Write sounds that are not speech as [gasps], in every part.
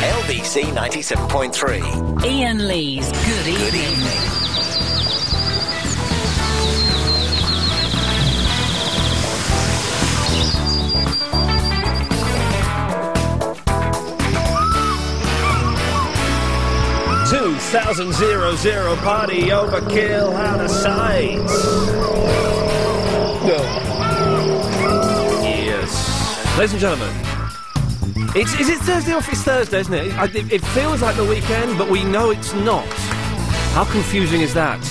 SEC 97.3. Ian Lee's Good Evening. Good evening. Two thousand zero zero party overkill out of sight. Yes. Ladies and gentlemen, it's, is it Thursday off? It's Thursday, isn't it? I- It, it feels like the weekend, but we know it's not. How confusing is that?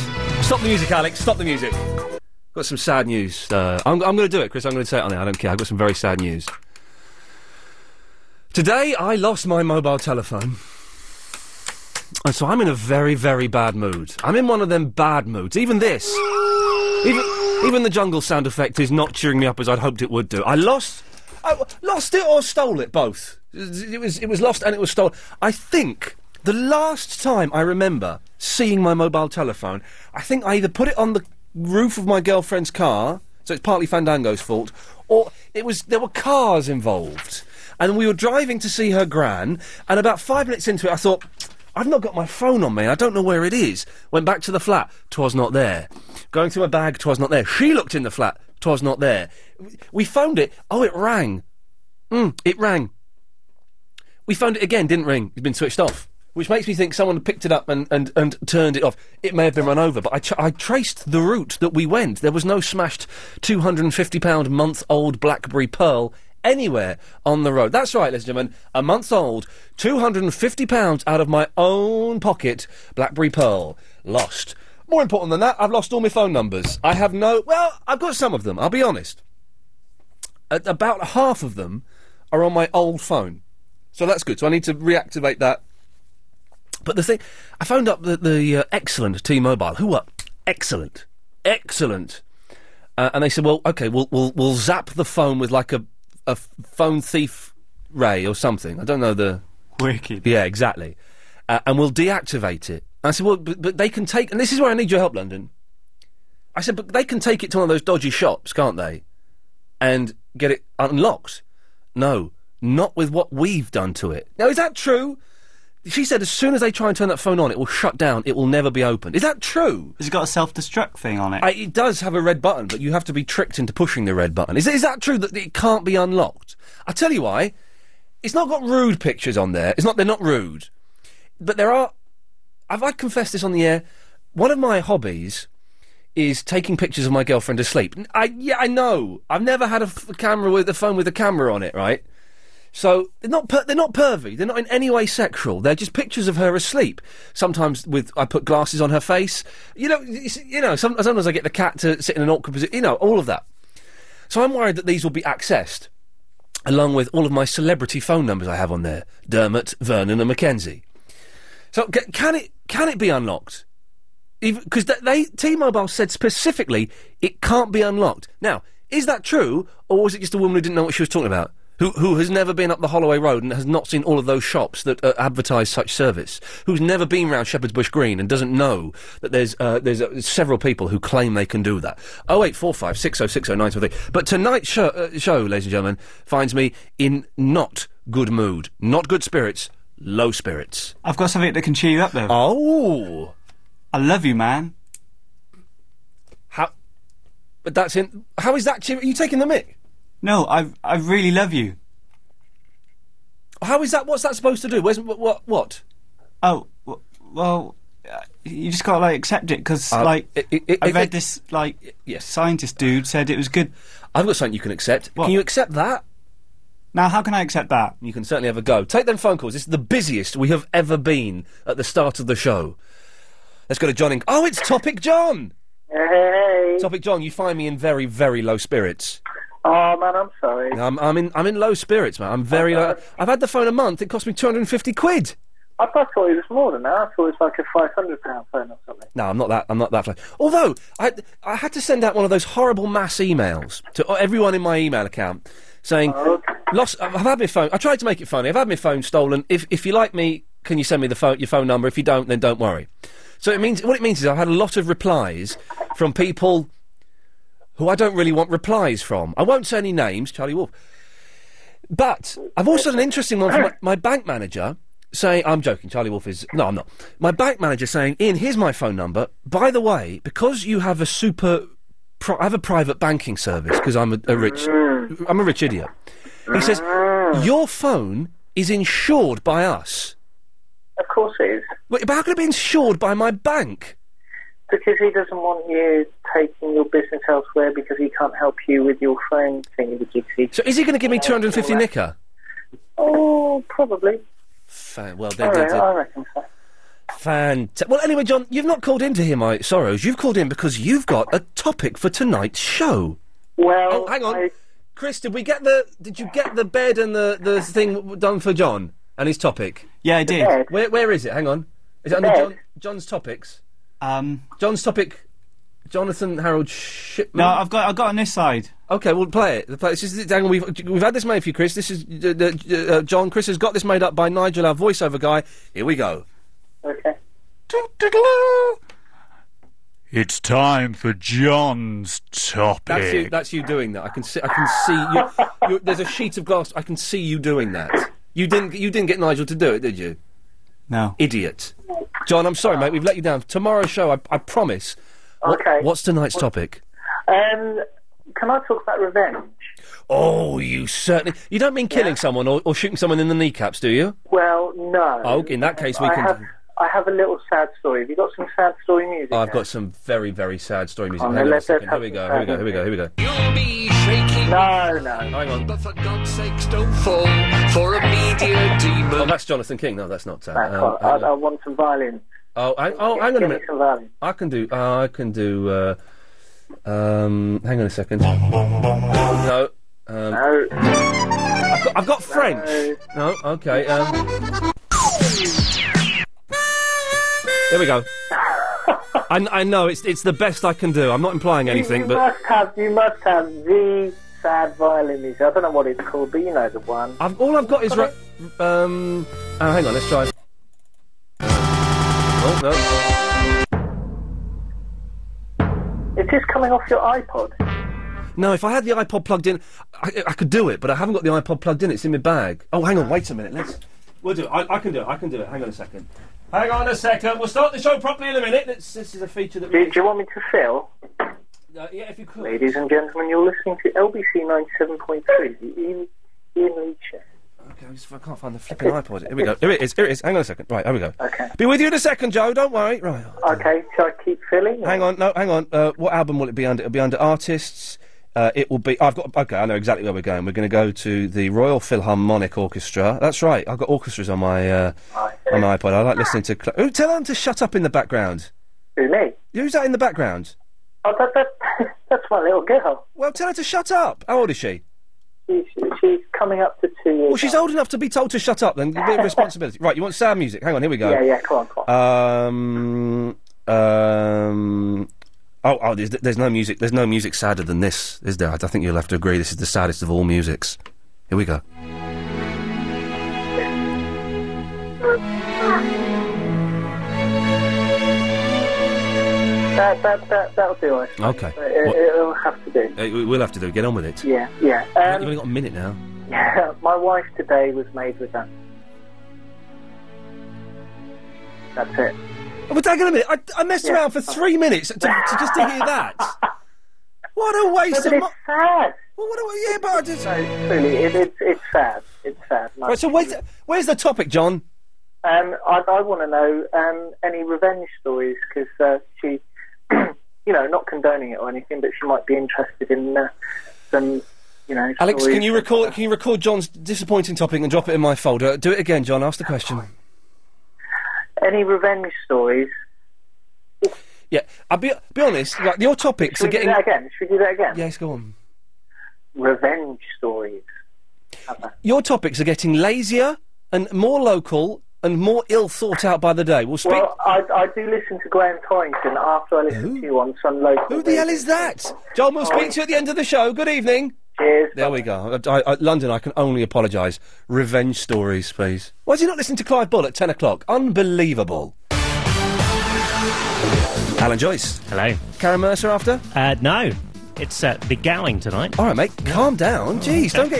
Stop the music, Alex. Stop the music. Got some sad news. Uh, I'm, I'm going to do it, Chris. I'm going to say it on there. I don't care. I've got some very sad news. Today, I lost my mobile telephone. And Uh, so I'm in a very, very bad mood. I'm in one of them bad moods. Even this. Even, even the jungle sound effect is not cheering me up as I'd hoped it would do. I lost. I w- lost it or stole it, both. It was, it was lost and it was stolen. I think the last time I remember seeing my mobile telephone, I think I either put it on the roof of my girlfriend's car, so it's partly Fandango's fault, or it was there were cars involved. And we were driving to see her gran, and about five minutes into it, I thought, I've not got my phone on me. I don't know where it is. Went back to the flat. 'Twas not there. Going through my bag. 'Twas not there. She looked in the flat. 'Twas not there. W- We phoned it. Oh, it rang. Mm, it rang. We phoned it again. Didn't ring. It's been switched off. Which makes me think someone picked it up and, and, and turned it off. It may have been run over, but I, tr- I traced the route that we went. There was no smashed £250 month old Blackberry Pearl anywhere on the road. That's right, ladies and gentlemen. A month old, £250 out of my own pocket Blackberry Pearl. Lost. More important than that, I've lost all my phone numbers. I have no. Well, I've got some of them, I'll be honest a- about half of them are on my old phone. So that's good. So I need to reactivate that. But the thing, I phoned up the, the uh, excellent T-Mobile, who are excellent, excellent, uh, and they said, "Well, okay, we'll we'll we'll zap the phone with like a a f- phone thief ray or something. I don't know the wicked. Yeah, exactly. Uh, and we'll deactivate it." And I said, "Well, but, but they can take, and this is where I need your help, London." I said, "But they can take it to one of those dodgy shops, can't they?" and get it unlocked. No, not with what we've done to it. Now, is that true? She said as soon as they try and turn that phone on, it will shut down. It will never be opened. Is that true? Has it got a self destruct thing on it? it does have a red button, but you have to be tricked into pushing the red button. Is, is that true that it can't be unlocked? I'll tell you why. It's not got rude pictures on there. It's not. They're not rude, but there are. Have I confessed this on the air? One of my hobbies is taking pictures of my girlfriend asleep. N- I yeah, I know. I've never had a f- camera with a phone with a camera on it, right? So they're not per- they're not pervy. They're not in any way sexual. They're just pictures of her asleep. Sometimes with I put glasses on her face. You know, it's- you know. Some, sometimes I get the cat to sit in an awkward position. You know, all of that. So I'm worried that these will be accessed, along with all of my celebrity phone numbers I have on there: Dermot, Vernon, and Mackenzie. So c- can it can it be unlocked? because th- they T-Mobile said specifically it can't be unlocked. Now, is that true, or was it just a woman who didn't know what she was talking about, who who has never been up the Holloway Road and has not seen all of those shops that uh, advertise such service, who's never been round Shepherd's Bush Green and doesn't know that there's uh, there's uh, several people who claim they can do that. Oh eight four five six oh six oh nine three. But tonight's show, uh, show, ladies and gentlemen, finds me in not good mood, not good spirits, low spirits. I've got something that can cheer you up, though. Oh. I love you, man. How? But that's in. How is that cheer? Are you taking the mic? No, I I really love you. How is that? What's that supposed to do? Where's what? What? what? Oh, w- well, uh, you just gotta like accept it because Uh, like i- i- I if read it- this like yes. scientist dude said it was good. I've got something you can accept. Can you accept that? Now, how can I accept that? You can certainly have a go. Take them phone calls. This is the busiest we have ever been at the start of the show. Let's go to John. In- oh, it's Topic John. Hey. Topic John, you find me in very, very low spirits. Oh man, I'm sorry. Uh, I'm, I'm in. I'm in low spirits, man. I'm very low. I've had the phone a month. It cost me two hundred and fifty quid. I thought it was more than that. I thought it was like a five hundred pound phone or something. No, I'm not that. I'm not that flash. Although I, I had to send out one of those horrible mass emails to everyone in my email account saying, "Lost. I've had my phone. I tried to make it funny. I've had my phone stolen. If if you like me, can you send me the phone, your phone number? If you don't, then don't worry." So it means what it means is I've had a lot of replies from people who I don't really want replies from. I won't say any names, Charlie Wolf. But I've also had an interesting one from my, my bank manager saying, I'm joking, Charlie Wolf is. No, I'm not. My bank manager saying, Ian, here's my phone number. By the way, because you have a super. Pri- I have a private banking service because I'm a, a rich. I'm a rich idiot. He says, Mm. Your phone is insured by us. Of course it is. Wait, but how can it be insured by my bank? Because he doesn't want you taking your business elsewhere because he can't help you with your phone thing. So is he going to give me 250 nicker? Oh, probably. Fan- well, they All did right, I it. reckon so. Fantastic. Well, anyway, John, you've not called in to hear my sorrows. You've called in because you've got a topic for tonight's show. Well, oh, hang on, Chris, did we get the? Did you get the bed and the the thing w- done for John and his topic? Yeah, I The did. bed? Where where is it? Hang on, is it The under bed? John, John's topics? Um, John's topic, Jonathan Harold Shipman. No, I've got I've got on this side. Okay, well, play it. Play, this is, hang on, we've, we've had this made for you, Chris. This is uh, uh, uh, John. Chris has got this made up by Nigel, our voiceover guy. Here we go. Okay. It's time for John's topic. That's you. That's you doing that. I can see. I can see. You, you, there's a sheet of glass. I can see you doing that. You didn't. You didn't get Nigel to do it, did you? No. Idiot. John, I'm sorry, mate. We've let you down. Tomorrow's show. I, I promise. What- Okay. What's tonight's What- topic? Um, can I talk about revenge? Oh, you certainly. You don't mean killing someone or, or shooting someone in the kneecaps, do you? Well, no. Oh, in that case, we I can. Have, I have a little sad story. Have you got some sad story music? I've got some very, very sad story music. Oh, no, Hang on a let's- let's second. Here we go. Here have we go. Here we go. Here we go. No, no. Hang on. But for God's sakes, don't fall for a media demon. Oh, that's Jonathan King. No, that's not. Uh, um, I, I want some violin. Oh, I, oh, hang on a Give me minute. some violin. I can do. Uh, I can do. Uh, um, hang on a second. No. Um, no. I've got, I've got French. No. Okay. Um, there [laughs] we go. I, I know it's it's the best I can do. I'm not implying anything, you but must have. You must have the sad violin music. I don't know what it's called, but you know the one. I've, all I've got is ra- um. Oh, hang on. Let's try. Oh no. Is this coming off your iPod? No, if I had the iPod plugged in, I, I could do it, but I haven't got the iPod plugged in. It's in my bag. Oh, hang on, wait a minute. Let's. We'll do it. I, I can do it. I can do it. Hang on a second. Hang on a second. We'll start the show properly in a minute. It's, this is a feature that we. Do, do you want me to fill? Uh, yeah, if you could. Ladies and gentlemen, you're listening to LBC 97.3, the E Ian, Ian Lee Show. Okay, I, just, I can't find the flipping iPod. Here we go. Here it is. Here it is. Hang on a second. Right, here we go. Okay. Be with you in a second, Joe. Don't worry. Right. Okay, shall I keep filling? Hang on. No, hang on. Uh, what album will it be under? It'll be under artists. Uh, it will be. I've got. Okay, I know exactly where we're going. We're going to go to the Royal Philharmonic Orchestra. That's right. I've got orchestras on my uh, on my iPod. I like listening to. Cl- Ooh, tell them to shut up in the background. Who, me? Who's that in [laughs] the background? Oh, that, that, that's my little girl. Well, tell her to shut up. How old is she? She's, she's coming up to two years. Well, she's old enough to be told to shut up. Then a bit of responsibility. Right. You want sad music? Hang on. Here we go. Yeah, yeah, come on, come Um, um, oh, oh there's, there's no music. There's no music sadder than this, is there? I, I think you'll have to agree. This is the saddest of all musics. Here we go. on. That, that, that, that'll do it. Okay. Uh, it it'll have to do. Uh, we- we'll have to do. Get on with it. Yeah, yeah. Um, You've only got a minute now. Yeah, [laughs] my wife today was made with that. That's it. Oh, but hang on a minute. I, I messed Yeah. around for three minutes to, to just to hear that. [laughs] What a waste but of it's mo- sad. Well, what do I? Yeah, but I just. Really, it, it's it's sad. It's sad. Right. So where's where's the topic, John? Um, I, I want to know um, any revenge stories because uh, she, [clears throat] you know, not condoning it or anything, but she might be interested in uh, some, you know. Alex, stories. can you record? Can you record John's disappointing topic and drop it in my folder? Do it again, John. Ask the question. any revenge stories? Yeah, I'll be be honest. Like your topics Should are we getting. do that again? Should we do that again? Yes, go on. Revenge stories. Your topics are getting lazier and more local and more ill thought out by the day. We'll speak. Well, I, I do listen to Graham Torrington after I listen to you on some local. Oh. Who the hell is that? John, we'll speak to you at the end of the show. Good evening. Cheers. There we go. I, I, London, I can only apologise. Revenge stories, please. Why did you not listen to Clive Bull at 10 o'clock? Unbelievable. Alan Joyce. Hello. Karen Mercer after? Uh, no. It's at the Gowling tonight. Oh, All right, mate, calm down. Jeez, don't get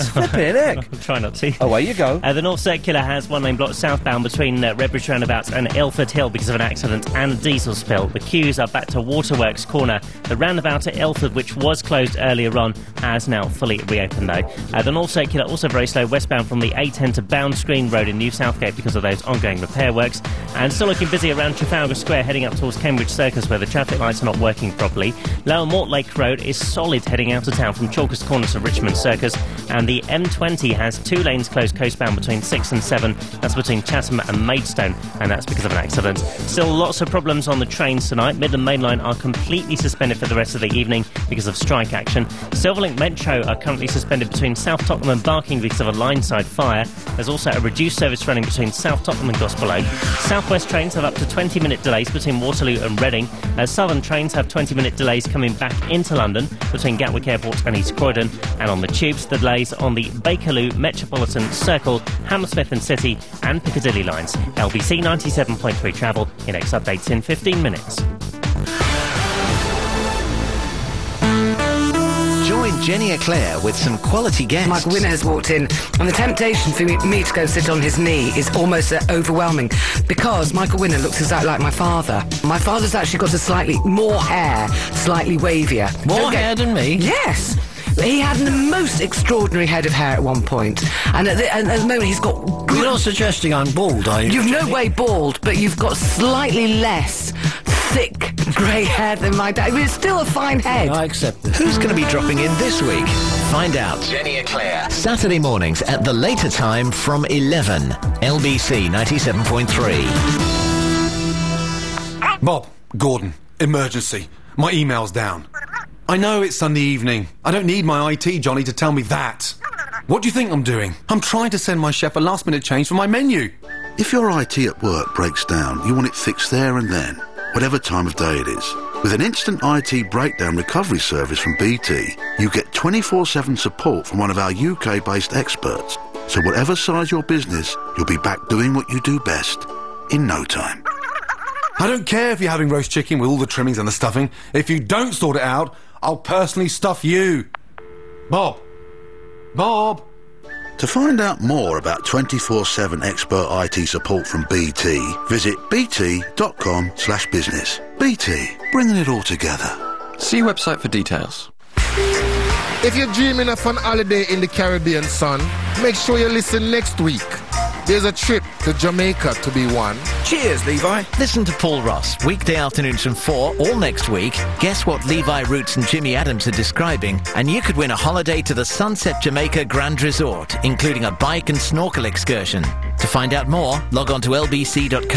[laughs] Flipping heck. I'll try not to. Away you go. Uh, the North Circular has one lane blocked southbound between uh, Redbridge roundabouts and Ilford Hill because of an accident and a diesel spill. The queues are back to Waterworks Corner. The roundabout at Ilford, which was closed earlier on, has now fully reopened though. Uh, the North Circular also very slow westbound from the A10 to Bound Screen Road in New Southgate because of those ongoing repair works. And still looking busy around Trafalgar Square heading up towards Cambridge Circus where the traffic lights are not working properly. Lower Mortlake Road is solid heading out of town from Chalkers Corner to Richmond Circus. And the M20 has two lanes closed coastbound between 6 and 7. That's between Chatham and Maidstone, and that's because of an accident. Still lots of problems on the trains tonight. Midland Main Line are completely suspended for the rest of the evening because of strike action. Silverlink Metro are currently suspended between South Tottenham and Barking because of a lineside fire. There's also a reduced service running between South Tottenham and Gospel Oak. Southwest trains have up to 20 minute delays between Waterloo and Reading. Uh, Southern trains have 20 minute delays coming back into London between Gatwick Airport and East Croydon. And on the tubes, the delays on the Bakerloo, Metropolitan, Circle, Hammersmith and City, and Piccadilly lines. LBC 97.3 travel. Your next updates in 15 minutes. Join Jenny Eclair with some quality guests. Mike Winner has walked in, and the temptation for me, me to go sit on his knee is almost uh, overwhelming because Michael Winner looks exactly like my father. My father's actually got a slightly more hair, slightly wavier. More Don't get- hair than me. Yes. He had the most extraordinary head of hair at one point, and at the, and at the moment he's got You're not suggesting I'm bald, are you? You've no way bald, but you've got slightly less thick grey hair than my dad. I mean, it's still a fine head. I accept this. Who's going to be dropping in this week? Find out. Jenny Eclair. Saturday mornings at the later time from 11. LBC 97.3. Bob, Gordon, emergency. My email's down. I know it's Sunday evening. I don't need my IT Johnny to tell me that. What do you think I'm doing? I'm trying to send my chef a last minute change for my menu. If your IT at work breaks down, you want it fixed there and then, whatever time of day it is. With an instant IT breakdown recovery service from BT, you get 24 7 support from one of our UK based experts. So, whatever size your business, you'll be back doing what you do best in no time. I don't care if you're having roast chicken with all the trimmings and the stuffing. If you don't sort it out, I'll personally stuff you. Bob. Bob. To find out more about 24 7 expert IT support from BT, visit bt.com/slash business. BT, bringing it all together. See website for details. If you're dreaming of an holiday in the Caribbean, son, make sure you listen next week. There's a trip to Jamaica to be won. Cheers, Levi. Listen to Paul Ross, weekday afternoons from 4 all next week. Guess what Levi Roots and Jimmy Adams are describing, and you could win a holiday to the Sunset Jamaica Grand Resort, including a bike and snorkel excursion. To find out more, log on to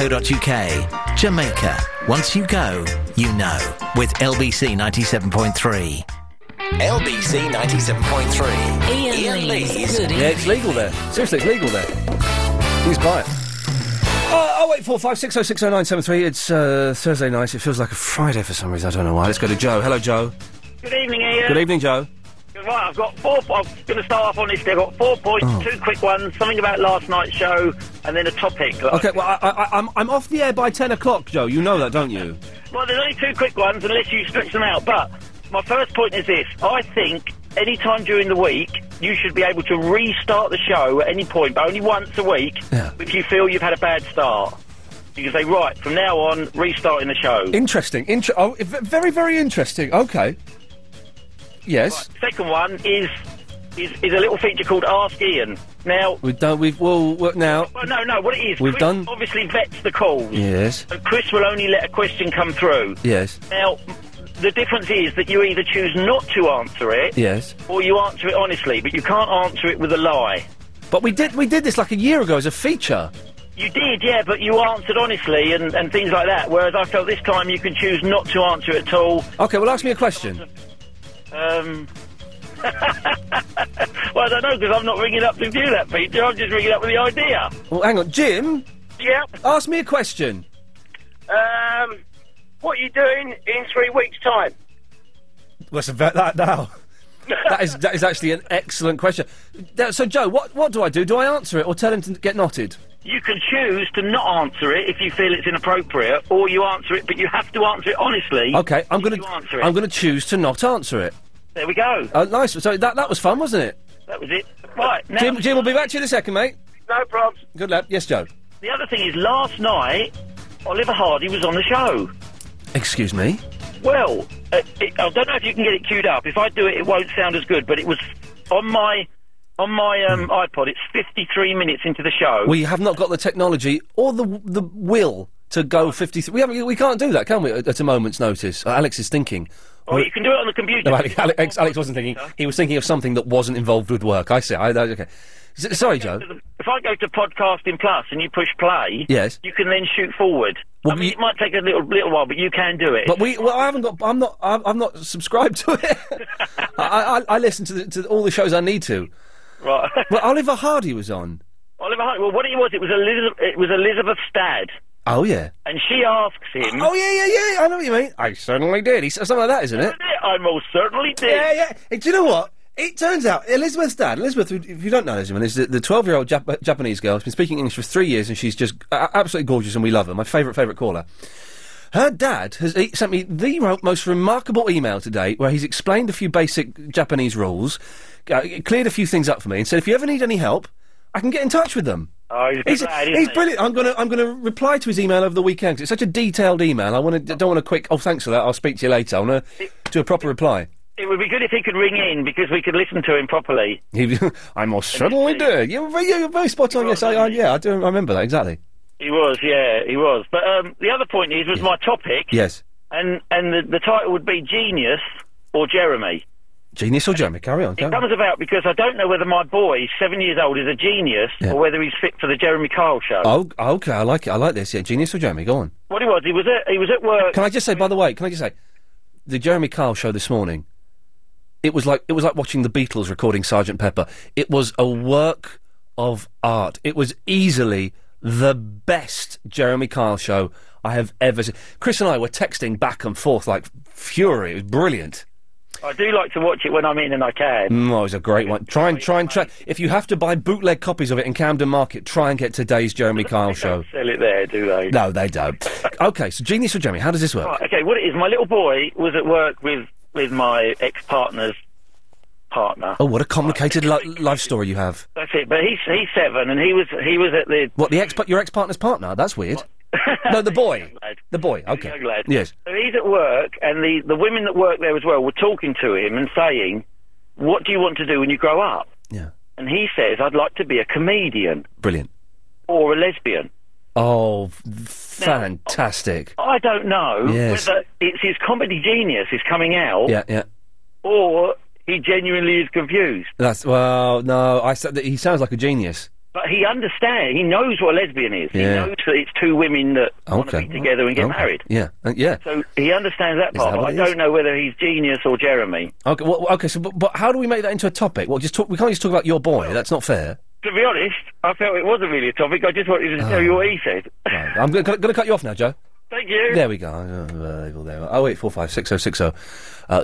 lbc.co.uk. Jamaica. Once you go, you know. With LBC 97.3. LBC 97.3. Ian, Lee's Good Yeah, it's legal there. Seriously, it's legal there. Please buy it. Oh, oh wait, four five six oh six oh nine seven three. It's uh, Thursday night. It feels like a Friday for some reason. I don't know why. Let's go to Joe. Hello, Joe. Good evening, Ian. Good evening, Joe. Right, I've got four. I'm going to start off on this. I've got four points, Oh. two quick ones, something about last night's show, and then a topic. that I- Okay, well, I, I, I'm I'm off the air by ten o'clock, Joe. You know that, don't you? Well, there's only two quick ones unless you stretch them out. But my first point is this: I think any time during the week you should be able to restart the show at any point, but only once a week if you feel you've had a bad start. You can say, right, from now on, restarting the show. Interesting. Inter- oh, v- very very interesting. Okay. Yes. Second one is is, is a little feature called Ask Ian. Now, We've done. We've well well, now. well, no, no, what it is, We've Chris done- obviously vets the calls. Yes. So Chris will only let a question come through. Yes. Now, the difference is that you either choose not to answer it, Yes. or you answer it honestly, but you can't answer it with a lie. But we did we did this like a year ago as a feature. You did, yeah, but you answered honestly and, and things like that. Whereas I felt this time you can choose not to answer it at all. Okay, well, ask me a question. Um. [laughs] well, I don't know because I'm not ringing up to do that, Peter. I'm just ringing up with the idea. Well, hang on, Jim. Yeah. Ask me a question. Um, what are you doing in three weeks' time? Let's vet [laughs] that now. that is that is actually an excellent question. That- so, Joe, what what do I do? Do I answer it or tell him to get knotted? You can choose to not answer it if you feel it's inappropriate, or you answer it, but you have to answer it honestly. Okay, I'm if going you to answer it. I'm going to choose to not answer it. There we go. Uh, nice. So that that was fun, wasn't it? That was it. Right now, Jim, Jim, we'll be back to you in a second, mate. No problems. Good lad. Yes, Joe. The other thing is, last night Oliver Hardy was on the show. Excuse me. Well, uh, it, I don't know if you can get it queued up. If I do it, it won't sound as good. But it was on my on my um, iPod. It's 53 minutes into the show. Hmm. We have not got the technology or the the will to go 53. We haven't. We can't do that, can we? At, at a moment's notice. Uh, Alex is thinking. Or Oh, you can do it on the computer. [laughs] No, Alex, Alex, Alex wasn't thinking. He was thinking of something that wasn't involved with work. I see. I, I- okay. S- sorry, Joe. If I go to Podcasting Plus and you push play, Yes. you can then shoot forward. I mean, it might take a little little while, but you can do it. But we, well, I haven't got. I'm not. I'm, I'm not subscribed to it. I, I, I listen to, the, to all the shows I need to. Right. well, Oliver Hardy was on. Oliver Hunt. Well, what it was, it was Elizabeth. It was Elizabeth Stad, Oh yeah. and she asks him. Oh yeah, yeah, yeah. I know what you mean. I certainly did. He's something like that, isn't it? I most certainly did. Yeah, yeah. Hey, do you know what? It turns out Elizabeth's dad, Elizabeth, who- if you don't know Elizabeth, is the- the 12 year old Jap- uh, Japanese girl who's been speaking English for three years and she's just a- absolutely gorgeous and we love her. My favourite, favourite caller. Her dad has e- sent me the ro- most remarkable email today where he's explained a few basic Japanese rules, uh, cleared a few things up for me, and said, if you ever need any help, I can get in touch with them. Oh, he's, a good lad, isn't he's he? brilliant. I'm gonna I'm gonna reply to his email over the weekend. 'cause It's such a detailed email. I want to don't want a quick. Oh, thanks for that. I'll speak to you later. I want to do a proper reply. [laughs] It would be good if he could ring in because we could listen to him properly. He, I most certainly do. You, you're very spot on. Yes, I, I yeah, I do. I remember that exactly. He was, yeah, he was. But um, the other point is, was my topic, Yes, and and the, the title would be Genius or Jeremy. genius or Jeremy? Carry on. It Carry on. comes about because I don't know whether my boy, seven years old, is a genius or whether he's fit for the Jeremy Kyle show. Oh, okay. I like it. I like this. Yeah, genius or Jeremy? Go on. What he was, he was at he was at work. Can I just say, by the way, can I just say, the Jeremy Kyle show this morning, it was like it was like watching the Beatles recording Sergeant Pepper. It was a work of art. It was easily the best Jeremy Kyle show I have ever seen. Chris and I were texting back and forth like fury. It was brilliant. I do like to watch it when I'm in and I can. Mm, oh, it was a great one. Try and try and try. If you have to buy bootleg copies of it in Camden Market, try and get today's Jeremy Kyle show. Sell it there, do they? No, they don't. Okay, so genius or Jeremy? How does this work? Right, okay, what it is, my little boy was at work with with my ex partner's partner. Oh, what a complicated li- life story you have. That's it. But he's he's seven, and he was he was at the What the ex your ex partner's partner? That's weird. no, [laughs] the boy. lad. The boy. He's a Okay. young lad. Yes. So he's at work, and the the women that work there as well were talking to him and saying, "What do you want to do when you grow up?" Yeah. And he says, "I'd like to be a comedian Brilliant. or a lesbian." Oh, f- fantastic. I don't know Yes. whether it's his comedy genius is coming out, Yeah, yeah. or he genuinely is confused. That's well. No, I said that he sounds like a genius. But he understands. He knows what a lesbian is. He Yeah. knows that it's two women that want to Okay. be together and get Okay. married. Yeah, uh, yeah. So he understands that Is part. that but what I it don't is? know whether he's genius or Jeremy. Okay. Well, okay. So, but, but how do we make that into a topic? Well, just talk. We can't just talk about your boy. That's not fair. To be honest, I felt it wasn't really a topic. I just wanted to tell you what Ah. he said. Right. I'm going to cut you off now, Joe. Thank you. There we go. Uh, There. Oh eight four five six zero six zero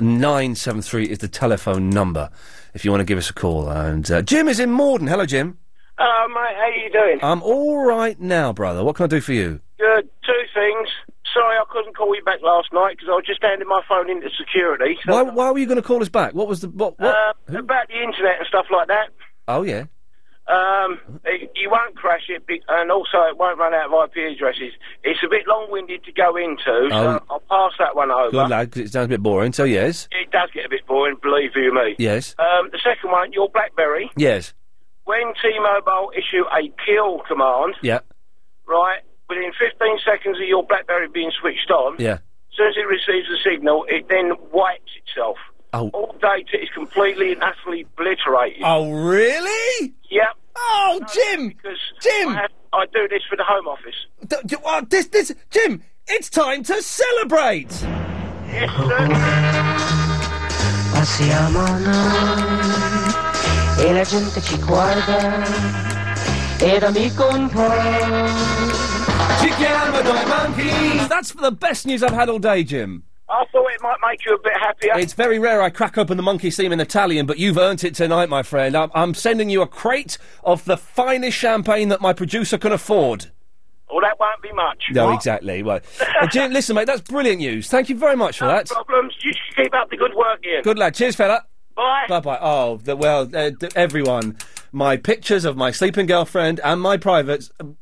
nine seven three is the telephone number if you want to give us a call. And uh, Jim is in Morden. Hello, Jim. Uh, Hello, mate. How you doing? I'm all right now, brother. What can I do for you? Uh, two things. Sorry, I couldn't call you back last night because I was just handing my phone into security. So, Why, why were you going to call us back? What was the what? what? Um, uh, about the internet and stuff like that. oh yeah. Uh-huh. Um, it, you won't crash it, be- and also it won't run out of IP addresses. It's a bit long-winded to go into, so Oh. I'll pass that one oh, over. Good lad. 'cause it sounds a bit boring. So yes, It does get a bit boring, believe you me. Yes. Um, the second one, your BlackBerry. yes, When T-Mobile issue a kill command, yeah, right, within 15 seconds of your BlackBerry being switched on, yeah. As soon as it receives the signal, it then wipes itself. Oh. All data is completely and utterly obliterated. Oh really? Yep. Oh, Jim! Because Jim! I, have, I do this for the Home Office. D- d- oh, this this Jim. It's time to celebrate. Yes, sir. Passiamo noi e la gente ci guarda ed amico un po'. That's for the best news I've had all day, Jim. I thought it might make you a bit happier. It's very rare I crack open the monkey seam in Italian, but you've earned it tonight, my friend. I'm, I'm sending you a crate of the finest champagne that my producer can afford. Well, that won't be much. No, exactly. Well, Uh, Jim, listen, mate, that's brilliant news. Thank you very much for that. Problems. You should keep up the good work, Ian. Good lad. Cheers, fella. Bye. Bye bye. Oh, the, well, uh, d- everyone, my pictures of my sleeping girlfriend and my privates um,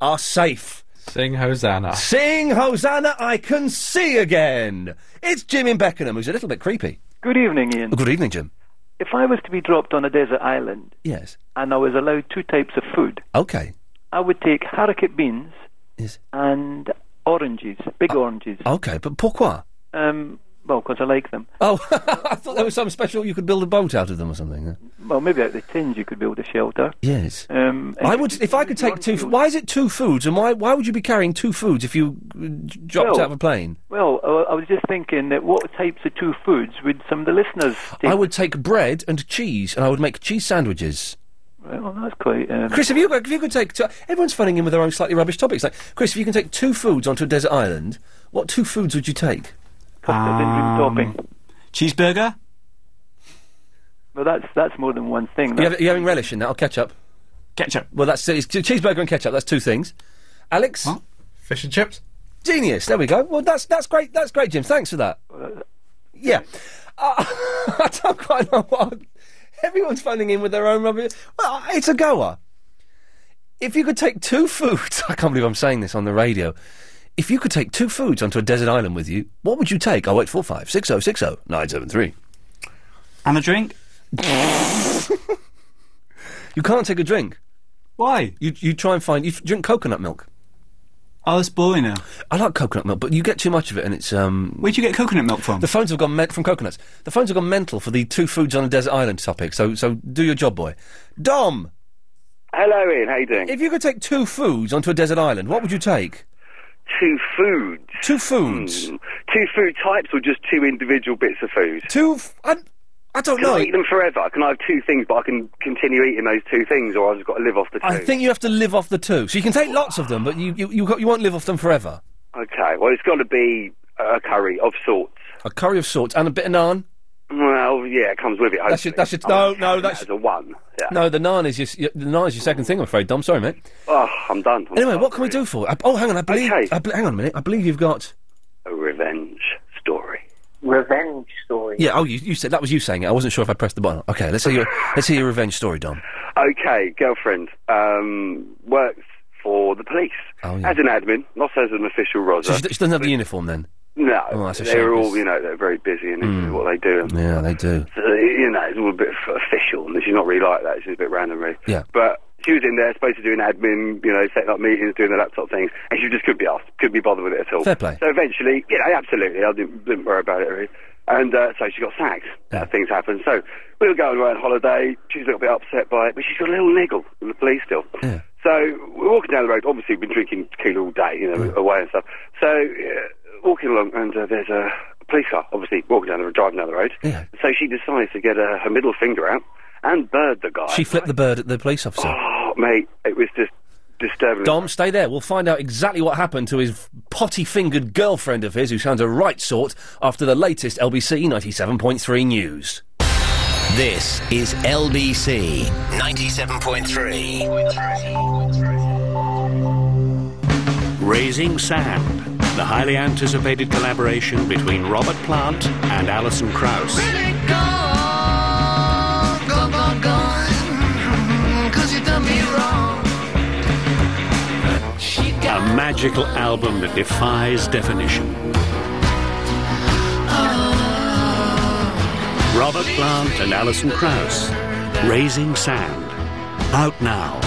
are safe. Sing Hosanna. Sing Hosanna, I can see again. It's Jim in Beckenham, who's a little bit creepy. Good evening, Ian. Good evening, Jim. If I was to be dropped on a desert island Yes. and I was allowed two types of food, Okay. I would take haricot beans Yes. Uh, and oranges, big oranges. Okay, but pourquoi? Um, well, 'cause I like them. Oh, [laughs] I thought there was some special. You could build a boat out of them or something. uh. Well, maybe out the tins you could build a shelter. Yes. Um, I would, if I could take two. f- Why is it two foods, and why why would you be carrying two foods if you uh, j- dropped Well, out of a plane? Well, I I was just thinking that what types of two foods would some of the listeners take? I would take bread and cheese, and I would make cheese sandwiches. Well, that's quite. Um, Chris, if you if you could take two, everyone's phoning in with their own slightly rubbish topics. Like Chris, if you can take two foods onto a desert island, what two foods would you take? topping. Um, Cheeseburger. Well, that's that's more than one thing. You have, you having relish in that or ketchup? Ketchup. Well, that's it's che- cheeseburger and ketchup. That's two things. Alex, fish and chips. Genius. There we go. Well, that's that's great. That's great, Jim. Thanks for that. Uh, Yeah. [laughs] Uh, I don't quite know what. Everyone's phoning in with their own rubbish. Well, it's a goer. If you could take two foods, [laughs] I can't believe I'm saying this on the radio. If you could take two foods onto a desert island with you, what would you take? Oh, 845 6060 973. And a [laughs] drink? you can't take a drink. Why? You, you try and find. You f- drink coconut milk. Oh, that's boring now. I like coconut milk, but you get too much of it, and it's um. Where'd you get coconut milk from? The phones have gone men- from coconuts. The phones have gone mental for the two foods on a desert island topic. So, so do your job, boy. Dom, Hello, Ian. How you doing? if you could take two foods onto a desert island, what would you take? Two foods. Hmm. Two foods. Two food types, or just two individual bits of food? Two. F- I, I don't can know. I eat them forever? Can I have two things, but I can continue eating those two things, or I've just got to live off the two? I think you have to live off the two. So you can take lots of them, but you you you, got- you won't live off them forever. Okay. Well, it's got to be a curry of sorts. A curry of sorts and a bit of naan. Well, yeah, it comes with it. Hopefully. That's your- that's your- I'm no, counting no, that that's- as a one. Yeah. No, the naan is your, s- your the naan is your second thing. I'm afraid, Dom. Sorry, mate. Oh, I'm done. I'm Anyway, what can we do for it? I- Oh, hang on. I believe. I bel- hang on a minute. I believe you've got. A revenge story. Revenge story. Yeah. Oh, you, you said that was you saying it. I wasn't sure if I pressed the button. Okay. Let's hear your let's hear your revenge story, Dom. Okay, girlfriend um, works for the police Oh, yeah. as an admin, not as an official rosa. So she, she doesn't have the uniform then. No, Oh, that's a they're shame, all 'cause- you know they're very busy and they do Mm. what they do. And Yeah, they do. so, you know, it's all a bit f- official, and she's not really like that. She's a bit random, really. Yeah. But she was in there, supposed to do an admin, you know, setting up meetings, doing the laptop things, and she just couldn't be asked, couldn't be bothered with it at all. Fair play. So eventually, you know, absolutely, I didn't, didn't worry about it really. And uh, so she got sacked. Yeah. Things happened. So we were going away on holiday. She's a little bit upset by it, but she's got a little niggle with the police still. Yeah. So we're walking down the road. Obviously, we've been drinking tequila all day, you know, away and stuff. So uh, walking along, and uh, there's a police car, obviously walking down the road, driving down the road. So she decides to get uh, her middle finger out and bird the guy. She flipped the bird at the police officer. Oh, mate, it was just disturbing. Dom, stay there. We'll find out exactly what happened to his potty-fingered girlfriend of his, who sounds a right sort, after the latest LBC 97.3 news. This is LBC 97.3. Raising Sand, the highly anticipated collaboration between Robert Plant and Alison Krauss. Gone, gone, gone. Cause you done me wrong. A magical album that defies definition. Robert Plant and Alison Krauss, Raising Sand, out now.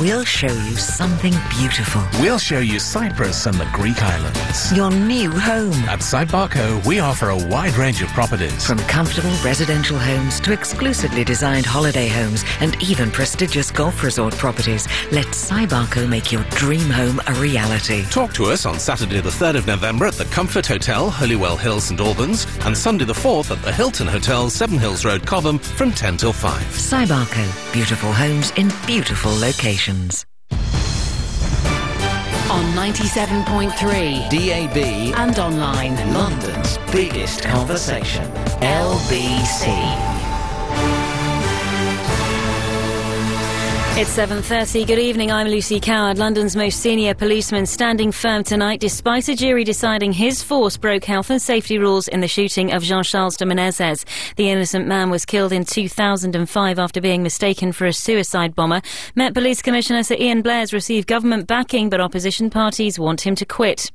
We'll show you something beautiful. We'll show you Cyprus and the Greek islands. Your new home. At Sidebarco, we offer a wide range of properties. From comfortable residential homes to exclusively designed holiday homes and even prestigious golf resort properties, let Cybarco make your dream home a reality. Talk to us on Saturday the 3rd of November at the Comfort Hotel, Holywell Hill, St Albans, and Sunday the 4th at the Hilton Hotel, Seven Hills Road, Cobham, from 10 till 5. Cybarco, beautiful homes in beautiful locations. on 97.3 DAB and online. London's biggest conversation. LBC. It's 7.30. Good evening, I'm Lucy Coward. London's most senior policeman standing firm tonight despite a jury deciding his force broke health and safety rules in the shooting of Jean-Charles de Menezes. The innocent man was killed in 2005 after being mistaken for a suicide bomber. Met Police Commissioner Sir Ian Blair's received government backing, but opposition parties want him to quit.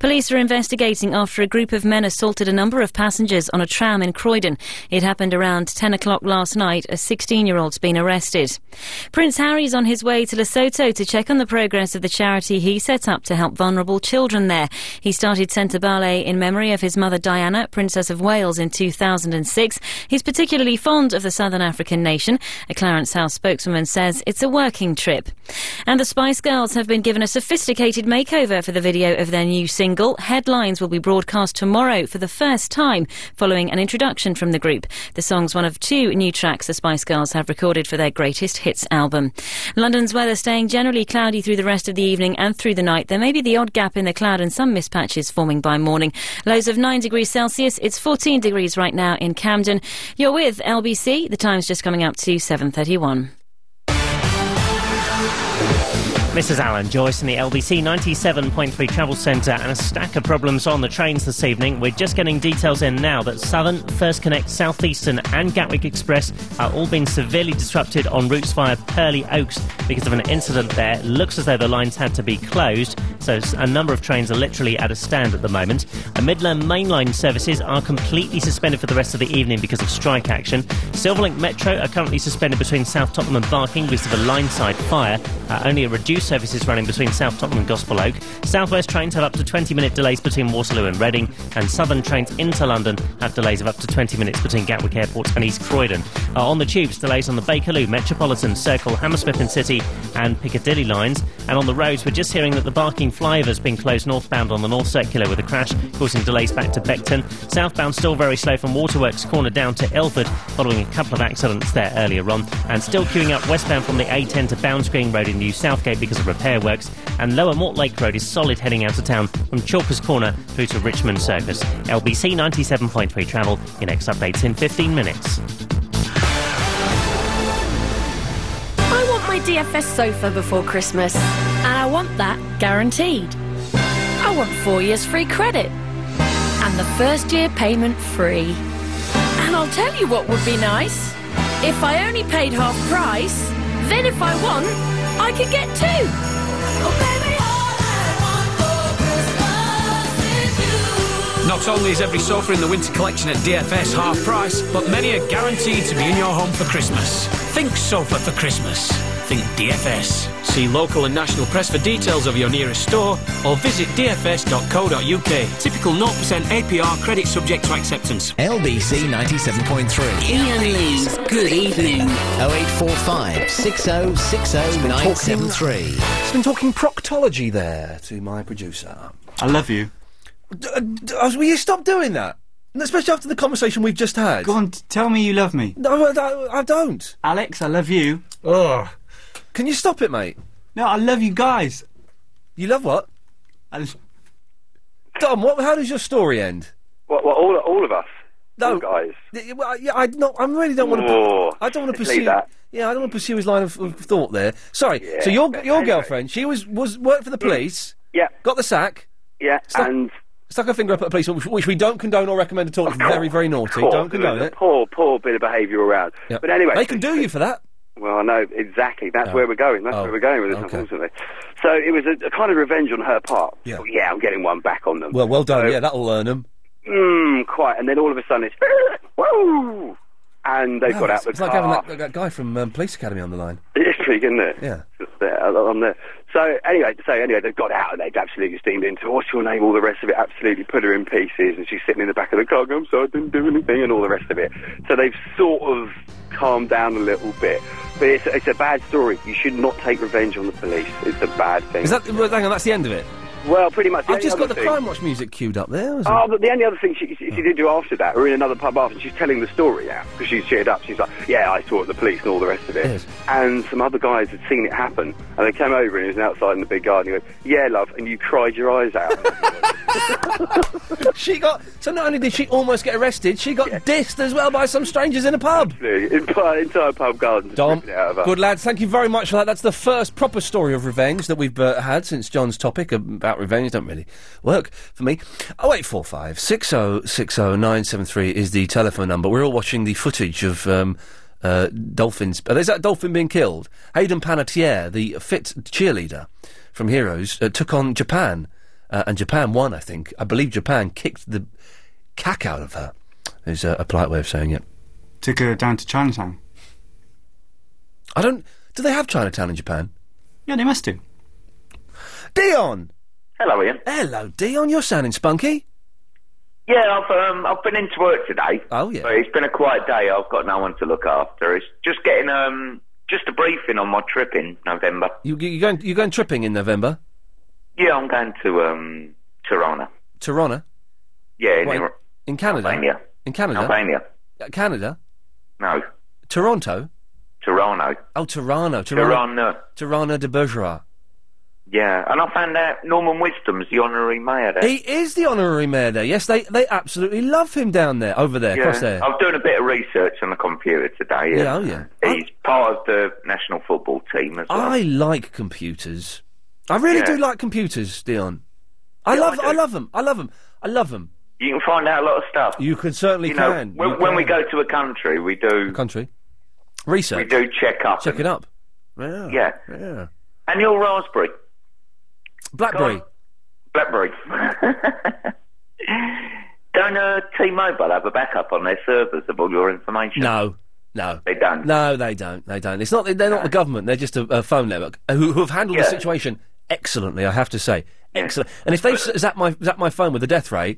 Police are investigating after a group of men assaulted a number of passengers on a tram in Croydon. It happened around 10 o'clock last night. A 16-year-old's been arrested. Prince Harry's on his way to Lesotho to check on the progress of the charity he set up to help vulnerable children there. He started Centre Ballet in memory of his mother Diana, Princess of Wales, in 2006. He's particularly fond of the Southern African nation. A Clarence House spokeswoman says it's a working trip. And the Spice Girls have been given a sophisticated makeover for the video of their new single. Headlines will be broadcast tomorrow for the first time, following an introduction from the group. The song's one of two new tracks the Spice Girls have recorded for their greatest hits album. London's weather staying generally cloudy through the rest of the evening and through the night. There may be the odd gap in the cloud and some mist patches forming by morning. Lows of 9 degrees Celsius. It's 14 degrees right now in Camden. You're with LBC. The time's just coming up to 7.31. Mrs. Alan Joyce in the LBC 97.3 Travel Centre and a stack of problems on the trains this evening. We're just getting details in now that Southern, First Connect, Southeastern, and Gatwick Express are all being severely disrupted on routes via Purley Oaks because of an incident there. Looks as though the lines had to be closed, so s- a number of trains are literally at a stand at the moment. The Midland Main Line services are completely suspended for the rest of the evening because of strike action. Silverlink Metro are currently suspended between South Tottenham and Barking because of a line side fire. Uh, only a reduced service is running between South Tottenham and Gospel Oak. Southwest trains have up to 20 minute delays between Waterloo and Reading, and Southern trains into London have delays of up to 20 minutes between Gatwick Airport and East Croydon. Uh, on the tubes, delays on the Bakerloo, Metropolitan, Circle, Hammersmith and City, and Piccadilly lines. And on the roads, we're just hearing that the Barking flyover has been closed northbound on the North Circular with a crash, causing delays back to Beckton. Southbound still very slow from Waterworks Corner down to Ilford, following a couple of accidents there earlier on. And still queuing up westbound from the A10 to Bound Green Road in New Southgate because of repair works. And Lower Mortlake Road is solid heading out of town from Chalkers Corner through to Richmond Circus. LBC 97.3 travel. Your next update's in 15 minutes. I want my DFS sofa before Christmas, and I want that guaranteed. I want four years free credit, and the first year payment free. And I'll tell you what would be nice if I only paid half price, then if I want, I could get two. Oh, baby, Not only is every sofa in the winter collection at DFS half price, but many are guaranteed to be in your home for Christmas. Think sofa for Christmas. Think DFS. See local and national press for details of your nearest store or visit dfs.co.uk. Typical 0% APR credit subject to acceptance. LBC 97.3. Ian Lee's Good Evening. 0845 60 60 973. It's been talking proctology there to my producer. I love you. D- uh, d- uh, will you stop doing that? Especially after the conversation we've just had. Go on, tell me you love me. No, I, don't- I don't. Alex, I love you. Ugh. Can you stop it, mate? No, I love you guys. You love what? I... Dom, what, how does your story end? Well, well all, all of us. No. All guys. Y- Well, yeah, I, no, I really don't want Whoa. to. I don't want to Leave pursue. that. Yeah, I don't want to pursue his line of, of thought there. Sorry. so your your girlfriend, she was was worked for the police. Yeah. Got the sack. Yeah, Stuck, and stuck her finger up at the police, which, which we don't condone or recommend at all. It's very very naughty. poor, Don't there condone was a it. poor, poor bit of behaviour around. Yep. But anyway, they can do you for that. Oh, Well, I know exactly. That's where we're going. That's where we're going with this, unfortunately. So it was a, a kind of revenge on her part. Yeah. Thought, yeah, I'm getting one back on them. Well, well done. yeah, that'll uh, learn them. Mm, quite. And then all of a sudden it's [laughs] whoa, and they've got out Oh, it's, the it's car. like having that, that guy from um, Police Academy on the line. It's big, isn't it? Yeah. There, on there. So anyway, so anyway, they've got out and they've absolutely steamed into what's your name, all the rest of it. Absolutely put her in pieces, and she's sitting in the back of the car. Going, I'm sorry, I didn't do anything, and all the rest of it. So they've sort of calmed down a little bit, but it's, it's a bad story. You should not take revenge on the police. It's a bad thing. Is that? Well, hang on, that's the end of it. Well, pretty much. I've just got the Crime crime. Watch music queued up there. isn't Oh, but the only other thing she, she, she did do after that, we're in another pub after, she's telling the story now because she's cheered up. She's like, "Yeah, I saw it, the police and all the rest of it." And some other guys had seen it happen, and they came over and he was outside in the big garden. And he went, "Yeah, love," and you cried your eyes out. [laughs] it? [laughs] she got. So not only did she almost get arrested, she got dissed as well by some strangers in a pub. Absolutely, entire, entire pub garden. Just Dom, ripping it out uh, of her. Good lads, thank you very much for that. That's the first proper story of revenge that we've uh, had since John's topic about revenge. Don't really work for me. Oh eight four five six zero six zero nine seven three is the telephone number. We're all watching the footage of um, uh, dolphins. Uh, there's that dolphin being killed. Hayden Panettiere, the fit cheerleader from Heroes, uh, took on Japan, uh, and Japan won. I think. I believe Japan kicked the cack out of her. Is uh, a polite way of saying it. Took her down to Chinatown. I don't. Do they have Chinatown in Japan? Yeah, they must do. Dion. Hello, Ian. Hello, Dion. You're sounding spunky. Yeah, I've um, I've been into work today. Oh yeah. But it's been a quiet day. I've got no one to look after. It's just getting um just a briefing on my trip in November. You, you you're going you're going tripping in November. Yeah, I'm going to um Tirana. Tirana Yeah, in, What, Ira- in Canada. Albania. In Canada. Albania. Uh, Canada. No, Toronto. Toronto. Oh, Toronto. Toronto. Tirana. Toronto de Bergerac. Yeah, and I found out Norman Wisdom's the honorary mayor there. He is the honorary mayor there. Yes, they they absolutely love him down there, over there, across there. I'm doing a bit of research on the computer today. Yeah, oh, yeah. Oh, He's part of the national football team as well. I like computers. I really Yeah. do like computers, Dion. I Yeah, love I I, love them. I love them. I love them. You can find out a lot of stuff. You can certainly you know, can. When, You when we can. go to a country, we do country We research. do check up. Check and- it up. Yeah. Yeah. Yeah. Annual raspberry, Blackberry. blackberry. [laughs] don't uh, T-Mobile have a backup on their servers of all your information? No. No. They don't. No, they don't. They don't. It's not. They're not the government. They're just a, a phone network uh, who, who have handled the Yeah. situation excellently. I have to say, excellent. And if they've s- zapped my zapped my phone with a death ray,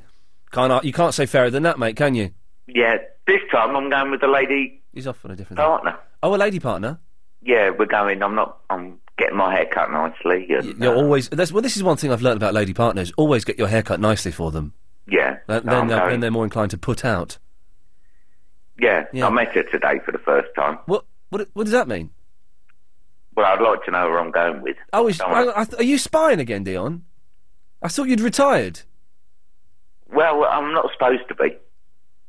can't I, you can't say fairer than that, mate? Can you? Yeah, this time I'm going with the lady He's off on a different partner. Oh, a lady partner. Yeah, we're going. I'm not. I'm getting my hair cut nicely. And, You're always. That's, well, this is one thing I've learned about lady partners. Always get your hair cut nicely for them. yeah. no, Th- then, I'm they're, going- then they're more inclined to put out. yeah, I met her today for the first time. What? What? What does that mean? Well, I'd like to know who I'm going with. Oh, is, Don't wanna- I, I, th- are you spying again, Dion? I thought you'd retired. well, I'm not supposed to be.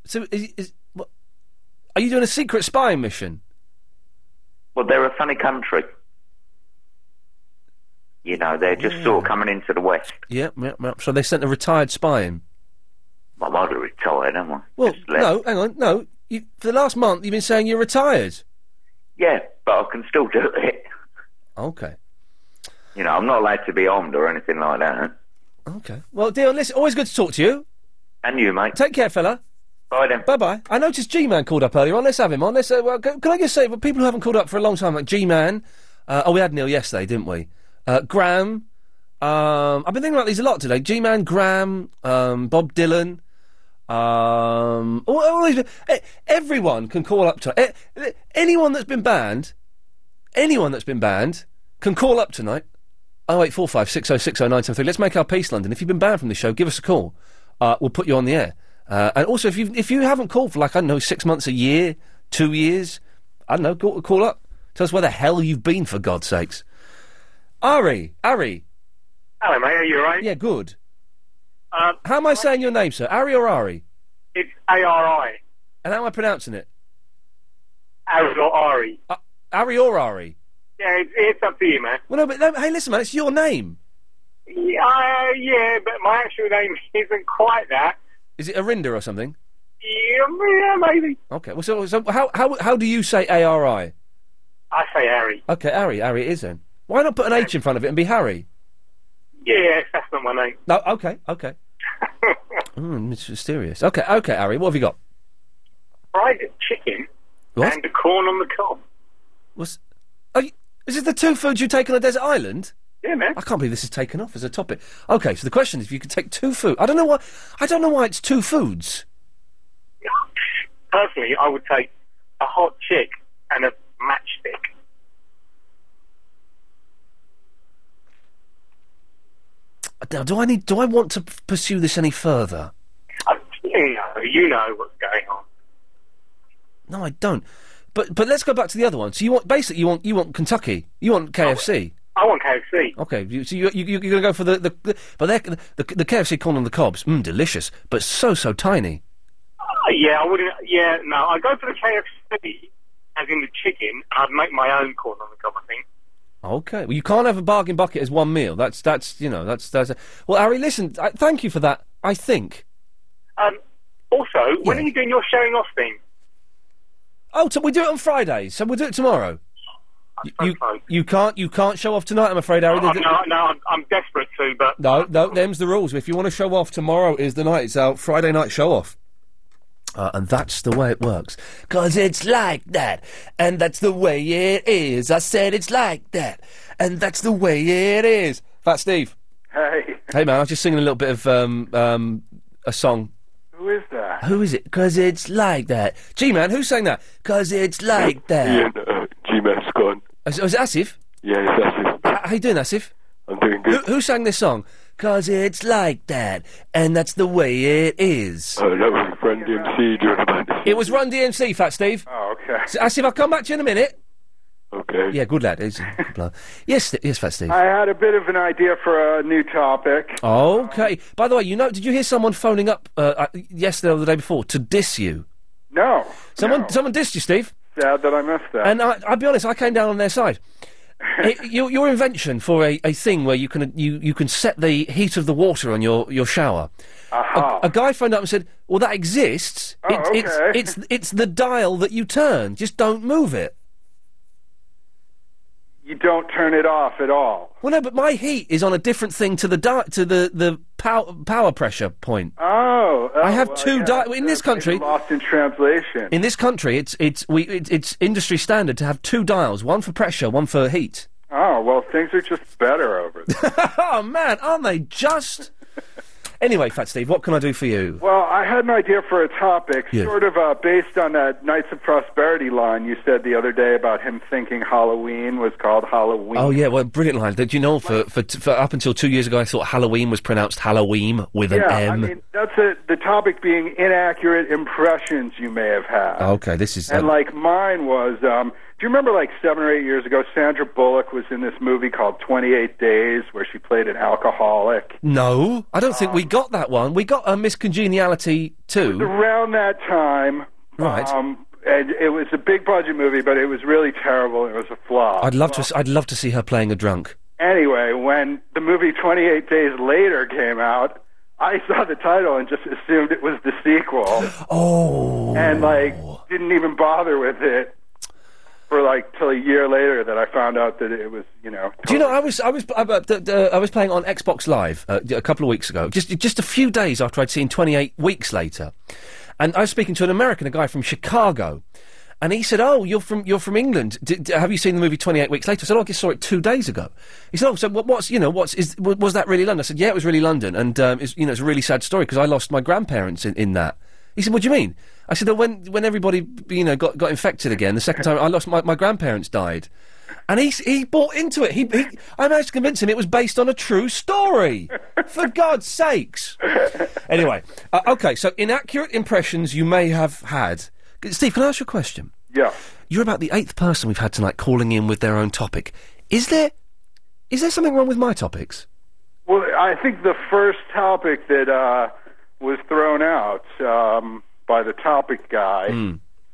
So, is, is, what, are you doing a secret spying mission? Well, they're a funny country. You know, they're just sort of coming into the West. Yep, yep, yep. So they sent a retired spy in. Well, I'd have retired, am I? Well, left. no, hang on, no. You, for the last month, you've been saying you're retired. Yeah, but I can still do it. Okay. You know, I'm not allowed to be armed or anything like that. Okay. Well, Dion, listen, always good to talk to you. And you, mate. Take care, fella. Bye then. Bye bye. I noticed G Man called up earlier on. Let's have him on. Let's. Uh, well, c- can I just say, for people who haven't called up for a long time, like G Man. Uh, oh, we had Neil yesterday, didn't we? Uh, Graham. Um, I've been thinking about these a lot today. G Man, Graham, um, Bob Dylan. Um, all, all these, e- everyone can call up to e- anyone that's been banned. Anyone that's been banned can call up tonight. Oh eight four five six oh six oh nine seven three. Let's make our peace, London. If you've been banned from the show, give us a call. Uh, we'll put you on the air. Uh, and also, if you if you haven't called for like I don't know six months, a year, two years, I don't know, call, call up. Tell us where the hell you've been for God's sakes. Ari, Ari. Hello, mate. Are you all right? Yeah, good. Um, How am I saying your name, sir? Ari or Ari? it's ARI, And how am I pronouncing it? Ari or Ari. Ari or Uh, Ari? Yeah, it's, it's up to you, man. Well, no, but no, hey, listen, man, it's your name. Yeah, uh, yeah, but my actual name isn't quite that. Is it Arinda or something? Yeah, yeah, maybe. Okay. Well, so, so how how how do you say A R I? I say Ari. Okay, Ari, Ari it is then. Why not put an H in front of it and be Harry? Yeah, that's not my name. No, okay, okay. Mm, it's mysterious. Okay, okay, Ari, what have you got? Fried chicken What? and the corn on the cob. What's, are you, is this the two foods you take on a desert island? Yeah, man. I can't believe this is taken off as a topic. Okay, so the question is if you could take two food. I don't know why. I don't know why it's two foods. Personally, I would take a hot chick and a matchstick. now, do I need? Do I want to p- pursue this any further? You know, you know what's going on. No, I don't. But but let's go back to the other one. So you want basically you want you want Kentucky, you want KFC. I want KFC. Okay, you, so you, you, you're going to go for the, the, the but they're, the, the KFC corn on the cobs, mm, delicious, but so so tiny. Uh, yeah, I wouldn't. Yeah, no, I'd go for the KFC, as in the chicken, and I'd make my own corn on the cob, I think. Okay, well you can't have a bargain bucket as one meal. That's that's you know that's that's. well, Harry, listen, I, thank you for that. I think. Um, also, when are you doing your showing off thing? Oh, so we do it on Fridays, so we'll do it tomorrow. You, you, you can't you can't show off tonight. I'm afraid, Harry. Oh, The- the- no, no, I'm, I'm desperate to, but No, no, them's the rules. If you want to show off, tomorrow is the night. It's our Friday night show off. Uh, and that's the way it works. Cause it's like that, and that's the way it is. I said it's like that, and that's the way it is. Fat Steve. Hey, Hey man, I was just singing a little bit of um, um, a song. who is that? Who is it? Cause it's like that. Gee man, who sang that? Cause it's like that. uh, G-Max gone. Is, is it Asif? Yeah, it's actually. H- How you doing, Asif? I'm doing good. Who, who sang this song? Cause it's like that, and that's the way it is. Oh, that was Run DMC [laughs] doing about this. It was Run DMC, Fat Steve. Oh, okay. So, Asif, I'll come back to you in a minute. Okay. Yeah, good lad. He's a good lad. yes, th- yes, Fat Steve. I had a bit of an idea for a new topic. Okay. By the way, you know, did you hear someone phoning up uh, uh, yesterday or the day before to diss you? No. Someone, someone dissed you, Steve. Sad that I missed that. And I, I'll be honest, I came down on their [laughs] side. It- your, your invention for a, a thing where you can you, you can set the heat of the water on your, your shower. A, a guy phoned up and said, "Well, that exists. Oh, it's, okay. it's it's it's the dial that you turn. Just don't move it." You don't turn it off at all. Well, no, but my heat is on a different thing to the di- to the the pow- power pressure point. Oh, oh, I have well, two yeah, di- in this country. Lost in translation. In this country, it's it's we it's, it's industry standard to have two dials, one for pressure, one for heat. Oh well, things are just better over there. [laughs] oh man, aren't they just? anyway, Fat Steve, what can I do for you? well, I had an idea for a topic, Yeah. sort of uh, based on that Knights of Prosperity line you said the other day about him thinking Halloween was called Halloween. Oh yeah, well, brilliant line. Did you know for for, t- for up until two years ago, I thought Halloween was pronounced Halloween with yeah, I an M. mean that's it. The topic being inaccurate impressions you may have had. okay, this is uh, And like mine was, um, do you remember like seven or eight years ago, Sandra Bullock was in this movie called 28 Days where she played an alcoholic? no. I don't think we um, got that one. We got a Miss Congeniality too. Around that time. Right. Um, and it was a big budget movie, but it was really terrible. and It was a flop. I'd love to. s- I'd love to see her playing a drunk. Anyway, when the movie 28 Days Later came out, I saw the title and just assumed it was the sequel. [gasps] Oh. And like didn't even bother with it for like till a year later that I found out that it was, you know, Do you know I was I was I, uh, th- th- I was playing on Xbox Live uh, a couple of weeks ago, just just a few days after I'd seen 28 weeks later, and I was speaking to an American, a guy from Chicago, and he said, "Oh, you're from you're from England. D- d- have you seen the movie 28 weeks later?" I said, "Oh, I just saw it two days ago." He said, "Oh, so what, what's you know what's is w- was that really London?" I said, "Yeah, it was really London, and um, it's, you know it's a really sad story because I lost my grandparents in, in that." He said, "What do you mean?" I said, "Oh, when when everybody you know got, got infected again the second time, I lost my, my grandparents died." And he s- he bought into it. He, he I managed to convince him it was based on a true story. For God's sakes! Anyway, uh, okay. So inaccurate impressions you may have had. G- Steve, can I ask you a question? Yeah. You're about the eighth person we've had tonight calling in with their own topic. Is there is there something wrong with my topics? Well, I think the first topic that uh, was thrown out um, by the topic guy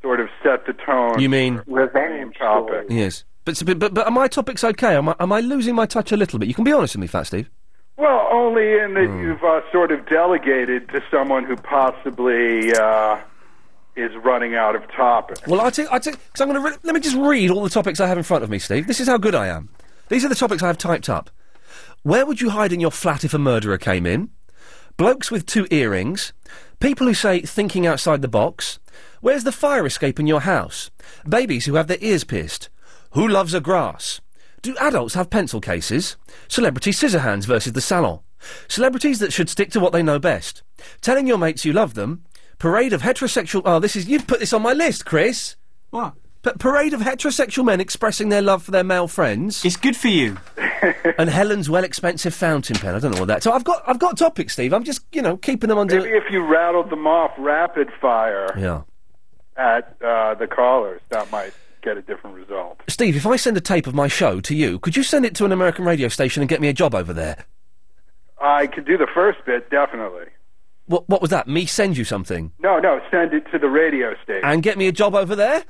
sort of set the tone. Hmm. You mean- for the same topic? Yes. But, s- but but but are my topics okay? Am I am I losing my touch a little bit? You can be honest with me, Fat Steve. Well, only in Hmm. that you've uh, sort of delegated to someone who possibly uh, is running out of topic. Well, I take, I take, because I'm going to re- let me just read all the topics I have in front of me, Steve. This is how good I am. These are the topics I have typed up. Where would you hide in your flat if a murderer came in? Blokes with two earrings. People who say thinking outside the box. Where's the fire escape in your house? Babies who have their ears pierced. Who loves a grass? Do adults have pencil cases? Celebrity scissor hands versus the salon. Celebrities that should stick to what they know best. Telling your mates you love them. Parade of heterosexual. Oh, this is. You've put this on my list, Chris. What? parade of heterosexual men expressing their love for their male friends. It's good for you. [laughs] and Helen's well expensive fountain pen. I don't know what that. So I've got I've got topics, Steve. I'm just you know keeping them under. Maybe if you rattled them off rapid fire Yeah. at uh, the callers, that might get a different result. Steve, if I send a tape of my show to you, could you send it to an American radio station and get me a job over there? I could do the first bit definitely. What What was that? Me send you something No, no, send it to the radio station. and get me a job over there?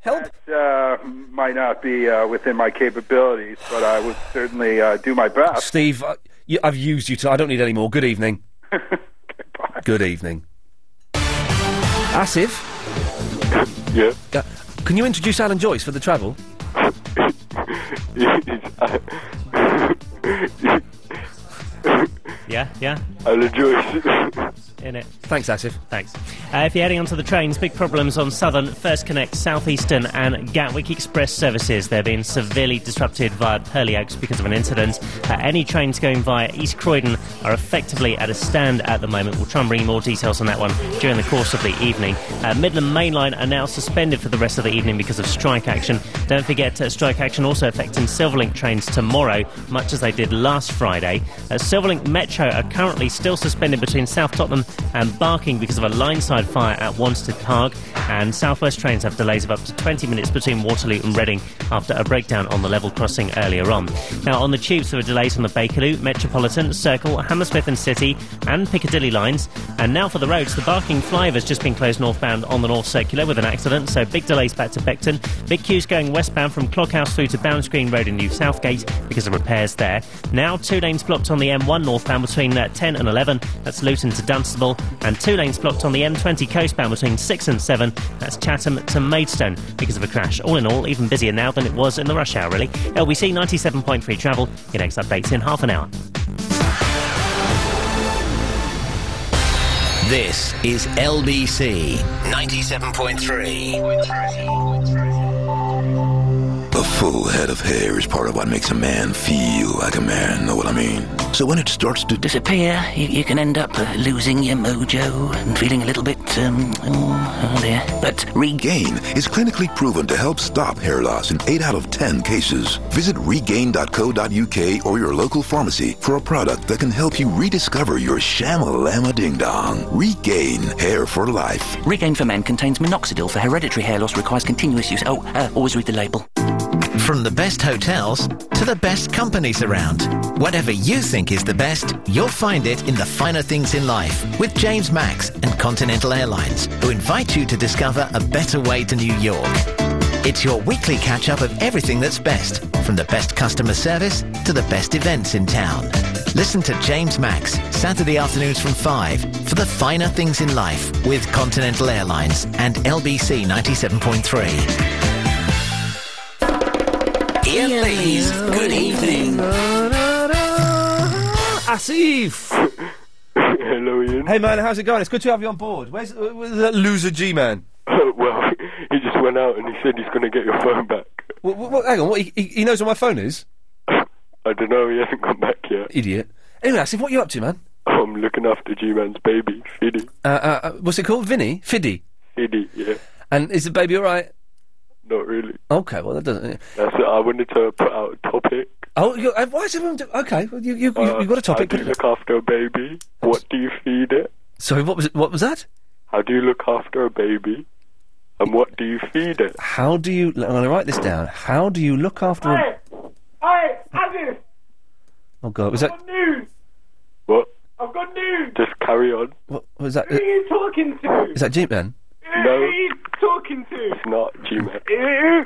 Help. That uh, might not be uh, within my capabilities, but I would certainly uh, do my best. Steve, uh, I, you, I've used you. To, I don't need any more. Good [laughs] evening. Good evening. Asif. Yeah. Uh, can you introduce Alan Joyce for the travel? Yeah, yeah. I'll enjoy it. In it. Thanks, Asif. Thanks. Uh, if you're heading onto the trains, big problems on Southern, First Connect, Southeastern, and Gatwick Express services. They're being severely disrupted via Purley Oaks because of an incident. Uh, any trains going via East Croydon are effectively at a stand at the moment. We'll try and bring you more details on that one during the course of the evening. Uh, Midland Main Line are now suspended for the rest of the evening because of strike action. Don't forget, uh, strike action also affecting Silverlink trains tomorrow, much as they did last Friday. Uh, Silverlink Metro are currently still suspended between South Tottenham and Barking because of a lineside fire at Wanstead Park. And Southwest trains have delays of up to 20 minutes between Waterloo and Reading after a breakdown on the level crossing earlier on. Now, on the tubes, there are delays on the Bakerloo, Metropolitan, Circle, Hammersmith and City, and Piccadilly lines. And now for the roads, the Barking flyover has just been closed northbound on the North Circular with an accident, so big delays back to Beckton. Big queues going westbound from Clockhouse through to Bound Green Road in New Southgate because of repairs there. Now, two lanes blocked on the M1 northbound between uh, 10 and 11, that's Luton to Dunstable, and two lanes blocked on the M20 coastbound between 6 and 7, that's Chatham to Maidstone because of a crash. All in all, even busier now than it was in the rush hour, really. LBC 97.3 travel. Your next update's in half an hour. This is LBC 97.3. A full head of hair is part of what makes a man feel like a man, know what I mean? So when it starts to disappear, you, you can end up uh, losing your mojo and feeling a little bit, um, oh, oh dear. But Regain is clinically proven to help stop hair loss in 8 out of 10 cases. Visit regain.co.uk or your local pharmacy for a product that can help you rediscover your shamalama ding dong. Regain hair for life. Regain for Men contains minoxidil for hereditary hair loss, requires continuous use. Oh, uh, always read the label. From the best hotels to the best companies around. Whatever you think is the best, you'll find it in the finer things in life with James Max and Continental Airlines, who invite you to discover a better way to New York. It's your weekly catch up of everything that's best, from the best customer service to the best events in town. Listen to James Max, Saturday afternoons from 5, for the finer things in life with Continental Airlines and LBC 97.3. Ian Lee's Good Evening. [laughs] Asif. Hello, Ian. Hey, man, how's it going? It's good to have you on board. Where's, where's that loser G man? [laughs] well, he just went out and he said he's going to get your phone back. What, what, hang on, what, he, he he knows where my phone is? [laughs] I don't know. He hasn't come back yet. Oh, Idiot. Anyway, Asif, what are you up to, man? I'm looking after G-Man's baby, Fiddy. Uh, uh, uh, what's it called? Vinny? Fiddy? Fiddy, yeah. And is the baby alright? Not really. Okay, well, that doesn't. That's it. I wanted to put out a topic. Oh, you, uh, why is everyone. Do, okay, well, you, you, you, Uh, you got a topic. How do you look after a baby? What do you feed it? Sorry, what was it, what was that? How do you look after a baby? And what do you feed it? How do you. I'm going to write this down. How do you look after a. Hey, Andrew, Oh, God, was that. news. What? I've got news. Just carry on. What was that? Who are you talking to? Is that Jeep Man? Who are you talking to? It's not G-Man. Who?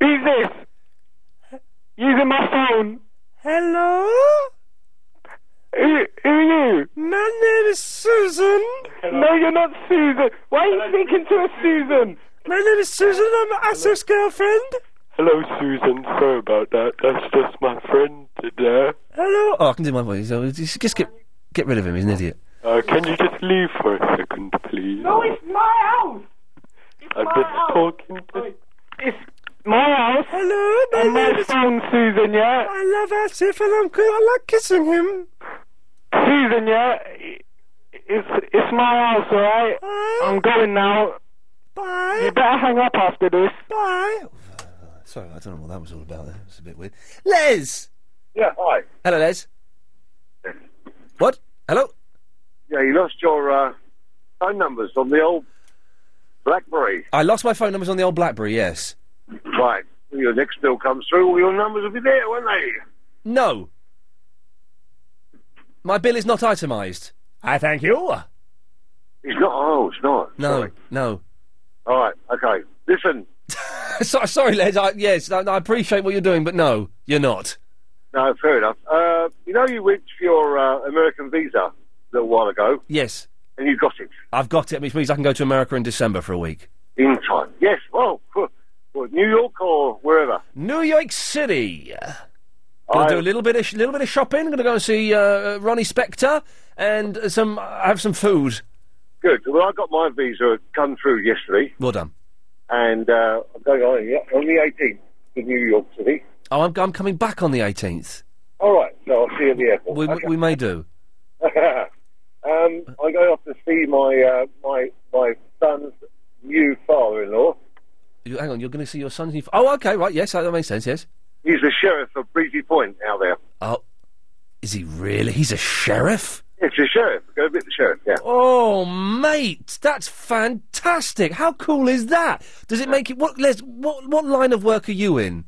Who's this? Using my phone. Hello? Who, who are you? My name is Susan. No, you're not Susan. Why are you speaking to a Susan? My name is Susan. I'm Asif's girlfriend. Hello, Susan. Sorry about that. That's just my friend today. Hello? Oh, I can do my voice. Oh, Just, just get, get rid of him, he's an idiot. Uh, can you just leave for a second, please? No, it's my house. I'm just talking to... Oh, It's my house. Hello, my and name my is- phone, Susan, yeah? I love Asif and I'm good. I like kissing him. Susan, yeah? It's, it's my house, alright? I'm going now. Bye. You better hang up after this. Bye. Sorry, I don't know what that was all about. There. It's a bit weird. Les! Yeah, hi. Hello, Les. What? Hello? Yeah, you lost your uh, phone numbers on the old BlackBerry. I lost my phone numbers on the old BlackBerry. Yes. Right. When your next bill comes through, all your numbers will be there, won't they? No. My bill is not itemised. I thank you. It's not. Oh, it's not. No, no. [laughs] All right. Okay. Listen. so, sorry, Les. I, yes, I, I appreciate what you're doing, but no, you're not. No, fair enough. Uh, you know, you went for your uh, American visa a little while ago, Yes, and you got it I've got it, which means I can go to America in December for a week. in time. Yes. Well, phew, well, New York or wherever. New York City. Gonna do a little bit of sh- little bit of shopping. I'm gonna go and see uh, Ronnie Spector and uh, some uh, have some food. Good. Well, I got my visa come through yesterday, Well done. and uh, I'm going on, yeah, on the 18th to New York City. Oh, I'm, I'm coming back on the 18th. All right. So I'll see you at the airport. We, we may do. [laughs] um, I go off to see my uh, my my son's new father-in-law. You, hang on, you're going to see your son's new. F- oh, okay, right. Yes, that, that makes sense. Yes. He's the sheriff of Breezy Point out there. Oh, is he really? He's a sheriff. It's the sheriff. Go meet the sheriff. Yeah. Oh, mate, that's fantastic. How cool is that? Does it make it? What, Les? What what line of work are you in?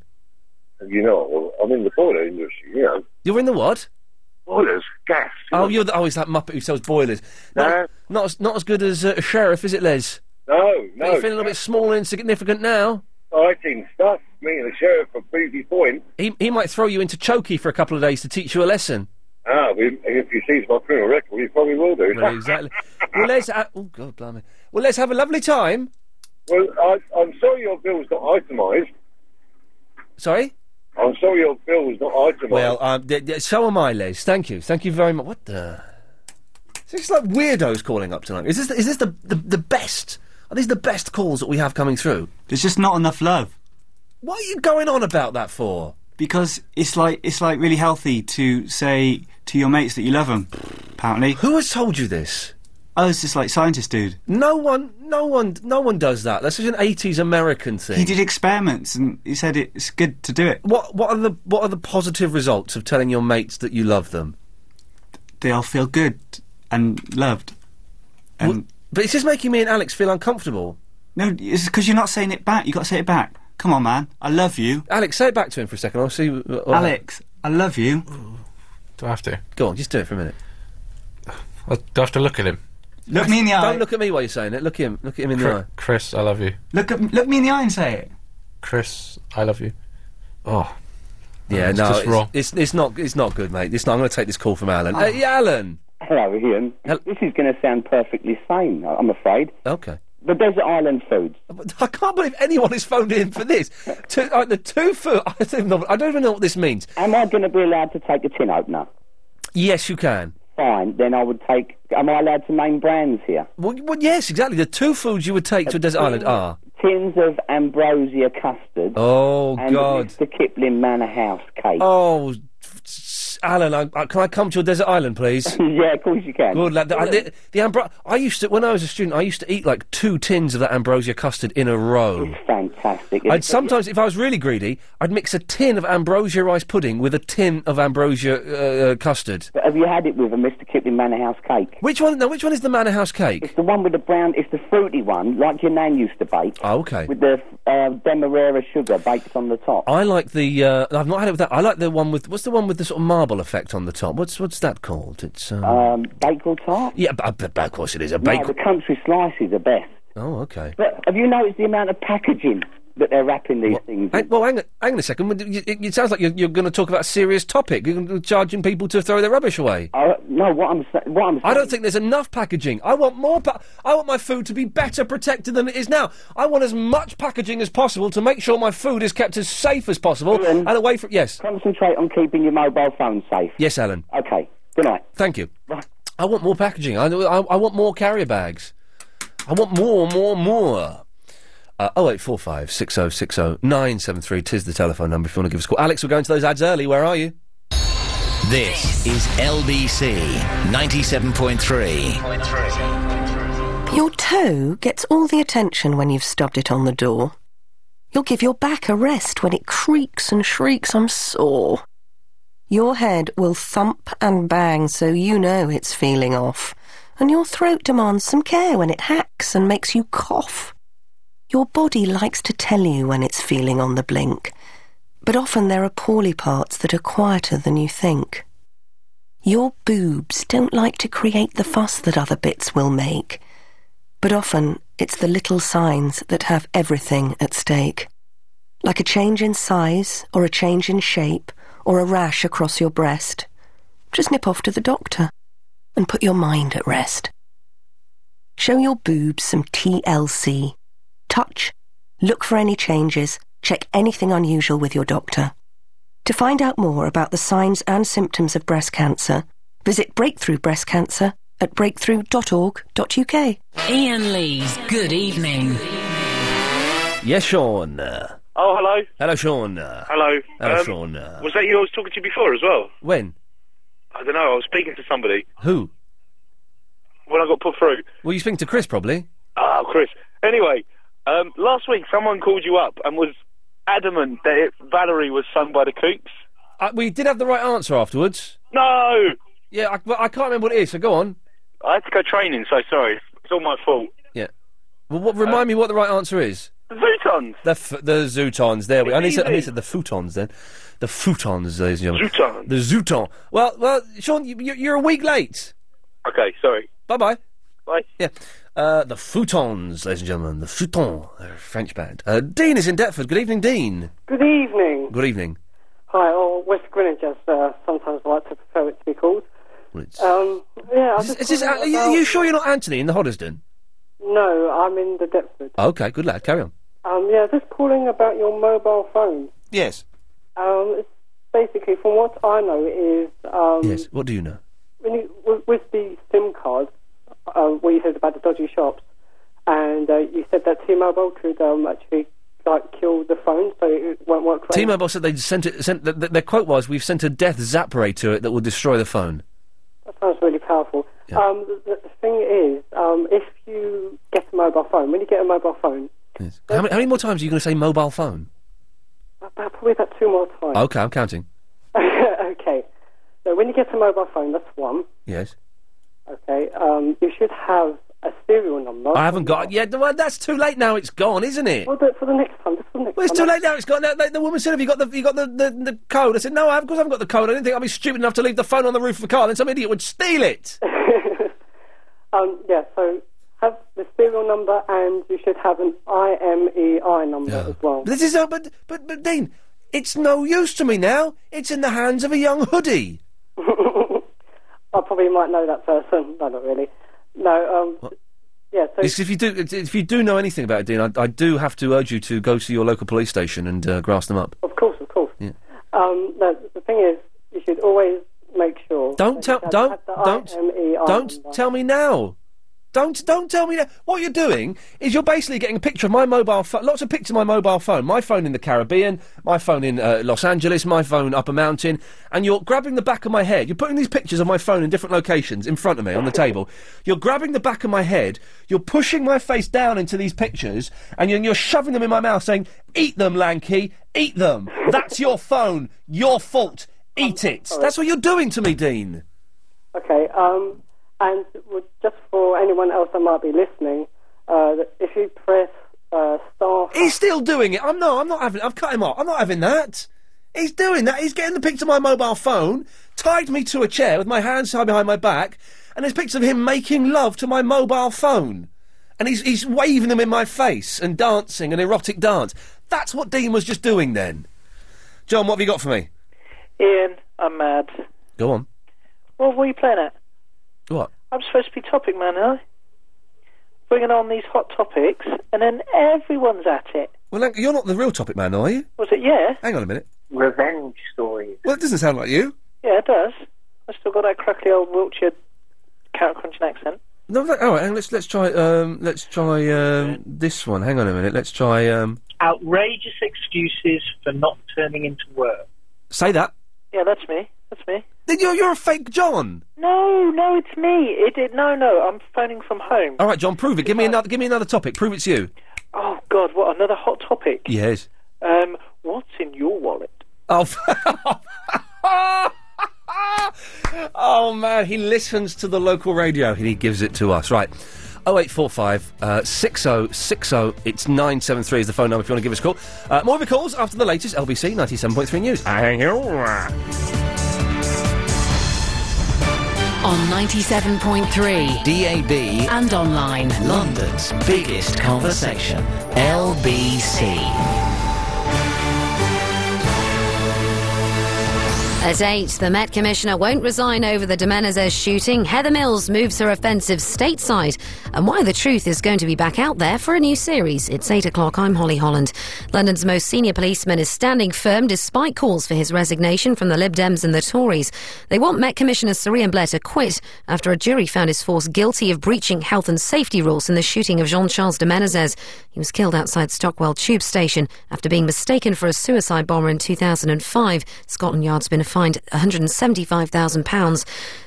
You know, I'm in the boiler industry. You know, You're in the what? boilers, gas. Oh, you're the, oh, it's that muppet who sells boilers. Not, not as, not as good as uh, a sheriff, is it, Les? No, no. Are you feeling a little bit small and insignificant now? Exciting stuff. Me and the sheriff of Breezy Point. He he might throw you into chokey for a couple of days to teach you a lesson. Ah, we, if he sees my criminal record, he probably will do. [laughs] Well, exactly. well, let's. Ha- oh God, blimey. Well, let's have a lovely time. Well, I, I'm sorry your bill's not itemised. Sorry. I'm sorry your bill's not itemised. Well, um, d- d- so am I, Les. Thank you. Thank you very much. What the? Is this like weirdos calling up tonight? Is this is this the, the, the best? Are these the best calls that we have coming through? There's just not enough love. What are you going on about that for? Because it's like it's like really healthy to say to your mates that you love them. Apparently, who has told you this? Oh, it's just like scientist dude. No one, no one, no one does that. That's such an '80s American thing. He did experiments and he said it's good to do it. What what are the what are the positive results of telling your mates that you love them? They'll feel good and loved. And but it's just making me and Alex feel uncomfortable. No, it's because you're not saying it back. You got to say it back. Come on, man. I love you. Alex, say it back to him for a second. I'll see. what- Alex, I love [sighs] you. Do I have to? Go on, just do it for a minute. I, do I have to look at him? Look me in the eye. Don't look at me while you're saying it. Look at him. Look at him in the Chri- eye. Chris, I love you. Look at look me in the eye and say it. Chris, I love you. Oh, Yeah, it's no, just it's, raw. it's it's not it's not good, mate. It's not. I'm going to take this call from Oh. Alan. Hey, Uh, Alan. Hello, Ian. This is going to sound perfectly sane, I- I'm afraid. Okay. The desert island foods. I can't believe anyone has phoned in for this. To, like, the two foot. [laughs] I don't, even know, I don't even know what this means. Am I going to be allowed to take a tin opener? Yes, you can. Fine. Then I would take. Am I allowed to name brands here? Well, well, yes, exactly. The two foods you would take to a desert island are. Tins of ambrosia custard. Ah. Oh and God. Mr. Kipling Manor House cake. Oh, s- Alan, I, I, can I come to your desert island, please? [laughs] yeah, of course you can. Good lad. The, I- the, the ambro- I used to when I was a student, I used to eat like two tins of that ambrosia custard in a row. It's fantastic. I'd sometimes, if I was really greedy, I'd mix a tin of ambrosia rice pudding with a tin of ambrosia uh, uh, custard. But have you had it with a Mr. Kipling Manor House cake? Which one? Now, which one is the Manor House cake? It's the one with the brown. It's the fruity one, like your nan used to bake. Oh, okay. With the uh, demerara sugar baked on the top. I like the. Uh, I've not had it with that. I like the one with. What's the one with the sort of marble effect on the top? What's what's that called? It's. Um, Um, bakewell tart. yeah, but, but, but of course it is a bake. No, the country slices are best. Oh, okay. But have you noticed the amount of packaging that they're wrapping these things? Hang, well, hang, on- hang on a second. Well, It, it- it sounds like you're, you're going to talk about a serious topic. You're gonna- charging people to throw their rubbish away. I, Uh, no, what I'm sa- what I'm I don't think there's enough packaging. I want more. Pa- I want my food to be better protected than it is now. I want as much packaging as possible to make sure my food is kept as safe as possible and away from. Yes. Concentrate on keeping your mobile phone safe. Yes, Alan. Okay. Good night. Thank you. I want more packaging. I, I, I want more carrier bags. I want more, more, more. Uh, 0845 6060 973 tis the telephone number if you want to give us a call. Alex, we're going to those ads early. Where are you? This is LBC 97.3. Your toe gets all the attention when you've stubbed it on the door. You'll give your back a rest when it creaks and shrieks, I'm sore. Your head will thump and bang so you know it's feeling off, and your throat demands some care when it hacks and makes you cough. Your body likes to tell you when it's feeling on the blink, but often there are poorly parts that are quieter than you think. Your boobs don't like to create the fuss that other bits will make, but often it's the little signs that have everything at stake. Like a change in size, or a change in shape, or a rash across your breast. Just nip off to the doctor and put your mind at rest. Show your boobs some TLC. Touch, look for any changes, check anything unusual with your doctor. To find out more about the signs and symptoms of breast cancer, visit Breakthrough Breast Cancer at breakthrough.org.uk. Ian Lee's Good Evening. Yes, Sean. Oh, hello. Hello, Sean. Hello. Hello, Um, Sean. Uh, Was that you I was talking to before as well? When? I don't know. I was speaking to somebody Who? when I got put through. Well, you speaking to Chris, probably. Oh, Chris. Anyway, um, last week someone called you up and was adamant that it, Valerie was sung by the Kooks. Uh, we did have the right answer afterwards. No. Yeah, I, well, I can't remember what it is. So go on. I had to go training, so sorry. It's all my fault. Yeah. Well, what, Uh, remind me what the right answer is. Zootons. The f- the zootons. There we. I need to. I Easy. need to the futons then. The futons, ladies and gentlemen. Zooton. The zooton. Well, well, Sean, you, you- you're a week late. Okay, sorry. Bye bye. Bye. Yeah. Uh, the futons, ladies and gentlemen. The futon. They're a French band. Uh, Dean is in Deptford. Good evening, Dean. Good evening. Good evening. Hi, or West Greenwich, as uh, sometimes I like to prefer it to be called. Well, it's- Um, yeah, I Is just this- is this- calling are, you, about- are you sure you're not Anthony in the Hoddesdon? No, I'm in the Deptford. Okay, good lad. Carry on. Um, yeah, just calling about your mobile phone. Yes. Um, it's basically, from what I know, is um, yes. What do you know? when you, with, with the SIM cards, um, where you said about the dodgy shops, and uh, you said that T-Mobile could um, actually like kill the phone, so it won't work. for T-Mobile said they sent it. Sent th- th- their quote was, "We've sent a death zap ray to it that will destroy the phone." That sounds really powerful. Um, the, the thing is, um, if you get a mobile phone, when you get a mobile phone, How many, how many more times are you going to say mobile phone? about, probably about two more times. Okay, I'm counting. [laughs] okay. So when you get a mobile phone, that's one. Yes. Okay. Um, you should have a serial number. I haven't got it yet. Well, that's too late now. It's gone, isn't it? Well, but for the next time, just for the next Well, it's too time. late now. It's gone. The, the- the woman said, "Have you got the you got the, the, the code?" I said, "No, I- of course I haven't got the code. I didn't think I'd be stupid enough to leave the phone on the roof of the car. Then some idiot would [laughs] steal it." Um, yeah. So have the serial number, and you should have an IMEI number as well. this is uh, but but but Dean, it's no use to me now. It's in the hands of a young hoodie. [laughs] I probably might know that person. No, not really. No. Um, yeah. So It's- if you do if you do know anything about it, Dean, I, I do have to urge you to go to your local police station and uh, grass them up. Of course, of course. Yeah. Um, no, the thing is, you should always make sure. Don't tell, don't, don't, don't tell me now. Don't, don't tell me now. What you're doing is you're basically getting a picture of my mobile phone, lots of pictures of my mobile phone, my phone in the Caribbean, my phone in uh, Los Angeles, my phone up a mountain, and you're grabbing the back of my head. You're putting these pictures of my phone in different locations in front of me on the table. You're grabbing the back of my head, you're pushing my face down into these pictures, and you're, you're shoving them in my mouth saying, Eat them, lanky, eat them. That's your phone, your fault, eat it. That's what you're doing to me, Dean. Okay. Um, and w- just for anyone else that might be listening, uh, that if you press uh, star, He's still doing it. I'm no, I'm not having. I've cut him off. I'm not having that. He's doing that. He's getting the picture of my mobile phone, tied me to a chair with my hands tied behind my back, and there's pictures of him making love to my mobile phone, and he's he's waving them in my face and dancing an erotic dance. That's what Dean was just doing then. John, what have you got for me? Ian, I'm mad. Go on. Well, what are you playing at? What? I'm supposed to be topic man, aren't I? Bringing on these hot topics, and then everyone's at it. Well, look, you're not the real topic man, are you? Was it? Yeah, Hang on a minute. revenge stories. Well, it doesn't sound like you. Yeah, it does. I still got that crackly old Wiltshire carrot crunching accent. No, that, all right. hang on, Let's let's try um let's try um this one. Hang on a minute. Let's try um Outrageous excuses for not turning into work. say that. Yeah, that's me. That's me. Then you're you're a fake John. No, no, it's me. It, it no, no. I'm phoning from home. All right, John, prove it. Give me another. Give me another topic. Prove it's you. Oh God, what another hot topic? Yes. Um, what's in your wallet? Oh. f- [laughs] Oh man, he listens to the local radio and he gives it to us. Right. 0845 uh, 6060, oh, it's 973 is the phone number if you want to give us a call. Uh, more of your calls after the latest LBC 97.3 News. Hang on. On 97.3 DAB and online. London's biggest conversation, LBC. At eight, the Met Commissioner won't resign over the Domenezes shooting. Heather Mills moves her offensive stateside. And why the truth is going to be back out there for a new series. It's eight o'clock. I'm Holly Holland. London's most senior policeman is standing firm despite calls for his resignation from the Lib Dems and the Tories. They want Met Commissioner Syrian Blair to quit after a jury found his force guilty of breaching health and safety rules in the shooting of Jean Charles Domenezes. He was killed outside Stockwell Tube Station after being mistaken for a suicide bomber in 2005. Scotland Yard's been fined £175,000.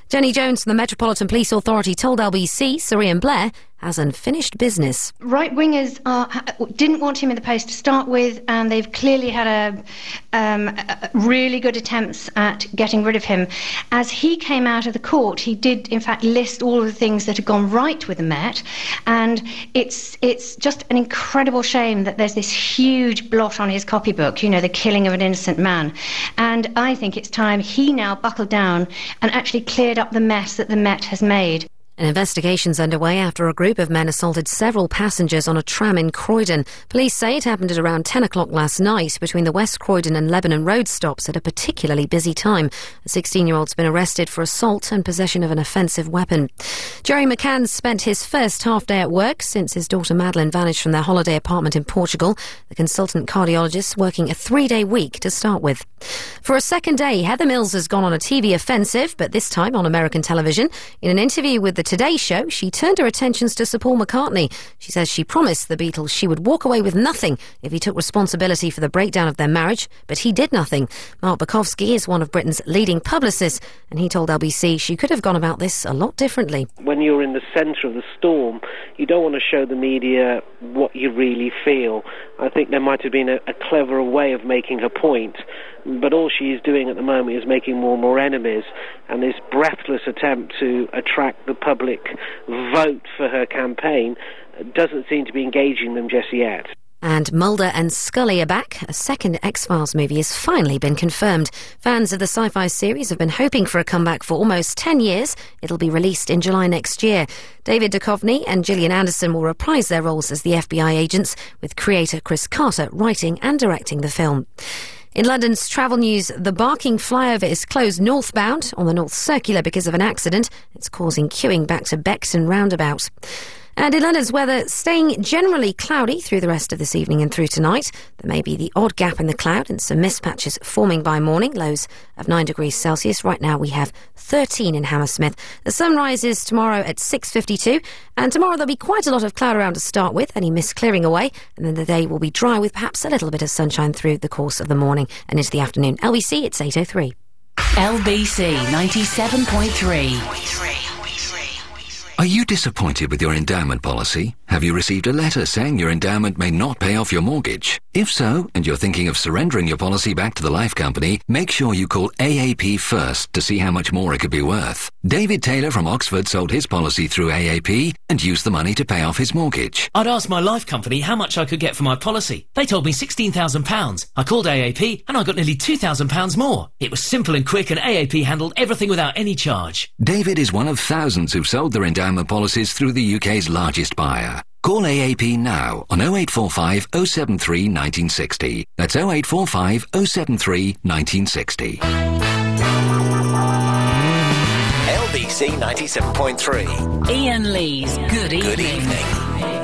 Jenny Jones from the Metropolitan Police Authority told LBC Syrian Blair has unfinished business. Right wingers are, ha- didn't want him in the post to start with, and they've clearly had a, um, a- a really good attempts at getting rid of him. As he came out of the court, he did in fact list all of the things that had gone right with the Met, and it's it's just an incredible shame that there's this huge blot on his copybook. You know, the killing of an innocent man, and I think it's time he now buckled down and actually cleared up the mess that the Met has made. An investigation's underway after a group of men assaulted several passengers on a tram in Croydon. Police say it happened at around 10 o'clock last night between the West Croydon and Lebanon Road stops at a particularly busy time. A 16 year old's been arrested for assault and possession of an offensive weapon. Jerry McCann spent his first half day at work since his daughter Madeline vanished from their holiday apartment in Portugal. The consultant cardiologist working a three day week to start with. For a second day, Heather Mills has gone on a TV offensive, but this time on American television. In an interview with The Today Show, she turned her attentions to Sir Paul McCartney. She says she promised the Beatles she would walk away with nothing if he took responsibility for the breakdown of their marriage, but he did nothing. Mark Bukowski is one of Britain's leading publicists, and he told LBC she could have gone about this a lot differently. when you're in the centre of the storm, you don't want to show the media what you really feel. I think there might have been a, a cleverer way of making her point, but all she is doing at the moment is making more and more enemies, and this breathless attempt to attract the public vote for her campaign doesn't seem to be engaging them just yet. And Mulder and Scully are back. A second X Files movie has finally been confirmed. Fans of the sci fi series have been hoping for a comeback for almost 10 years. It'll be released in July next year. David Duchovny and Gillian Anderson will reprise their roles as the FBI agents, with creator Chris Carter writing and directing the film. In London's travel news, the Barking flyover is closed northbound on the North Circular because of an accident. It's causing queuing back to Bexon roundabout. And in London's weather, staying generally cloudy through the rest of this evening and through tonight. There may be the odd gap in the cloud and some mist patches forming by morning, lows of 9 degrees Celsius. Right now we have 13 in Hammersmith. The sun rises tomorrow at 6.52, and tomorrow there'll be quite a lot of cloud around to start with, any mist clearing away, and then the day will be dry with perhaps a little bit of sunshine through the course of the morning and into the afternoon. LBC, it's 8.03. LBC 97.3. Are you disappointed with your endowment policy? Have you received a letter saying your endowment may not pay off your mortgage? If so, and you're thinking of surrendering your policy back to the life company, make sure you call AAP first to see how much more it could be worth. David Taylor from Oxford sold his policy through AAP and used the money to pay off his mortgage. I'd asked my life company how much I could get for my policy. They told me £16,000. I called AAP and I got nearly £2,000 more. It was simple and quick and AAP handled everything without any charge. David is one of thousands who've sold their endowment policies through the UK's largest buyer. Call AAP now on 0845 073 1960. That's 0845 073 1960. LBC 97.3. Ian Lee's Good Evening.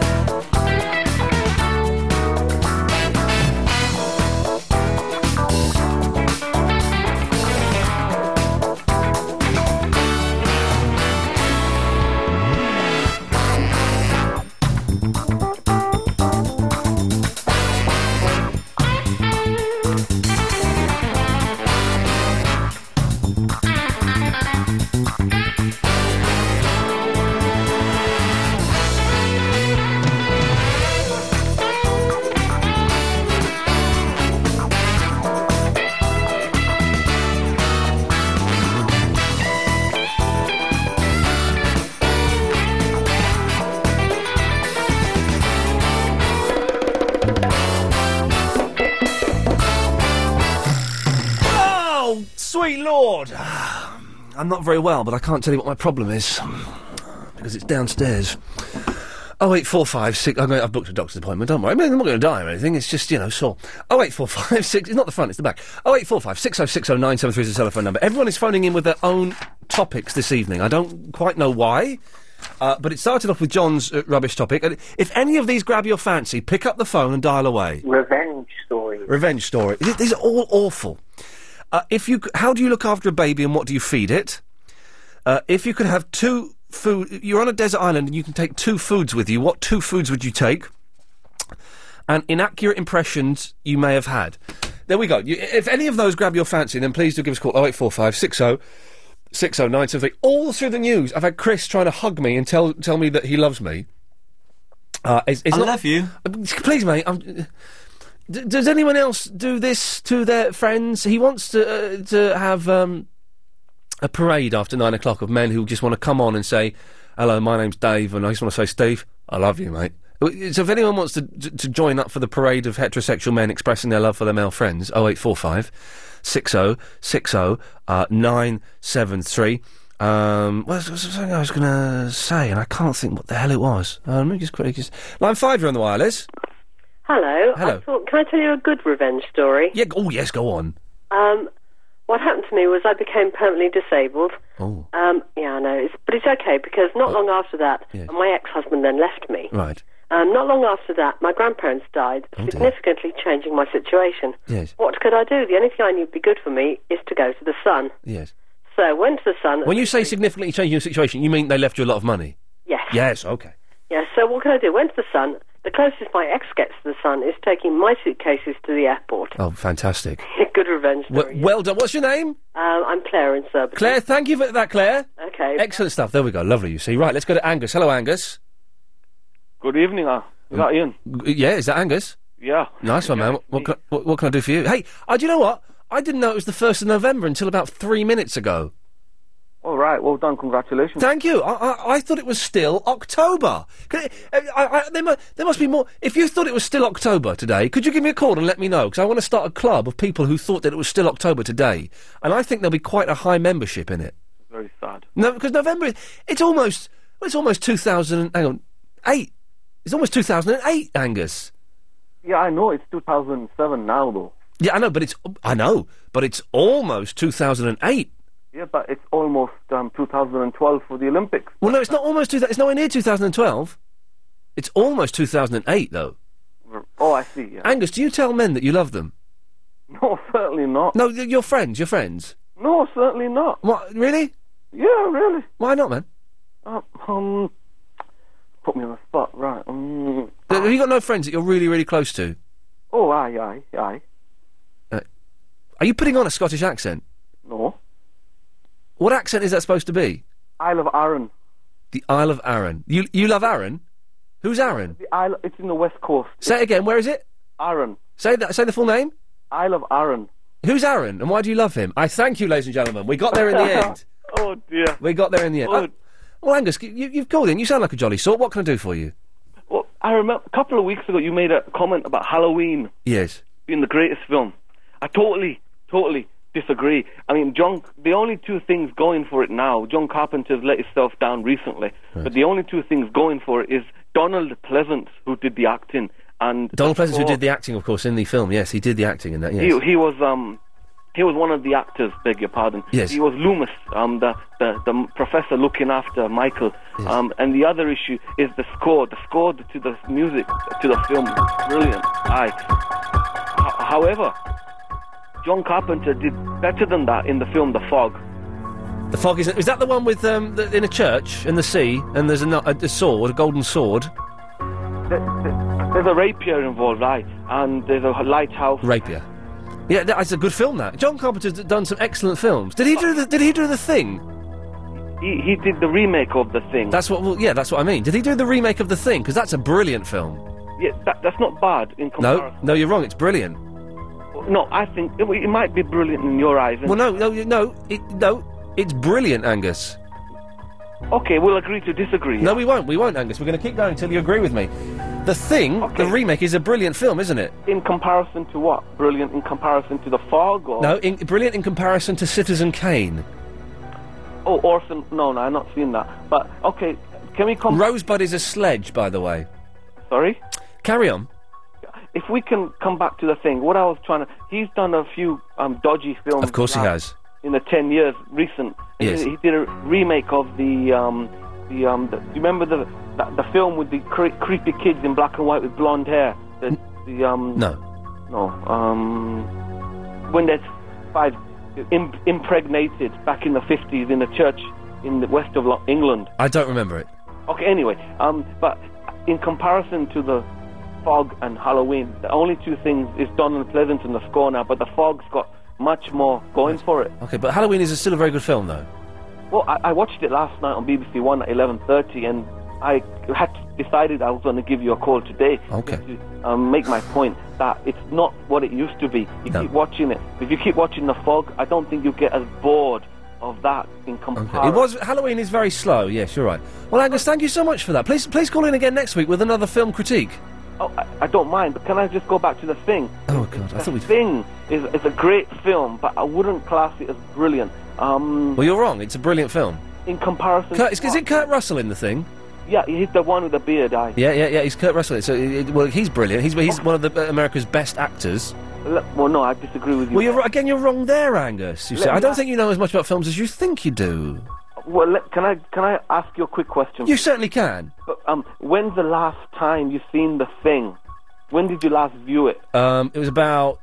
Oh, sweet lord! I'm not very well, but I can't tell you what my problem is because it's downstairs. Oh eight four five six. I'm going, I've booked a doctor's appointment. Don't worry. I mean, I'm not going to die or anything. It's just you know sore. Oh eight four five six. It's not the front. It's the back. Oh eight four five six oh six oh nine seven three is the telephone number. Everyone is phoning in with their own topics this evening. I don't quite know why, uh, but it started off with John's uh, rubbish topic. And if any of these grab your fancy, pick up the phone and dial away. Revenge story. Revenge story. Th- These are all awful. Uh, if you, c- how do you look after a baby and what do you feed it? Uh, if you could have two food, you're on a desert island and you can take two foods with you. What two foods would you take? And inaccurate impressions you may have had. There we go. You, if any of those grab your fancy, then please do give us a call. 0845 60 60973. All through the news, I've had Chris trying to hug me and tell tell me that he loves me. Uh, it's, it's I not- love you. Uh, Please, mate. I'm, D- does anyone else do this to their friends? He wants to uh, to have um, a parade after nine o'clock of men who just want to come on and say, "Hello, my name's Dave," and I just want to say, "Steve, I love you, mate." W- So if anyone wants to to to join up for the parade of heterosexual men expressing their love for their male friends, oh eight four five six oh six oh nine seven three. Um, well, there's something I was going to say, and I can't think what the hell it was. Uh, let me just quickly just line five. You're on the wireless. Hello. Hello. I thought, can I tell you a good revenge story? Yeah. Oh yes, go on. Um, what happened to me was I became permanently disabled. Oh. Um, yeah, I know. It's, but it's okay because not long after that, Yes. my ex-husband then left me. Right. Um, not long after that, my grandparents died, Oh, dear. significantly changing my situation. Yes. What could I do? The only thing I knew would be good for me is to go to the sun. Yes. So I went to the sun. When you say significantly changing your situation, you mean they left you a lot of money? yes, Yes, okay. yes. So what can I do? Went to the sun. The closest my ex gets to the sun is taking my suitcases to the airport. Oh, fantastic. [laughs] good revenge story. Well, well done. What's your name? Um, I'm Claire in Surbiton. Claire, thank you for that, Claire. Okay. Excellent stuff. There we go. Lovely, you see. Right, let's go to Angus. Hello, Angus. Good evening, Al. Is that Ian? G- Yeah, is that Angus? Yeah. Nice one, man. What can, I, what, what can I do for you? Hey, uh, do you know what? I didn't know it was the 1st of November until about three minutes ago. All right. Well done. Congratulations. Thank you. I, I, I thought it was still October. Could- I, I, I, there, must, there must be more. If you thought it was still October today, could you give me a call and let me know? Because I want to start a club of people who thought that it was still October today. And I think there'll be quite a high membership in it. Very sad. No, because November, it's almost, well, it's almost 2000, hang on, 8. It's almost 2008, Angus. Yeah, I know. It's 2007 now, though. Yeah, I know, but it's, I know, but it's almost 2008. Yeah, but it's almost um, 2012 for the Olympics. Well, no, it's not almost 2000, it's nowhere near 2012. It's almost 2008, though. Oh, I see. Yeah. Angus, do you tell men that you love them? [laughs] No, certainly not. No, y- your friends, your friends. No, certainly not. What? Really? Yeah, really. Why not, man? Uh, um, put me on the spot, right? Um, Th- Have you got no friends that you're really, really close to? oh, aye, aye, aye. Are you putting on a Scottish accent? No. What accent is that supposed to be? Isle of Arran. The Isle of Arran. You you love Arran? Who's Arran? The Isle. It's in the west coast. Say it again. Where is it? Arran. Say that. Say the full name. Isle of Arran. Who's Arran, and why do you love him? I thank you, ladies and gentlemen. We got there in the [laughs] end. oh dear. We got there in the end. Oh. Uh, well, Angus, you, you've called in. You sound like a jolly sort. What can I do for you? Well, I remember a couple of weeks ago you made a comment about Halloween Yes. being the greatest film. I totally, totally disagree. I mean, John, the only two things going for it now, John Carpenter's let himself down recently, but the only two things going for it is Donald Pleasance, who did the acting, and Donald Pleasance, who before- did the acting, of course, in the film. Yes, he did the acting in that. Yes. He, he was um, he was one of the actors. Beg your pardon. Yes. He was Loomis, um, the, the the m- professor looking after Michael. Um, and the other issue is the score. The score to the music to the film is brilliant. Aye. H- however, John Carpenter did better than that in the film The Fog. The fog is. Is that the one with um, the, in a church in the sea, and there's a, nu- a, a sword, a golden sword, Th- th- There's a rapier involved, aye, and there's a lighthouse. rapier. Yeah, that, that's a good film. That John Carpenter's d- done some excellent films. Did he do the Did he do the thing? He, he did the remake of the thing. That's what. Well, yeah, that's what I mean. Did he do the remake of the thing? Because that's a brilliant film. Yeah, that, that's not bad in No, comparison. no, you're wrong. It's brilliant. No, I think it, it might be brilliant in your eyes. and- Well, no, no, you- no, Oh, it, no, it's brilliant, Angus. Okay, we'll agree to disagree. No, we won't. We won't, Angus. We're going to keep going until you agree with me. The Thing, the remake, is a brilliant film, isn't it? In comparison to what? Brilliant in comparison to the fog or No, in, brilliant in comparison to Citizen Kane. oh Orson? No, no, I've not seen that. But okay, can we come? Rosebud is a sledge, by the way. Sorry. Carry on. If we can come back to the thing, what I was trying to, he's done a few um, dodgy films. Of course he now has. In the ten years recent, And Yes. he, he did a remake of the um, the um. The, do you remember the, the the film with the cre- creepy kids in black and white with blonde hair? The, the um. No. No. Um. When they're five, im- impregnated back in the fifties in a church in the west of Lo- England. I don't remember it. Okay, anyway, um, but in comparison to the fog and Halloween, the only two things is Don and Pleasant and the score now, but the fog's got much more going for it. Okay, but Halloween is still a very good film, though. Well, I, I watched it last night on BBC One at 11.30, and I had decided I was going to give you a call today Okay. to um, make my point that it's not what it used to be. You No. keep watching it. If you keep watching the fog, I don't think you get as bored of that in comparison. It was Halloween is very slow. Yes, you're right. Well, Angus, thank you so much for that. Please, please call in again next week with another film critique. Oh, I, I don't mind, but can I just go back to the thing? Oh God, I The thought we. Thing is, is a great film, but I wouldn't class it as brilliant. Um, Well, you're wrong. It's a brilliant film. in comparison, Kurt, is, is it Kurt Russell in the thing? yeah, he's the one with the beard. I Yeah, yeah, yeah. He's Kurt Russell. So, it, it- well, he's brilliant. He's he's one of the, uh, America's best actors. Le- well, no, I disagree with you. Well, you're ri- again, you're wrong there, Angus. You Let see, I me don't ask- think you know as much about films as you think you do. Well, le- can I can I ask you a quick question? You certainly can. But, um, when's the last time you seen the thing? When did you last view it? Um, it was about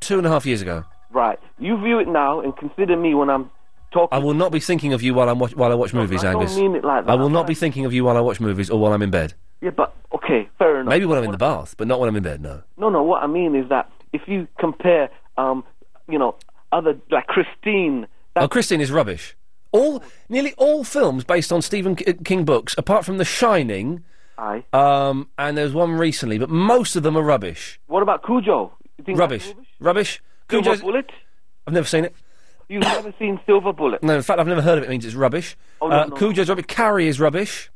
two and a half years ago. Right, you view it now and consider me when I'm talking. I will not be thinking of you while I'm watch- while I watch movies, I don't Angus. mean it like that. I will not be thinking of you while I watch movies or while I'm in bed. Yeah, but okay, fair enough. Maybe when I'm in the bath, but not when I'm in bed. No. No, no. What I mean is that if you compare, um, you know, other like Christine. Oh, Christine is rubbish. All nearly all films based on Stephen K- King books, apart from The Shining. Aye. Um, and there's one recently, but most of them are rubbish. What about Cujo? Rubbish. Rubbish. Silver Cujo's. Bullet. I've never seen it. You've never seen Silver Bullet. No, in fact, I've never heard of it. It means it's rubbish. Oh, no, uh, no, no. Cujo's rubbish. Carrie is rubbish.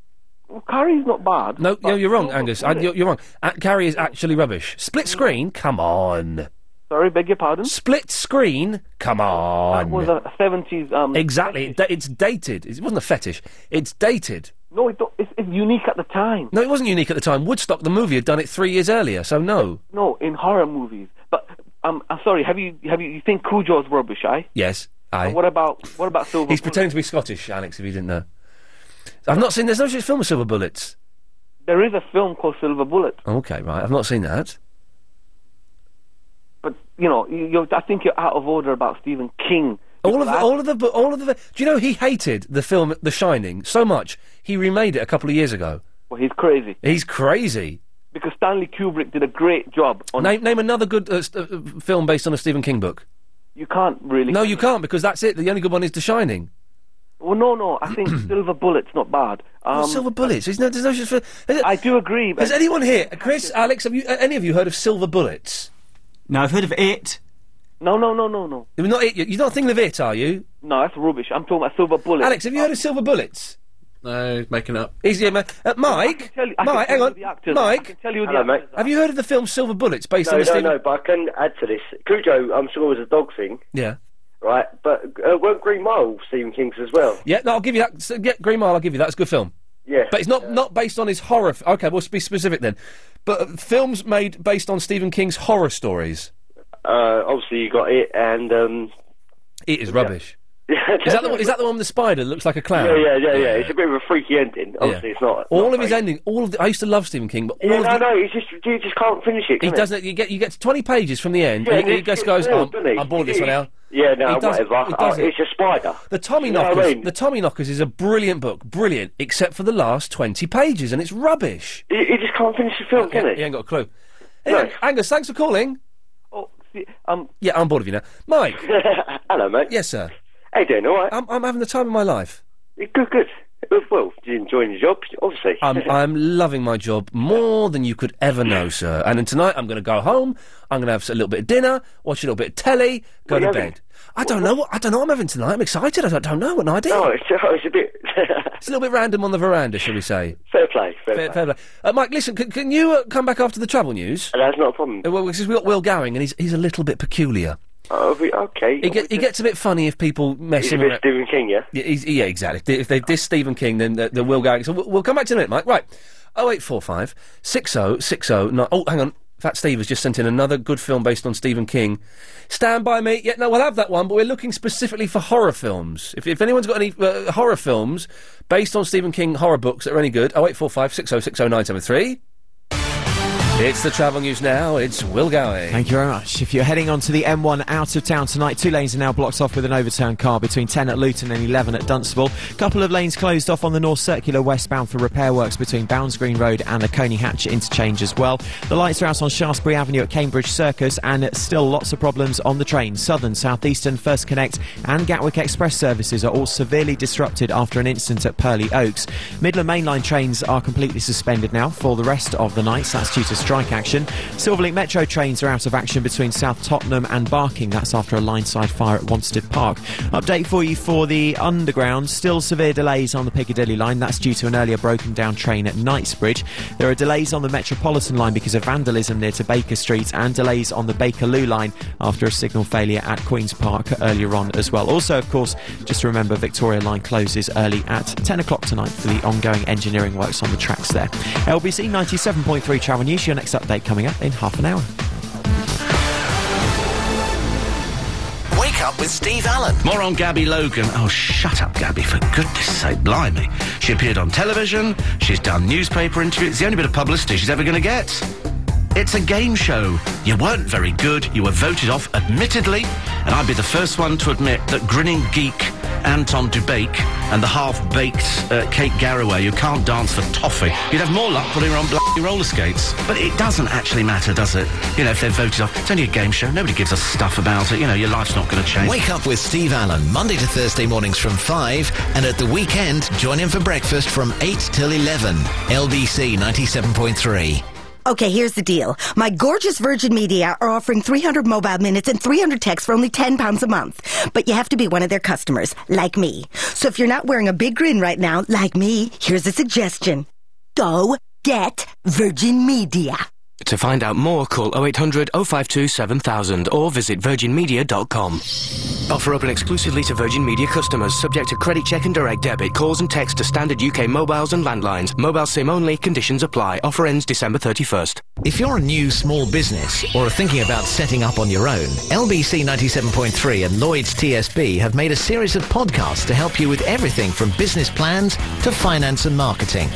Well, Curry's not bad. No, but no you're wrong, Silver Angus. I, Bullet- you're, you're wrong. Uh, Carrie is actually rubbish. Split screen? Come on. Sorry, beg your pardon. Split screen? Come on. That was a seventies. Um, exactly. It, da- it's dated. It wasn't a fetish. It's dated. No, it don't, it's, it's unique at the time. No, it wasn't unique at the time. Woodstock, the movie, had done it three years earlier, so no. No, in horror movies. But um, I'm sorry. Have you have you, you think Cujo's rubbish? I. Yes, I. What about what about [laughs] Silver? He's Bullet? pretending to be Scottish, Alex, if you didn't know. I've not seen. There's no such film as Silver Bullets. Oh, There is a film called Silver Bullet. Okay, right. I've not seen that. But you know, you- you're, I think you're out of order about Stephen King. All of the, all of the bu- all of the. Do you know he hated the film The Shining so much he remade it a couple of years ago. Well, he's crazy. He's crazy. Because Stanley Kubrick did a great job on. Name name another good uh, st- uh, film based on a Stephen King book. You can't really. No, you can't because that's it. The only good one is The Shining. Well, no, no. I [clears throat] think Silver Bullet's not bad. Um, Well, Silver Bullets. Isn't there, there's no such thing. I do agree. Has anyone here, Chris, Alex, have you uh, any of you heard of Silver Bullets? No, I've heard of it. No, no, no, no, no. You're not it. You're not thinking of it, are you? No, that's rubbish. I'm talking about Silver Bullets. Oh. Alex, have you heard of Silver Bullets? No, he's making it up. Easy, uh, Mike. tell you- I can tell Mike, hang you on. the actors. Mike, I can tell you the Hello, mate. actors. have you heard of the film Silver Bullets based no, on no, the Stephen? no, but I can add to this. Cujo, I'm sure, was a dog thing, Yeah. right? But uh, weren't Green Mile Stephen King's as well? Yeah, no, I'll give you that. So, yeah, Green Mile, I'll give you that. It's a good film. Yeah. But it's not, not based on his horror. F- okay, we'll be specific then. But uh, films made based on Stephen King's horror stories. Uh, obviously, you got it, and um, It is rubbish. [laughs] yeah, Is that, the, one- is that the one with the spider that looks like a [laughs] clown? yeah, yeah, yeah, yeah. It's a bit of a freaky ending. Obviously, Yeah. it's not. All not of his ending, all of the, I used to love Stephen King, but all Yeah, of no, the, no. It's just you just can't finish it. he can doesn't. You get you get to twenty pages from the end, Yeah, and he, he it's- just it's goes, real, "I'm- doesn't it? "I'm bored of this He- one now." Yeah, no, He does- whatever. he Oh, does it. it's a spider. The Tommy You know what I Knockers. mean? The Tommy Knockers is a brilliant book, brilliant, except for the last twenty pages, and it's rubbish. Uh, He, he just can't finish the film, can he? He ain't got a clue. Anyway, Angus, thanks for calling. Oh, see, um, yeah, I'm bored of you now, Mike. [laughs] Hello, mate. Yes, sir. How you doing? All right. I'm, I'm having the time of my life. Good, good. Well, you enjoying your job, obviously. [laughs] I'm, I'm loving my job more than you could ever know, sir. And then tonight I'm going to go home. I'm going to have a little bit of dinner, watch a little bit of telly, What go are to you bed. having? I don't know. What, I don't know. What I'm having tonight. I'm excited. I don't, don't know. What an idea. No, it's, oh, it's a bit. It's a little bit random on the veranda, shall we say? Fair play. Fair, Fair, play. fair play. Uh, Mike, listen, can, can you uh, come back after the travel news? Uh, Uh, That's not a problem. well, because we've got Will Gowing, and he's, he's a little bit peculiar. Oh, we, okay. He, get, he gets a bit funny if people mess He's a him bit around. Stephen King, yeah? Yeah, he's, yeah, exactly. If they diss Stephen King, then the, the Will Gowing. So we'll, we'll come back to it in a minute, Mike. Right. 0845 60609. Oh, hang on. Fat Steve has just sent in another good film based on Stephen King. Stand by me. Yeah, no, we'll have that one, but we're looking specifically for horror films. If, if anyone's got any uh, horror films based on Stephen King horror books that are any good, 0845 6060973. It's the travel news now. It's Will Gowing. Thank you very much. If you're heading on to the M1 out of town tonight, two lanes are now blocked off with an overturned car between 10 at Luton and 11 at Dunstable. couple of lanes closed off on the North Circular westbound for repair works between Bounds Green Road and the Coney Hatch interchange as well. The lights are out on Shaftesbury Avenue at Cambridge Circus and still lots of problems on the train. Southern, Southeastern, First Connect and Gatwick Express services are all severely disrupted after an incident at Purley Oaks. Midland mainline trains are completely suspended now for the rest of the night. so That's due to strike action. Silverlink Metro trains are out of action between South Tottenham and Barking. That's after a lineside fire at Wanstead Park. Update for you for the Underground. Still severe delays on the Piccadilly line. That's due to an earlier broken down train at Knightsbridge. There are delays on the Metropolitan line because of vandalism near to Baker Street and delays on the Bakerloo line after a signal failure at Queen's Park earlier on as well. Also, of course, just remember Victoria line closes early at 10 o'clock tonight for the ongoing engineering works on the tracks there. LBC 97.3 Travel News, your next update coming up in half an hour. Wake up with Steve Allen. More on Gabby Logan. Oh, shut up, Gabby, for goodness sake, blimey. She appeared on television, she's done newspaper interviews. It's the only bit of publicity she's ever going to get. It's a game show. You weren't very good, you were voted off, admittedly, and I'd be the first one to admit that grinning geek Anton Dubake and the half-baked uh, Kate Garraway, who can't dance for toffee, you'd have more luck putting her on bloody roller skates. But it doesn't actually matter, does it? You know, if they're voted off, it's only a game show. Nobody gives a stuff about it. You know, your life's not going to change. Wake up with Steve Allen, Monday to Thursday mornings from 5, and at the weekend, join him for breakfast from 8 till 11. LBC 97.3. Okay, here's the deal. My gorgeous Virgin Media are offering 300 mobile minutes and 300 texts for only £10 a month. But you have to be one of their customers, like me. So if you're not wearing a big grin right now, like me, here's a suggestion. Go get Virgin Media. To find out more, call 0800 052 7000 or visit virginmedia.com. Offer open exclusively to Virgin Media customers, subject to credit check and direct debit. Calls and texts to standard UK mobiles and landlines. Mobile SIM only. Conditions apply. Offer ends December 31st. If you're a new small business or are thinking about setting up on your own, LBC 97.3 and Lloyd's TSB have made a series of podcasts to help you with everything from business plans to finance and marketing.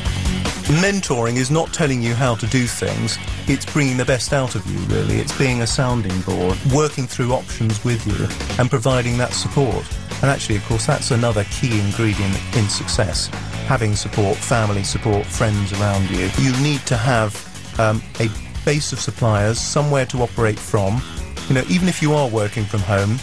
Mentoring is not telling you how to do things, it's bringing the best out of you, really. It's being a sounding board, working through options with you, and providing that support. And actually, of course, that's another key ingredient in success having support, family support, friends around you. You need to have um, a base of suppliers, somewhere to operate from. You know, even if you are working from home,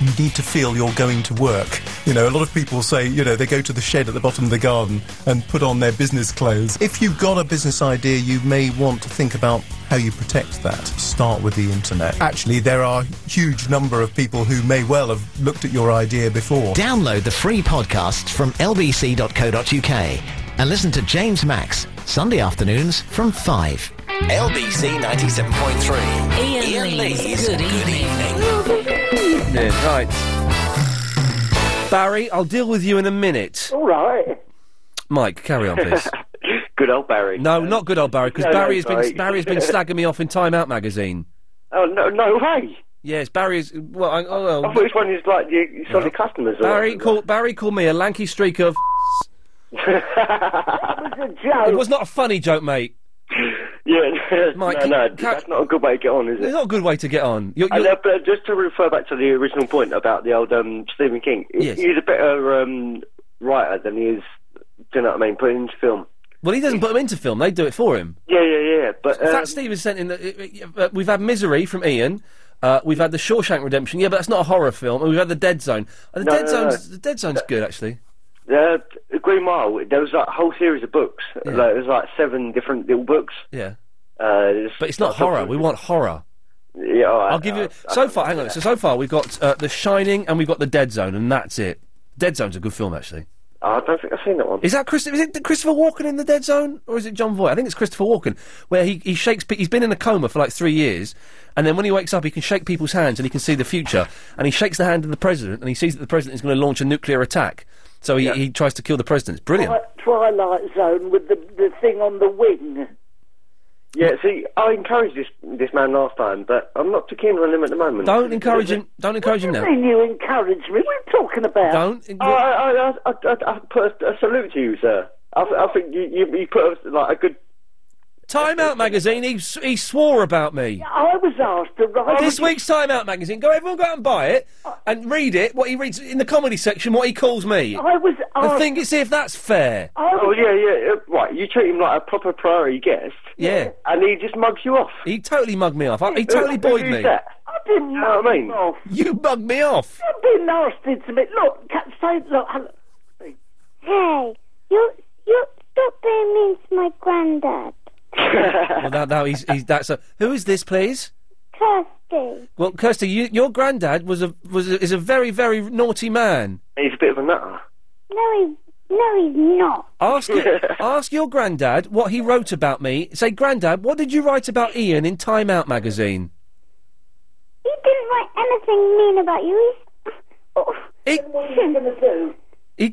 you need to feel you're going to work. You know, a lot of people say, you know, they go to the shed at the bottom of the garden and put on their business clothes. If you've got a business idea, you may want to think about how you protect that. Start with the internet. Actually, there are a huge number of people who may well have looked at your idea before. Download the free podcasts from lbc.co.uk and listen to James Max Sunday afternoons from 5. LBC 97.3. Ian, Lee's Good Yeah, right. Barry, I'll deal with you in a minute. All right. Mike, carry on, please. [laughs] Good old Oh, Barry. No, not good old Barry, because No, no, Barry has Barry. been Barry has [laughs] been slagging me off in Time Out magazine. Oh, no, no way. Yes, Barry is. Well, I, oh, well I thought this one is like you, you sort of customers. or Barry whatever. called Barry called me a lanky [laughs] streak of. It was not a funny joke, mate. Yeah, Mike, no, no, that's not a good way to get on, is it? It's not a good way to get on. You're, And, uh, but just to refer back to the original point about the old um, Stephen King, he- Yes. he's a better um, writer than he is. Do you know what I mean? Put into film. Well, he doesn't put them into film; they do it for him. Yeah, yeah, yeah. But In um, fact, Steve has sent in. The, uh, uh, we've had Misery from Ian. Uh, we've had The Shawshank Redemption. Yeah, but that's not a horror film. And we've had The Dead Zone. Uh, the No, Dead no, Zone's no. the Dead Zone's good actually. uh, Green Mile, there was like, a whole series of books. Like, there was like seven different little books. Yeah, Uh, but it's not horror. We want horror. Yeah, all right, I'll give you. I'll- So far, uh, hang on. So so far, we've got uh, The Shining and we've got The Dead Zone, and that's it. Dead Zone's a good film actually. I don't think I've seen that one. Is that Christopher? Is it Christopher Walken in the Dead Zone, or is it John Voight? I think it's Christopher Walken, where he, he shakes. pe- He's been in a coma for like three years, and then when he wakes up, he can shake people's hands and he can see the future. And he shakes the hand of the president, and he sees that the president is going to launch a nuclear attack. So he, he tries to kill the president. It's brilliant. Twi- Twilight Zone with the the thing on the wing. Yeah, see, I encouraged this this man last time, but I'm not too keen on him at the moment. Don't encourage him. Don't encourage him I now. mean, you encourage me. What are you talking about? Uh, Don't. I, I, I, I, I put a, a salute to you, sir. I, th- I think you, you, you put a, like a good. Time Out magazine. He s- he swore about me. I was asked to write. this week's Time Out magazine. Go everyone, go out and buy it and read it. What he reads in the comedy section. What he calls me. I was I asked- think it's if that's fair. Oh yeah, yeah, uh, right. You treat him like a proper priority guest. Yeah. And he just mugs you off. He totally mugged me off. I- He totally Who- buoyed who's me. Oh, that? I didn't You know what I mean? know. You bugged me off. You've been nasty to me. Look, ca- say, look. hello. Hey, you you stop being mean to my granddad, well, that, that, he's, he's, that's a, who is this, please? Kirsty. Well, Kirsty, you, your granddad was a was a, is a very very naughty man. He's a bit of a nutter. No, he no, he's not. [laughs] Ask your- ask your granddad what he wrote about me. Say, granddad, what did you write about Ian in Time Out magazine? He didn't write anything mean about you. oh, He's. Then what are you going to do? He,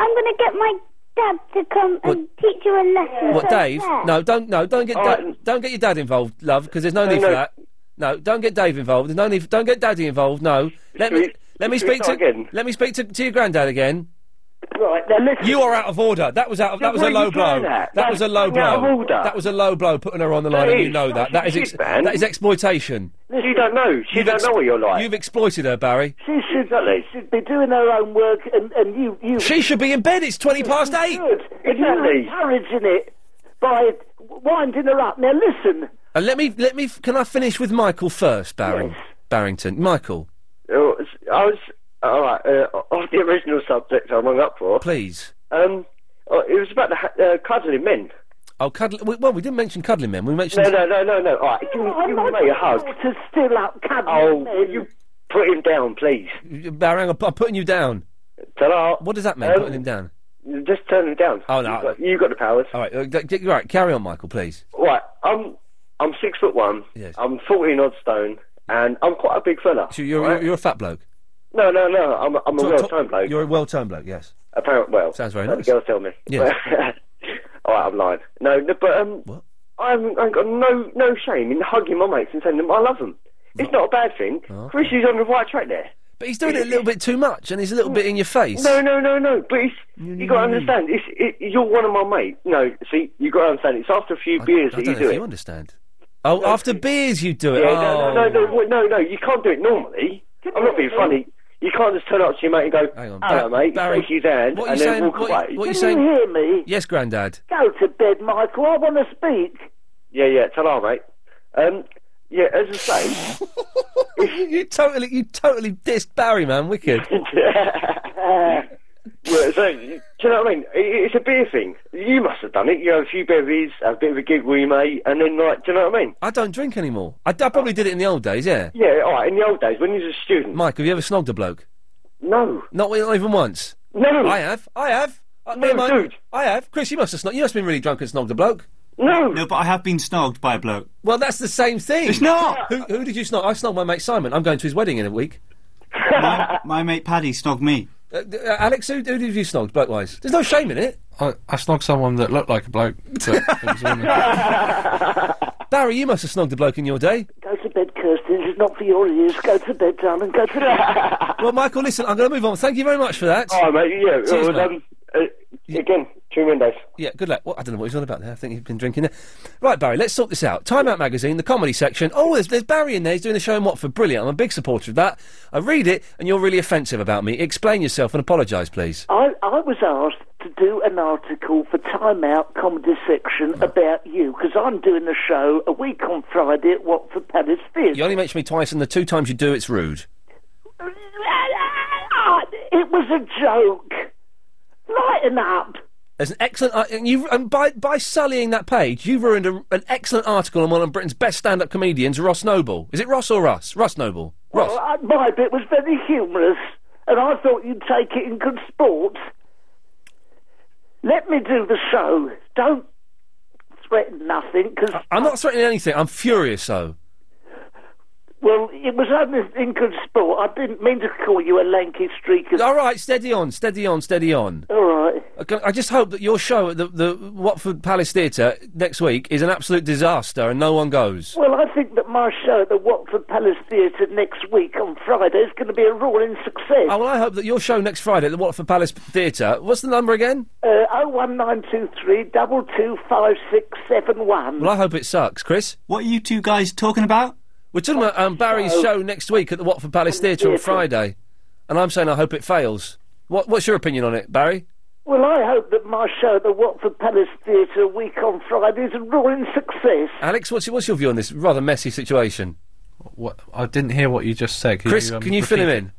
I'm gonna get my dad to come and teach you a lesson. What, so Dave? there. No, don't no, don't get All da- Uh, don't get your dad involved, love, because there's no No, need for no. that. No, don't get Dave involved. There's no need. For, don't get Daddy involved. No, Should let me we- let me should we speak to start again? let me speak to, to your granddad again. Right now, listen. You are out of order. That was out. Of, Oh, that was Where a are you low blow. going at? That was a low That's blow. out of order. That was a low blow. Putting her on the line, That and you is know that. That is fucking ex- shit, man. that is exploitation. She don't know. She don't know what you're like. You've exploited her, Barry. She should, should be doing her own work, and, and you, you. She should be in bed. It's twenty past eight. And you're encouraging it by winding her up. Now listen. And let me let me. Can I finish with Michael first, Barry? Barrington, Michael. Oh, it's- I was all right. Uh, off the original subject, I rung up for. Please. Um, oh, it was about the ha- uh, cuddling men. Oh, cuddling. Well, we didn't mention cuddling men. We mentioned No, no, no, no, no. All right, give, me- give me a hug. To still up cuddling Oh, will you put him down, please. Barry, I'm, I'm putting you down. ta What does that mean? Um, putting him down. Just turn him down. Oh no. You've got, you've got the powers. All right, uh, d- d- right. Carry on, Michael, please. Right, I'm I'm six foot one. Yes. I'm fourteen odd stone, and I'm quite a big fella. So you're you're, you're a fat bloke. No, no, no. I'm a- I'm a Talk- well talk- toned bloke. You're a well-toned bloke. Yes. Apparently, well. Sounds very like nice. The girls tell me. Yes. [laughs] All right, I'm lying. No, no, but um, I haven't, I ain't got no no shame in hugging my mates and saying them I love them. It's not a bad thing. Oh. Chrissy's on the right track there. But he's doing it [laughs] a little bit too much, and he's a little bit in your face. No, no, no, no. But it's, you got to no, understand. It's, it, you're one of my mates. No, see, you got to understand. It's after a few beers I that don't know you do if it. you understand. Oh, after beers you do it. Yeah, no, no, oh. no, no, w- no, no, you can't do it normally. I'm not being funny. You can't just turn up to your mate and go, Hang on, hello, Barry- mate, Barry, shake his hand, what are and you then saying? walk What- away. what are you Can saying? you hear me? Oh. Yes, Grandad. Go to bed, Michael. I want to speak. Yeah, yeah, tell her, mate. Um, yeah, as I say, [laughs] you totally, you totally dissed Barry, man. Wicked. [laughs] well, so, do you know what I mean? I- It's a beer thing. You must have done it. You have a few bevies, have a bit of a gig with your mate, and then, like, do you know what I mean? I don't drink anymore. I, d- I probably did it in the old days. Yeah. Yeah, all right, in the old days, when you was a student. Mike, have you ever snogged a bloke? No. Not, not even once. No. I have. I have. Uh, me No, and my- dude. I have. Chris, you must have snogged. You must have been really drunk and snogged a bloke. No. No, but I have been snogged by a bloke. Well, that's the same thing. It's not. Who, who did you snog? I snogged my mate Simon. I'm going to his wedding in a week. my, my mate Paddy snogged me. Uh, d- uh, Alex, who, who did you snog, bloke wise? There's no shame in it. I, I snogged someone that looked like a bloke. But it was a [laughs] woman. Barry, you must have snogged a bloke in your day. Go to bed, Kirsty. This is not for your ears. Go to bed, darling. Go to bed. well, Michael, listen, I'm going to move on. Thank you very much for that. All right, mate, yeah. Cheers, well, mate. um, uh, again, two windows. Yeah, good luck. Well, I don't know what he's on about there. I think he's been drinking there. Right, Barry, let's sort this out. Time Out magazine, the comedy section. Oh, there's, there's Barry in there. He's doing a show in Watford. Brilliant. I'm a big supporter of that. I read it, and you're really offensive about me. Explain yourself and apologise, please. I, I was asked to do an article for Time Out Comedy Section about you because I'm doing a show a week on Friday at Watford Palace Theatre. You only mention me twice, and the two times you do, it's rude. Ah, [laughs] it was a joke. Lighten up. There's an excellent, ar- and, you, and by by sullying that page, you ruined a, an excellent article on one of Britain's best stand-up comedians, Ross Noble. Is it Ross or Russ? Russ Noble. Ross. Well, I, my bit was very humorous, and I thought you'd take it in good sport. Let me do the show. Don't threaten nothing, because, I'm not threatening anything. I'm furious, though. well, it was only in good sport. I didn't mean to call you a lanky streaker. All right, steady on, steady on, steady on. All right. I c- I just hope that your show at the, the Watford Palace Theatre next week is an absolute disaster and no one goes. Well, I think that my show at the Watford Palace Theatre next week on Friday is going to be a roaring success. Oh, well, I hope that your show next Friday at the Watford Palace Theatre. What's the number again? Uh, 01923 225671. Well, I hope it sucks, Chris. What are you two guys talking about? We're talking about um, Barry's show. show next week at the Watford Palace Theatre on theatre. Friday, and I'm saying I hope it fails. What, what's your opinion on it, Barry? Well, I hope that my show at the Watford Palace Theatre week on Friday is a roaring success. Alex, what's, what's your view on this rather messy situation? What, I didn't hear what you just said. Can Chris, um, can you fill him repeat in?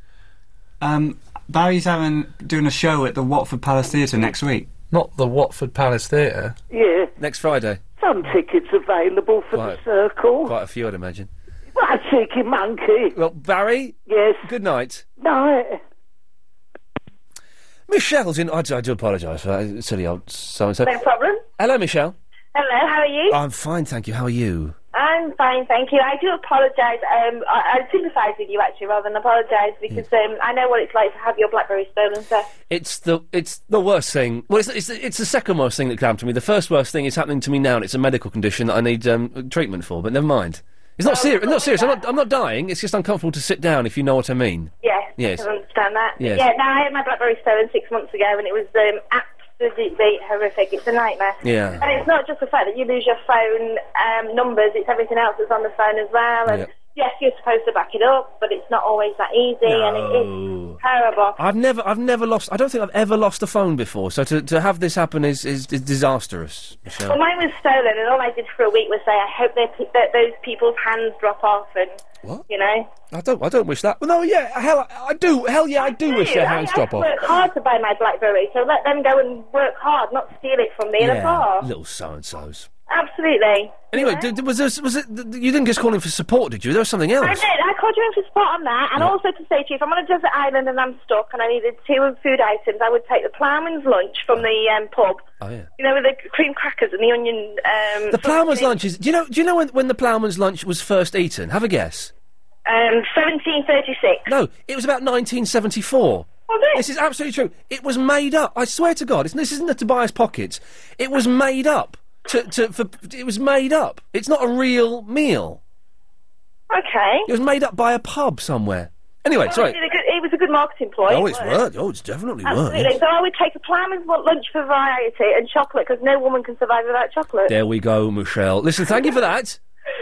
Um, Barry's having doing a show at the Watford Palace Theatre next week. Not the Watford Palace Theatre. Yeah, Next Friday. some tickets available for Right. the circle. Quite a few, I'd imagine. What a cheeky monkey. Well, Barry? Yes. Good night. No. Michelle's in. I, do- I do apologise for that silly old so and so. No problem. Hello, Michelle. Hello, how are you? I'm fine, thank you. How are you? I'm fine, thank you. I do apologise. Um, I, I sympathise with you actually, rather than apologise, because um, I know what it's like to have your BlackBerry stolen. So It's the it's the worst thing. Well, it's it's, it's the second worst thing that could happen to me. The first worst thing is happening to me now, and it's a medical condition that I need um, treatment for. But never mind. It's Oh, not serious. Not serious. I'm not. I'm not dying. It's just uncomfortable to sit down, if you know what I mean. yes, Yes. I can understand that. Yes. Yeah, no, I had my BlackBerry stolen six months ago, and it was um, absolutely horrific. It's a nightmare. Yeah. And it's not just the fact that you lose your phone um, numbers; it's everything else that's on the phone as well. And Yeah. yes, you're supposed to back it up, but it's not always that easy, and it is terrible. I've never. I've never lost. I don't think I've ever lost a phone before. So to, to have this happen is is, is disastrous. Michelle. Well, mine was stolen, and all I did for a week was say, I hope they pe- that those people's hands drop off, and you know. I don't. I don't wish that. Well, no. Yeah. Hell. I, I do. Hell. Yeah. I do wish their I hands had drop to off. work hard to buy my BlackBerry, so let them go and work hard, not steal it from me in a Yeah. bar. Little so and so's. Absolutely. Anyway, d- d- was there, was it? d- d- you didn't just call in for support, did you? There was something else. I did. I called you in for spot on that, and also to say to you, if I'm on a desert island and I'm stuck and I needed two food items, I would take the ploughman's lunch from the um, pub. Oh yeah. You know, with the cream crackers and the onion. Um, [laughs] The ploughman's lunch is. Do you know? Do you know when, when the ploughman's lunch was first eaten? Have a guess. Um, 1736. No, it was about 1974. This is absolutely true. It was made up. I swear to God, it's, this isn't a Tobias Pockets. It was made up. To, to, for, it was made up. It's not a real meal. Okay. It was made up by a pub somewhere. Anyway, Well, sorry. It was, a good, it was a good marketing ploy. Oh, it's It was. worked. Oh, it's definitely worked. Absolutely. So I would take a ploughman's wa- lunch for variety and chocolate because no woman can survive without chocolate. There we go, Michelle. Listen, thank you for that.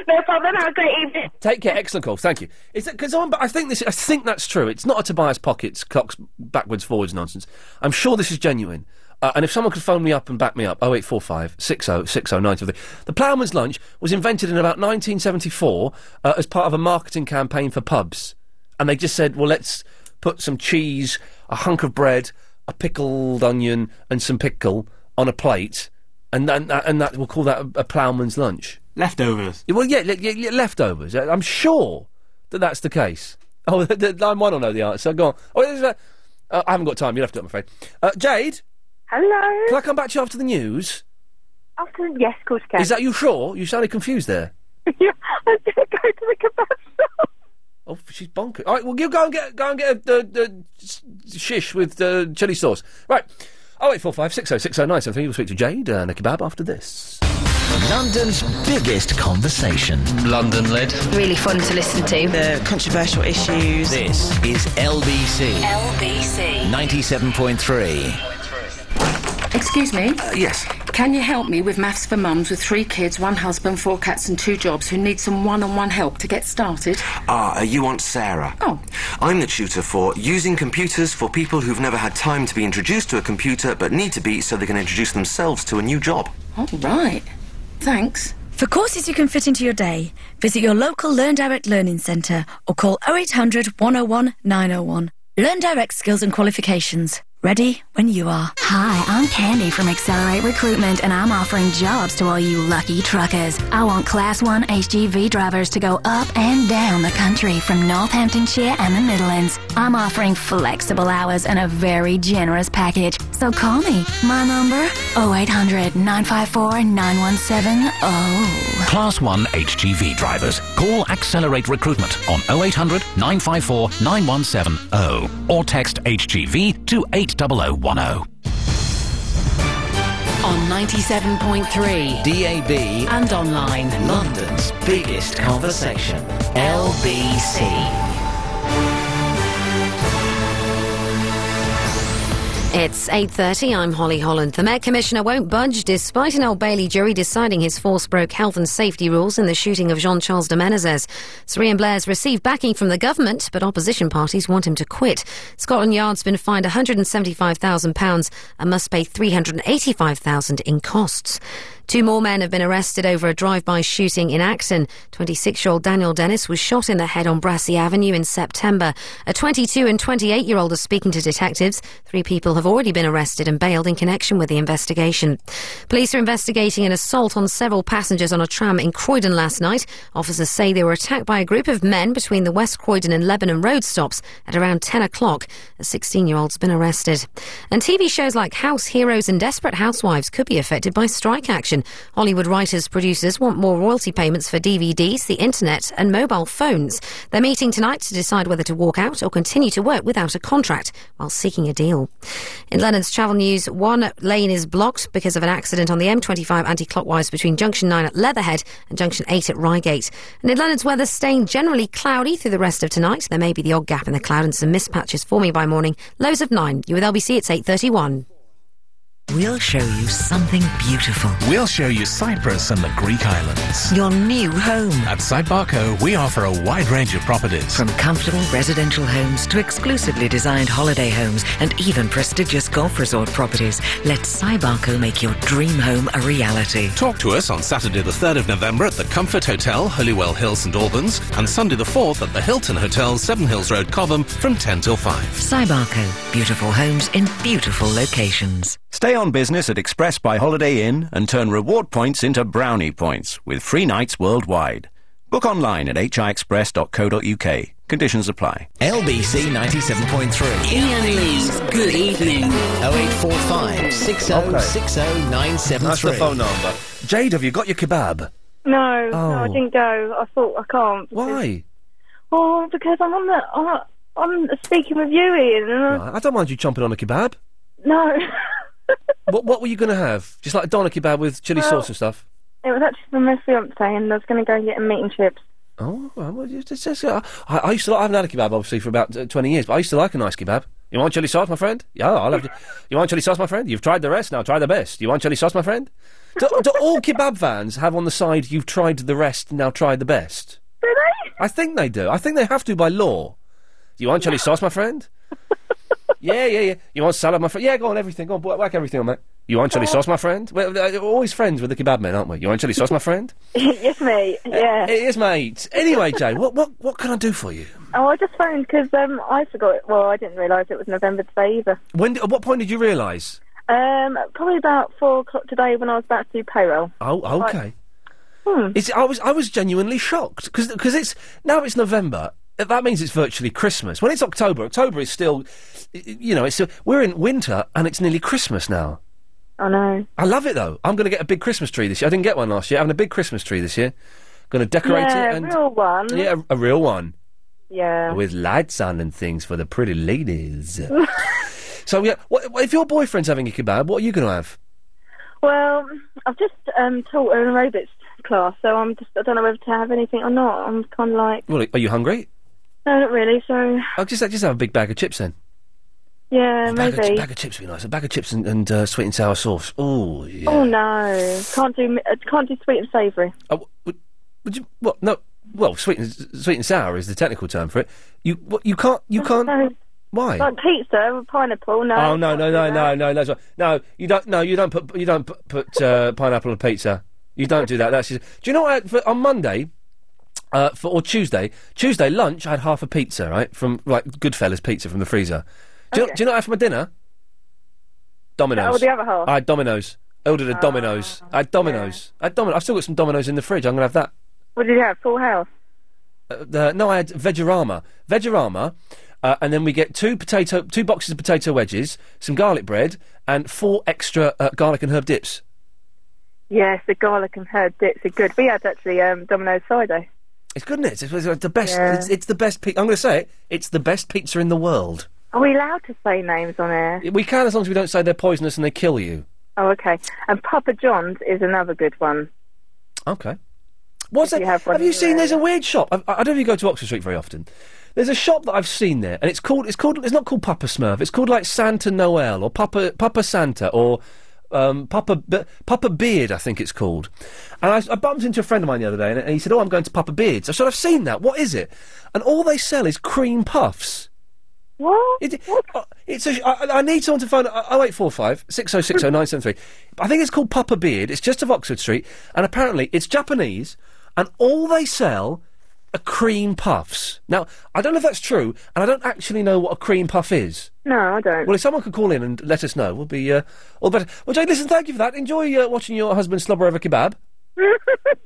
No problem. Have a great evening. Take care. Excellent call. Thank you. Is that because I think this? I think that's true. It's not a Tobias Pockets clocks backwards forwards nonsense. I'm sure this is genuine. Uh, and if someone could phone me up and back me up, 0845 60 60 93. The Ploughman's Lunch was invented in about 1974 uh, as part of a marketing campaign for pubs. And they just said, well, let's put some cheese, a hunk of bread, a pickled onion, and some pickle on a plate. And, and, that- and that we'll call that a, a Ploughman's Lunch. Leftovers. Well, yeah, le- yeah, yeah, leftovers. I- I'm sure that that's the case. [laughs] Oh, the, the, line one will know the answer. Go on. Oh, there's a, uh, I haven't got time. You'll have to, do it, I'm afraid. Uh, Jade? Hello? Can I come back to you after the news? After, yes, of course you can. Is that you sure? You sounded confused there. I'm going to go to the kebab shop. Oh, she's bonkers. All right, well, you go and get go and get a, the the s- shish with the chili sauce. Right. Oh eight four five six oh six oh nine seven three. We'll speak to Jade and a kebab after this. London's biggest conversation. London led. Really fun to listen to. The controversial issues. This is LBC LBC. 97.3. Excuse me? yes. Can you help me with maths for mums with three kids, one husband, four cats, and two jobs who need some one on one help to get started? Ah, uh, you want Sarah? Oh. I'm the tutor for using computers for people who've never had time to be introduced to a computer but need to be so they can introduce themselves to a new job. All right. Thanks. For courses you can fit into your day, visit your local Learn Direct Learning oh Centre or call 0800 101 901. Learn Direct skills and qualifications. Ready when you are. Hi, I'm Candy from Accelerate Recruitment, and I'm offering jobs to all you lucky truckers. I want Class 1 HGV drivers to go up and down the country from Northamptonshire and the Midlands. I'm offering flexible hours and a very generous package, so call me. My number 0800 954 9170. oh. Class 1 HGV drivers. Call Accelerate Recruitment on 0800 954 9170 or text HGV to 80010. On 97.3 DAB and online. London's biggest conversation. LBC. It's 8.30. I'm Holly Holland. The Met Commissioner won't budge despite an Old Bailey jury deciding his force broke health and safety rules in the shooting of Jean-Charles de Menezes. Syrian Blair's received backing from the government, but opposition parties want him to quit. Scotland Yard's been fined £175,000 and must pay £385,000 in costs. Two more men have been arrested over a drive-by shooting in Acton. 26-year-old Daniel Dennis was shot in the head on Brassey Avenue in September. A 22 and 28-year-old are speaking to detectives. Three people have already been arrested and bailed in connection with the investigation. Police are investigating an assault on several passengers on a tram in Croydon last night. Officers say they were attacked by a group of men between the West Croydon and Lebanon Road stops at around 10 o'clock. A 16-year-old's been arrested. And TV shows like House Heroes and Desperate Housewives could be affected by strike action. Hollywood writers producers want more royalty payments for DVDs, the internet and mobile phones. They're meeting tonight to decide whether to walk out or continue to work without a contract while seeking a deal. In London's travel news, one lane is blocked because of an accident on the M25 anti-clockwise between Junction 9 at Leatherhead and Junction 8 at Reigate. And in London's weather, staying generally cloudy through the rest of tonight. There may be the odd gap in the cloud and some mist patches forming by morning. Lows of 9. You with LBC, it's 8.31. We'll show you something beautiful. We'll show you Cyprus and the Greek islands. Your new home. At Sidebarco, we offer a wide range of properties. From comfortable residential homes to exclusively designed holiday homes and even prestigious golf resort properties, let Cybarco make your dream home a reality. Talk to us on Saturday the 3rd of November at the Comfort Hotel, Holywell Hill, St Albans, and Sunday the 4th at the Hilton Hotel, Seven Hills Road, Cobham, from 10 till 5. Cybarco, beautiful homes in beautiful locations. Stay on business at Express by Holiday Inn and turn reward points into brownie points with free nights worldwide. Book online at hiexpress.co.uk. Conditions apply. LBC 97.3. Ian Lee's Good Evening. 0845 60 60 973. That's the phone number. Jade, have you got your kebab? No, no, I Oh. didn't go. I thought I can't. because- Why? Oh, because I'm on the. I'm- I'm speaking with you, Ian. And I, I don't mind you chomping on a kebab. no, [laughs] what What were you going to have? Just like a doner kebab with chili Well- sauce and stuff. it was actually for my fiance, and I was going to go and get him meat and chips. Oh, well, well, it's- it's- it's- uh, I, I used to. Like, I haven't had a kebab obviously for about uh, twenty years, but I used to like a nice kebab. You want chili sauce, my friend? Yeah, I love. you want chili sauce, my friend? You've tried the rest, now try the best. You want chili sauce, my friend? Do, do all kebab vans have on the side? You've tried the rest, now try the best. Do they? I think they do. I think they have to by law. You want chili sauce, my friend? yeah, yeah, yeah. You want salad, my friend? Yeah, go on everything. Go on, wh- whack everything on, mate. You want chili sauce, my friend? We're, we're always friends with the kebab men, aren't we? You want chili sauce, my friend? [laughs] yes, mate. Yeah. Uh, It is, mate. Anyway, Jay, what, what, what can I do for you? Oh, I just phoned because um, I forgot. Well, I didn't realise it was November today either. When? At what point did you realise? Um, probably about four o'clock today when I was about to do payroll. Oh, Like- okay. Hmm. It's, I was I was genuinely shocked because it's now it's November. Uh, That means it's virtually Christmas. When it's October, October is still, y- y- you know, it's still, we're in winter and it's nearly Christmas now. I know. I love it though. I'm going to get a big Christmas tree this year. I didn't get one last year. I'm having a big Christmas tree this year. Going to decorate yeah, it and real one. yeah, a, a real one Yeah. with lights on and things for the [laughs] pretty ladies. so yeah, what, what- if your boyfriend's having a kebab, what are you going to have? Well, I've just um, taught an aerobics class, so I'm just I don't know whether to have anything or not. I'm kind of like Well, are you hungry? no, not really. So I'll Oh, just just have a big bag of chips then. yeah, bag of, maybe. bag of chips would be nice. A bag of chips and, and uh, sweet and sour sauce. Oh, yeah. Oh no, can't do mi- uh, can't do sweet and savoury. Would you? What? No. Well, sweet and sweet and sour is the technical term for it. You what, you can't you can't. Why? Like pizza with pineapple. No. oh no no no no no that's right. No, you don't. No, you don't put you don't put, put uh, pineapple on pizza. You don't do that. That's just, do you know what? I, for, on Monday. Uh, for, or Tuesday, Tuesday lunch, I had half a pizza, right, from like Goodfellas pizza from the freezer. Do you, do you know what I had for my dinner? Dominoes. Oh, the other half. Ah. I had Dominoes. Ordered a Dominoes. I had Dominoes. I had Dominoes. I've still got some Dominoes in the fridge. I'm going to have that. What did you have? Full house. Uh, uh, no, I had Vegorama. Vegorama, uh, and then we get two potato, two boxes of potato wedges, some garlic bread, and four extra uh, garlic and herb dips. Yes, the garlic and herb dips are good. We had actually um, Domino's Friday. It's good, isn't it? It's, it's the best. Yeah. It's, it's the best. Pe- I'm going to say it. It's the best pizza in the world. Are we allowed to say names on air? We can as long as we don't say they're poisonous and they kill you. Oh, okay. And Papa John's is another good one. Okay. What's that? Have, you seen? There's a weird shop. I, I I don't know if you go to Oxford Street very often. There's a shop that I've seen there, and it's called. It's called. It's not called Papa Smurf. It's called like Santa Noel or Papa Papa Santa or um, Papa Be- Papa Beard. I think it's called. And I, I bumped into a friend of mine the other day, and, and he said, "Oh, I'm going to Papa Beard's." I said, "I've seen that. What is it?" And all they sell is cream puffs. What? It, uh, it's a, sh- I, I- I need someone to phone uh, 0845 6060 973. I think it's called Papa Beard. It's just off Oxford Street. And apparently it's Japanese. And all they sell are cream puffs. Now, I don't know if that's true. And I don't actually know what a cream puff is. No, I don't. Well, if someone could call in and let us know, we'll be uh, all better. Well, Jade, listen, thank you for that. Enjoy uh, watching your husband slobber over [laughs] kebab.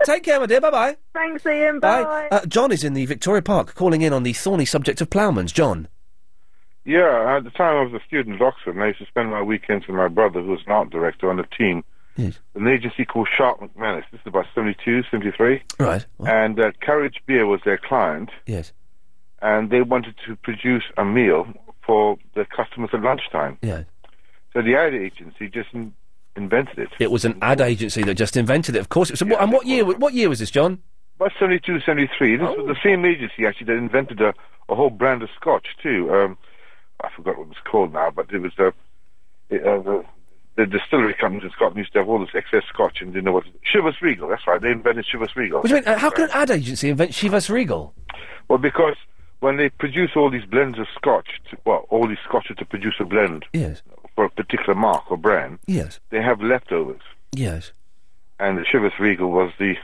Take care, my dear. Bye bye. Thanks, Ian. Bye. Uh, John is in the Victoria Park calling in on the thorny subject of ploughmans. John. Yeah, at the time I was a student at Oxford, and I used to spend my weekends with my brother, who was an art director on a team, Yes. an agency called Sharp McManus. This is about 72, 73. Right. And uh, Carriage Beer was their client, Yes. and they wanted to produce a meal for their customers at lunchtime. Yeah. So the ad agency just in- invented it. It was an ad agency that just invented it. Of course, it was. and what year? What year was this, John? About 72, 73. This Oh. was the same agency, actually, that invented a, a whole brand of scotch, too. Um, I forgot what it was called now, but it was uh, it, uh, the, the distillery companies in Scotland used to have all this excess scotch and didn't know what... Shivers Regal, that's right. They invented Shivers Regal. What do you mean? Uh, how could an ad agency invent Chivas Regal? Well, because when they produce all these blends of scotch, to, well, all these scotches to produce a blend Yes. for a particular mark or brand, Yes. they have leftovers. Yes. And the Shivers Regal was the...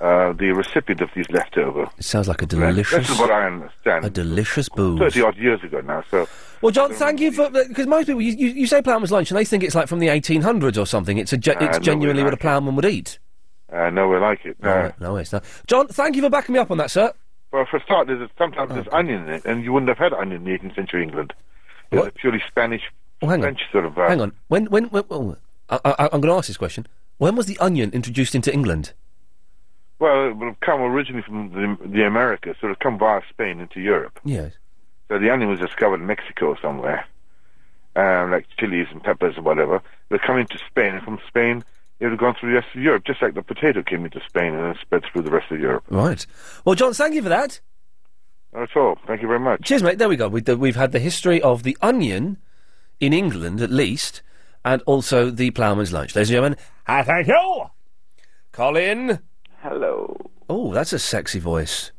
Uh, the recipient of these leftover. Hmm. It sounds like a blends. delicious. This is what I understand. A delicious booze. 30 odd years ago now, so. Well, John, thank you for because most people you, you, you say ploughman's lunch and they think it's like from the 1800s or something. It's a ge- Ah, it's no, genuinely we what a like it. ploughman would eat. Uh, nowhere like it. No. No, it's not. John, thank you for backing me up on that, sir. Well, for a start, there's a, sometimes there's Oh, onion in it, and you wouldn't have had onion in the 18th century England. It was a purely Spanish, Well, oh, hang on. French sort of. Uh, Hang on. When when, when oh, I, I, I'm going to ask this question. When was the onion introduced into England? Well, it would have come originally from the, the Americas, so it would come via Spain into Europe. Yes. So the onion was discovered in Mexico or somewhere, um, like chilies and peppers and whatever. They're coming to Spain, and from Spain, it would have gone through the rest of Europe, just like the potato came into Spain and then spread through the rest of Europe. Right. Well, John, thank you for that. That's all. Thank you very much. Cheers, mate. There we go. We, th- we've had the history of the onion in England, at least, and also the ploughman's lunch. Ladies and gentlemen, I thank you. Colin. Hello. Oh, that's a sexy voice.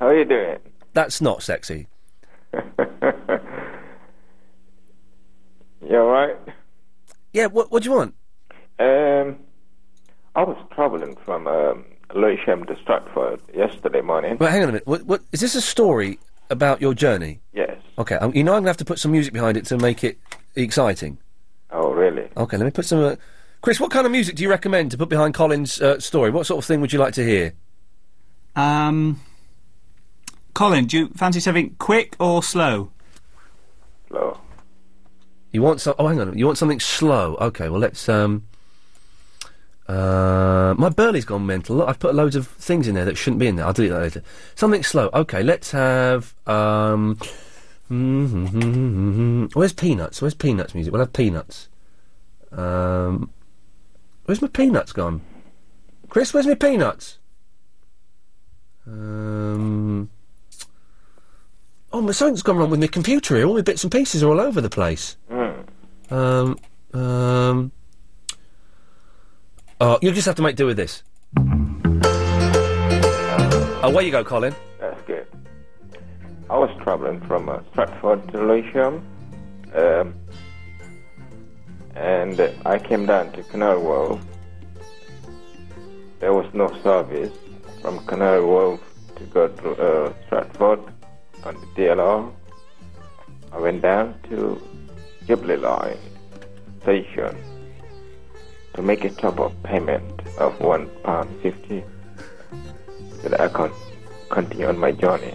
How are you doing? That's not sexy. You alright? Yeah, what, what do you want? Um, I was traveling from um, Lewisham to Stratford yesterday morning. Well, hang on a minute. What, what is this a story about your journey? Yes. Okay, um, you know I'm going to have to put some music behind it to make it exciting. Oh, really? Okay, let me put some. Uh, Chris, what kind of music do you recommend to put behind Colin's uh, story? What sort of thing would you like to hear? Um, Colin, do you fancy something quick or slow? Slow. You want some? Oh, hang on. You want something slow? Okay. Well, let's. Um, uh, my burley's gone mental. Look, I've put loads of things in there that shouldn't be in there. I'll delete that later. Something slow. Okay. Let's have. Um, Mm-hmm. where's peanuts? Where's peanuts music? We'll have peanuts. Um, where's my peanuts gone? Chris, where's my peanuts? Um, oh, my something's gone wrong with my computer here. All my bits and pieces are all over the place. Hmm. Mm. Um, um. Oh, you'll just have to make do with this. Away you go, Colin. That's good. I was traveling from uh, Stratford to Lewisham, um, and uh, I came down to Canary Wharf. There was no service from Canary Wharf to go to uh, Stratford on the DLR. I went down to Ghibli Line station to make a top-up payment of one pound fifty, so that I can continue on my journey.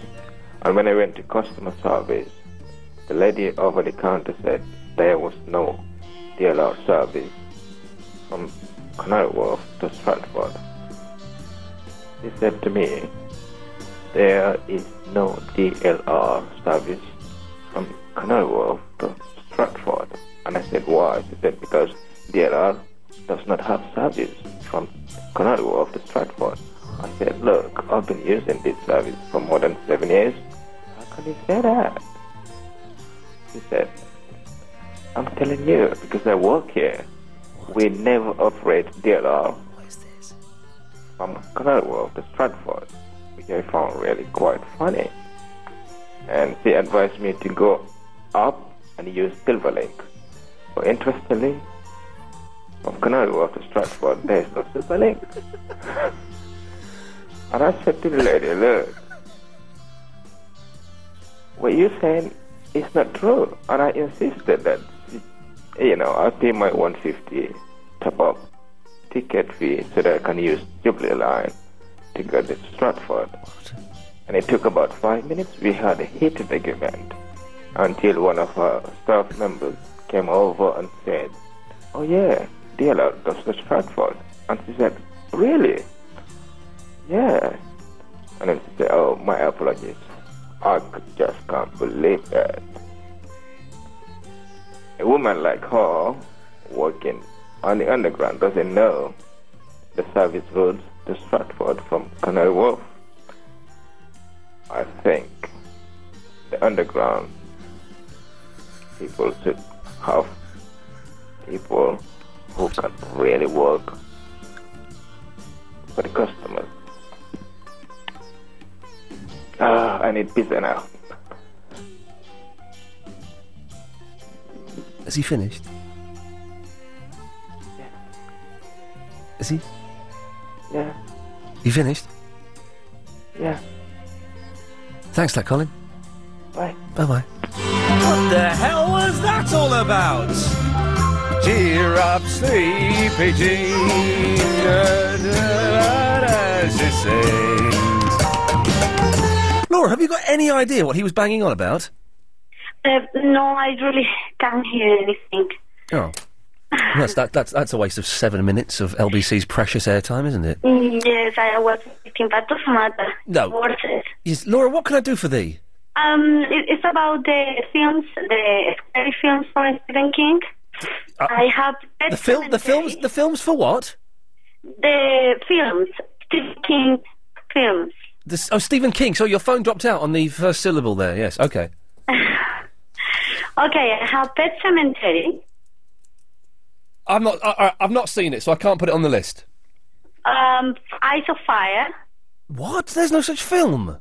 And when I went to customer service, the lady over the counter said there was no DLR service from Canary Wharf to Stratford. She said to me, there is no DLR service from Canary Wharf to Stratford. And I said, why? She said, because DLR does not have service from Canary Wharf to Stratford. I said, look, I've been using this service for more than seven years. How can you say that? She said, I'm telling you, because I work here. We never operate DLR from Canary Wharf to Stratford, which I found really quite funny. And she advised me to go up and use Silverlink. But interestingly, from Canary Wharf to Stratford, there's no Silverlink. [laughs] and I said to the lady, look, what you're saying is not true. And I insisted that, you know, I pay my 150 top up ticket fee so that I can use Jubilee Line to go to Stratford. And it took about five minutes. We had a heated argument until one of our staff members came over and said, Oh, yeah, DLR goes to Stratford. And she said, Really? Yeah. And then she said, Oh, my apologies. I could- just can't believe that. A woman like her, working on the underground, doesn't know the service roads to Stratford from Canary Wharf. I think the underground people should have people who can really work for the customers. Ah, I need pizza now. Has he finished? Is he? Yeah, You finished? yeah. Thanks, for that Colin. Bye. Bye bye. What the hell was that all about? Cheer up, sleepy Jean. Da, da, da, da, she sings. Laura, have you got any idea what he was banging on about? Uh, no, I really can't hear anything. Oh. That's, that, that's, that's a waste of seven minutes of LBC's precious airtime, isn't it? Mm, Yes, I was thinking, but doesn't matter. No. Worth it. Yes, Laura, what can I do for thee? Um, it, it's about the films, the scary films from Stephen King. [laughs] Uh, I have read The film, the films, the films for what? the films, Stephen King films. The s oh, Stephen King. So your phone dropped out on the first syllable there. Yes. Okay. Okay, I have Pet Cemetery. I'm not. I, I, I've not seen it, so I can't put it on the list. Um, Eyes of Fire. What? There's no such film.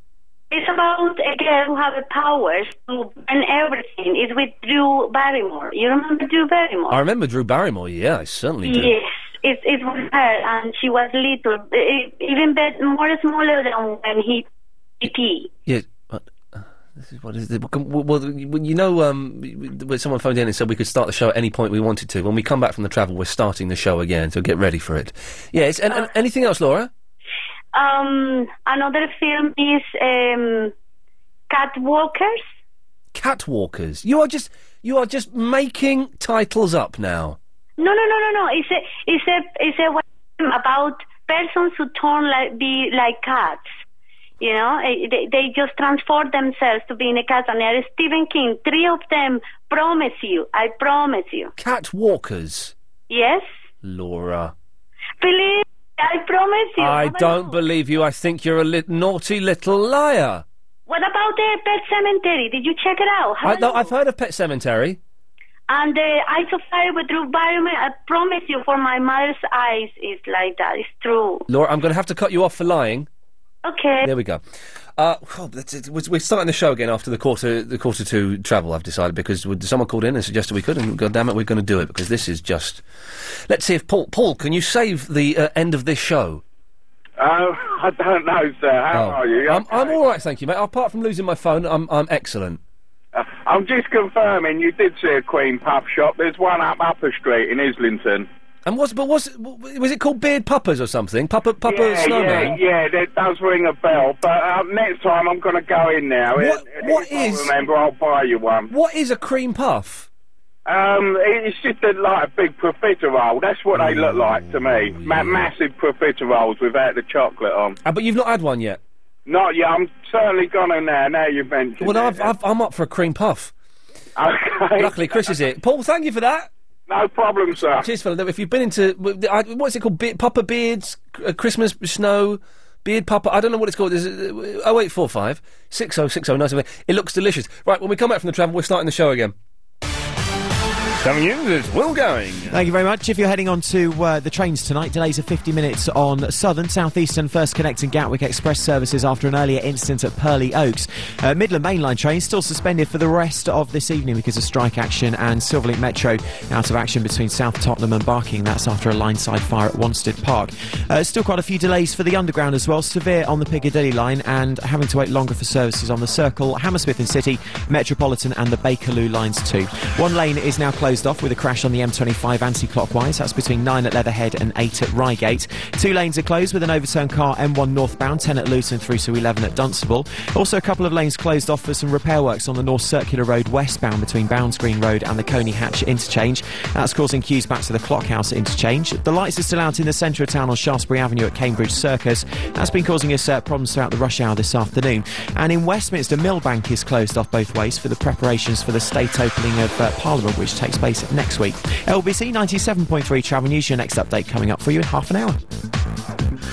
It's about a girl who has the powers to burn everything. It's with Drew Barrymore. You remember Drew Barrymore? I remember Drew Barrymore. Yeah, I certainly do. Yes, it, it was her, and she was little, e- even bet more smaller than when he he Yeah. But, uh, this is what is it? Well, well, you know, um, when someone phoned in and said we could start the show at any point we wanted to. When we come back from the travel, we're starting the show again, so get ready for it. Yes. And, and anything else, Laura? Um, another film is um, Catwalkers. Catwalkers. You are just you are just making titles up now. No, no, no, no, no. It's a it's a it's a web about persons who turn like be like cats. You know, Eh, they, they just transform themselves to being a cat. And there is Stephen King. Three of them. Promise you. I promise you. Catwalkers. Yes. Laura. Believe. I promise you. Oh I Have a don't believe you. I think you're a lit naughty little liar. What about the Pet Cemetery? Did you check it out? I, no, I've heard of Pet Cemetery. And the Eyes of Fire with Drew Barrymore. I promise you, for my mother's eyes, is like that. It's true. Laura, I'm going to have to cut you off for lying. Okay. There we go. Uh, oh, that's it. We're we're starting the show again after the quarter, the quarter two travel. I've decided because we- someone called in and suggested we could, and God damn it, we're going to do it because this is just. Let's see if Paul. Paul, can you save the uh, end of this show? Uh, Oh, I don't know, sir. How Oh. are you? I'm, I'm all right, thank you, mate. Apart from losing my phone, I'm I'm excellent. Uh, I'm just confirming you did see a Queen pub shop. There's one up Upper Street in Islington. And what's but what's w- was it called Beard Puppers or something? Papa Papa yeah, yeah, Snowman. yeah, that does ring a bell. But uh, next time I'm going to go in now. What- If- what if I is- remember, I'll buy you one. What is a cream puff? Um, it- it's just a, like a big profiterole. That's what they look like to me. Ma- massive profiteroles without the chocolate on. Ah, but you've not had one yet. Not yet. I'm certainly gone in there now. You've mentioned. Well, it. I've, I've, I'm up for a cream puff. Okay. Luckily, Chris [laughs] is here. Paul, thank you for that. No problem, sir. Cheers, fella. If you've been into w- I- what's it called, Be- Papa Beards, C- uh, Christmas Snow, Beard Papa. I don't know what it's called. There's oh eight four five six oh six oh nine seven. It looks delicious. Right, when we come back from the travel, we're starting the show again. Coming in is Will Going. Thank you very much. If you're heading on to uh, the trains tonight, delays of 50 minutes on Southern, Southeastern, First Connect and Gatwick Express services after an earlier incident at Purley Oaks. Uh, Midland Main Line train still suspended for the rest of this evening because of strike action and Silverlink Metro out of action between South Tottenham and Barking. That's after a line-side fire at Wanstead Park. Uh, still quite a few delays for the underground as well. Severe on the Piccadilly line and having to wait longer for services on the Circle, Hammersmith and City, Metropolitan and the Bakerloo lines too. One lane is now closed off with a crash on the M25 anti-clockwise. That's between 9 at Leatherhead and 8 at Reigate. Two lanes are closed with an overturned car M1 northbound, 10 at Luton through to 11 at Dunstable. Also a couple of lanes closed off for some repair works on the North Circular Road westbound between Bounds Green Road and the Coney Hatch interchange. That's causing queues back to the Clockhouse interchange. The lights are still out in the centre of town on Shaftesbury Avenue at Cambridge Circus. That's been causing us uh, problems throughout the rush hour this afternoon. And in Westminster, Millbank is closed off both ways for the preparations for the state opening of uh, Parliament, which takes place next week. LBC 97.3 Travel News, your next update coming up for you in half an hour.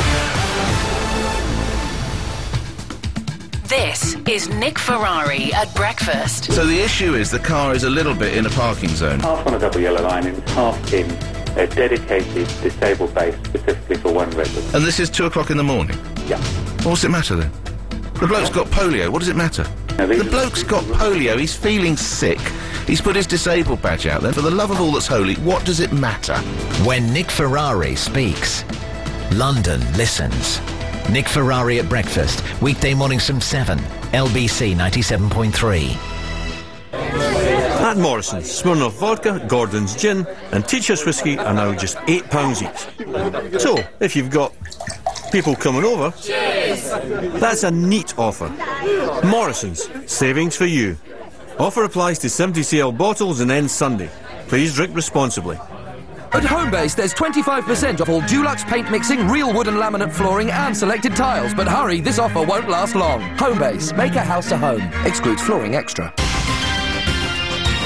This is Nick Ferrari at breakfast. So the issue is the car is a little bit in a parking zone. Half on a double yellow line and half in a dedicated disabled base specifically for one resident. And this is two o'clock in the morning. Yeah. What does it matter then? The bloke's got polio. What does it matter? The bloke's got polio. He's feeling sick. He's put his disabled badge out there. For the love of all that's holy, what does it matter? When Nick Ferrari speaks, London listens. Nick Ferrari at breakfast, weekday mornings from 7, LBC 97.3. At Morrison's, Smirnoff Vodka, Gordon's Gin and Teacher's Whisky are now just £8 each. So, if you've got people coming over, that's a neat offer. Morrison's, savings for you. Offer applies to 70cl bottles and ends Sunday. Please drink responsibly. At Homebase, there's 25% off all Dulux paint mixing, real wood and laminate flooring, and selected tiles. But hurry, this offer won't last long. Homebase, make a house a home. Excludes flooring extra.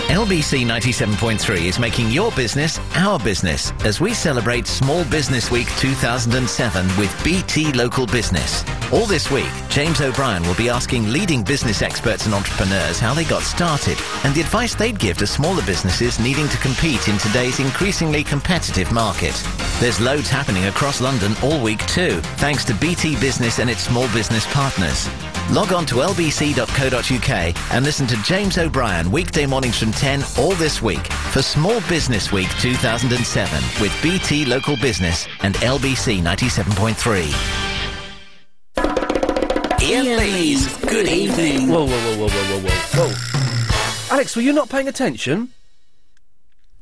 LBC 97.3 is making your business our business as we celebrate Small Business Week 2007 with BT Local Business. All this week, James O'Brien will be asking leading business experts and entrepreneurs how they got started and the advice they'd give to smaller businesses needing to compete in today's increasingly competitive market. There's loads happening across London all week too, thanks to BT Business and its small business partners. Log on to lbc.co.uk and listen to James O'Brien weekday mornings from 10 all this week for Small Business Week 2007 with BT Local Business and LBC 97.3. Ian Lee's Good Evening. Whoa, whoa, whoa, whoa, whoa, whoa, whoa, whoa. Alex, were you not paying attention?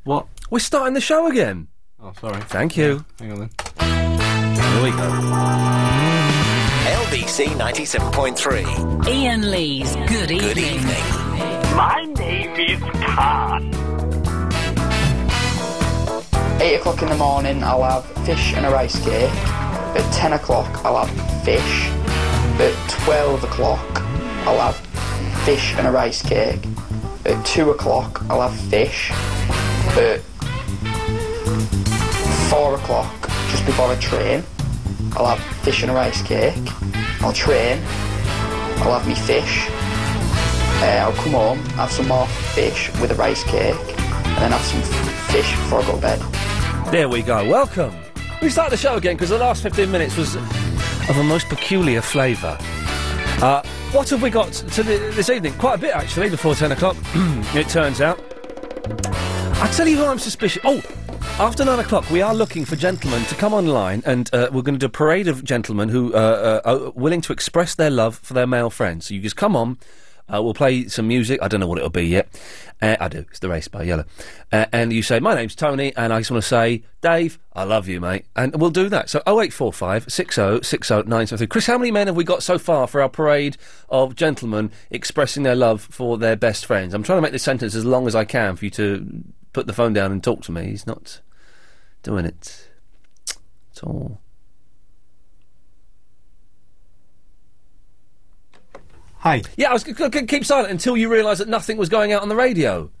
What? We're starting the show again. Oh, sorry. Thank you. Hang on then. Here we go. LBC 97.3. Ian Lee's Good Evening. Good evening. My name is Khan. Eight o'clock in the morning, I'll have fish and a rice cake. At ten o'clock, I'll have fish. At twelve o'clock, I'll have fish and a rice cake. At two o'clock, I'll have fish. At four o'clock, just before I train, I'll have fish and a rice cake. I'll train. I'll have me fish. Uh, I'll come home, have some more fish with a rice cake, and then have some f- fish before I go to bed. There we go. Welcome. We start the show again because the last 15 minutes was of a most peculiar flavour. Uh, what have we got to the, this evening? Quite a bit, actually, before 10 o'clock, [clears throat] it turns out. I tell you who I'm suspicious. Oh, after 9 o'clock, we are looking for gentlemen to come online and uh, we're going to do a parade of gentlemen who uh, uh, are willing to express their love for their male friends. So you just come on. Uh, we'll play some music. I don't know what it'll be yet. Uh, I do. It's The Race by Yellow. Uh, and you say, My name's Tony, and I just want to say, Dave, I love you, mate. And we'll do that. So 0845 60 60 973. Chris, how many men have we got so far for our parade of gentlemen expressing their love for their best friends? I'm trying to make this sentence as long as I can for you to put the phone down and talk to me. He's not doing it at all. Hi. Yeah, I was going to keep silent until you realised that nothing was going out on the radio.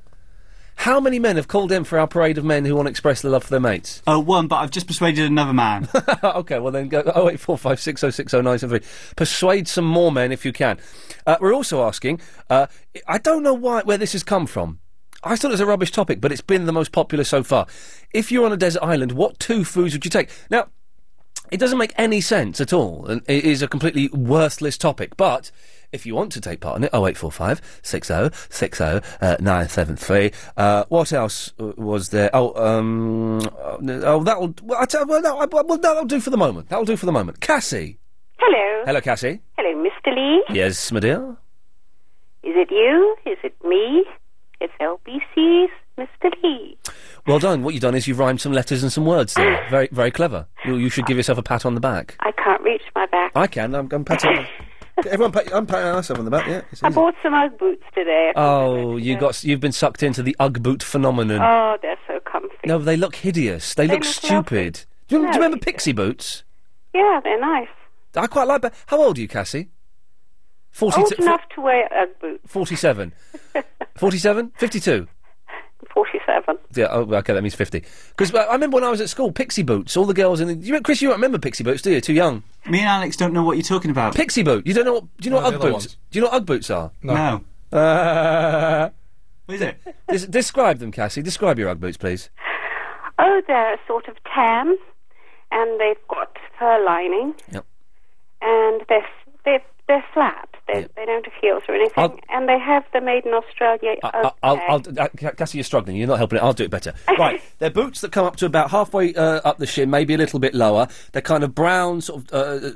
How many men have called in for our parade of men who want to express their love for their mates? Uh, one, but I've just persuaded another man. [laughs] okay, well then go 08456060973. Persuade some more men if you can. Uh, we're also asking, uh, I don't know why where this has come from. I thought it was a rubbish topic, but it's been the most popular so far. If you're on a desert island, what two foods would you take? Now, it doesn't make any sense at all, and it is a completely worthless topic. But if you want to take part in it, 0845 60 60 uh, 973. Uh, what else uh, was there? Oh, um, oh, that'll, well, I tell, well, no, I, well, that'll do for the moment. That'll do for the moment. Cassie. Hello. Hello, Cassie. Hello, Mr. Lee. Yes, my dear. Is it you? Is it me? It's LBC's Mr. Lee. Well done. What you've done is you've rhymed some letters and some words there. Very, very clever. You, you should give yourself a pat on the back. I can't reach my back. I can. I'm, I'm patting. Everyone, pat, I'm patting myself on the back. Yeah. It's I easy. bought some Ugg boots today. Hmm. Oh, you got s- you've been sucked into the Ugg boot phenomenon. Oh, they're so comfy. No, they look hideous. They, They look, look stupid. Do you, do you No, remember pixie boots? Yeah, they're nice. I quite like. But how old are you, Cassie? Forty. Old enough to wear um, Ugg boots. [laughs] Forty-seven. Forty-seven. Fifty-two. Forty-seven. Yeah. Oh, okay. That means fifty. Because I remember when I was at school, pixie boots. All the girls in. The, you, Chris, you don't remember pixie boots, do you? Too young. Me and Alex don't know what you're talking about. Pixie boot. You don't know what? Do you know No, what the UGG other boots? ones. Do you know what UGG boots are? No. [laughs] Uh, what is it? describe them, Cassie. Describe your UGG boots, please. Oh, they're a sort of tam, and they've got fur lining. Yep. And they're f- they're they're flat. They they don't have heels or anything. I'll- and they have them made in Australia. I- I'll, I'll, uh, Ca- Cassie, you're struggling. You're not helping it. I'll do [laughs] it better. right, they're boots that come up to about halfway uh, up the shin, maybe a little bit lower. They're kind of brown, sort of uh, uh,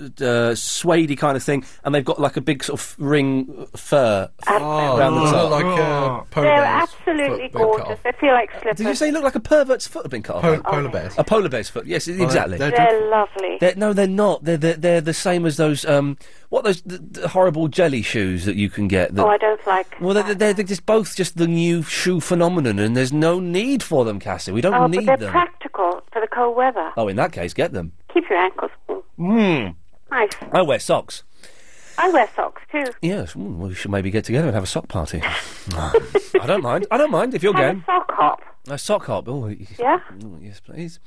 suedey kind of thing, and they've got like a big sort of ring uh, fur Oh, around the look top. like, uh, Ah, they're absolutely gorgeous. They feel like slippers. Did you say you look like a pervert's foot had been cut off? Pol- polar bear's. A polar bear's foot. Yes, exactly. They're, lovely. They're- no, they're not. They're, they're they're the same as those um what those th- th- horrible jelly shoes that you can get. That, oh, I don't like. well, they're, they're, they're just both just the new shoe phenomenon, and there's no need for them, Cassie. We don't oh, but need they're them. practical for the cold weather. Oh, in that case, get them. Keep your ankles Mm. nice. I wear socks. I wear socks too. Yes, mm, we should maybe get together and have a sock party. [laughs] Ah, I don't mind. I don't mind if you're Have game. a sock hop. A sock hop. Oh, y- Yeah. oh, yes, please.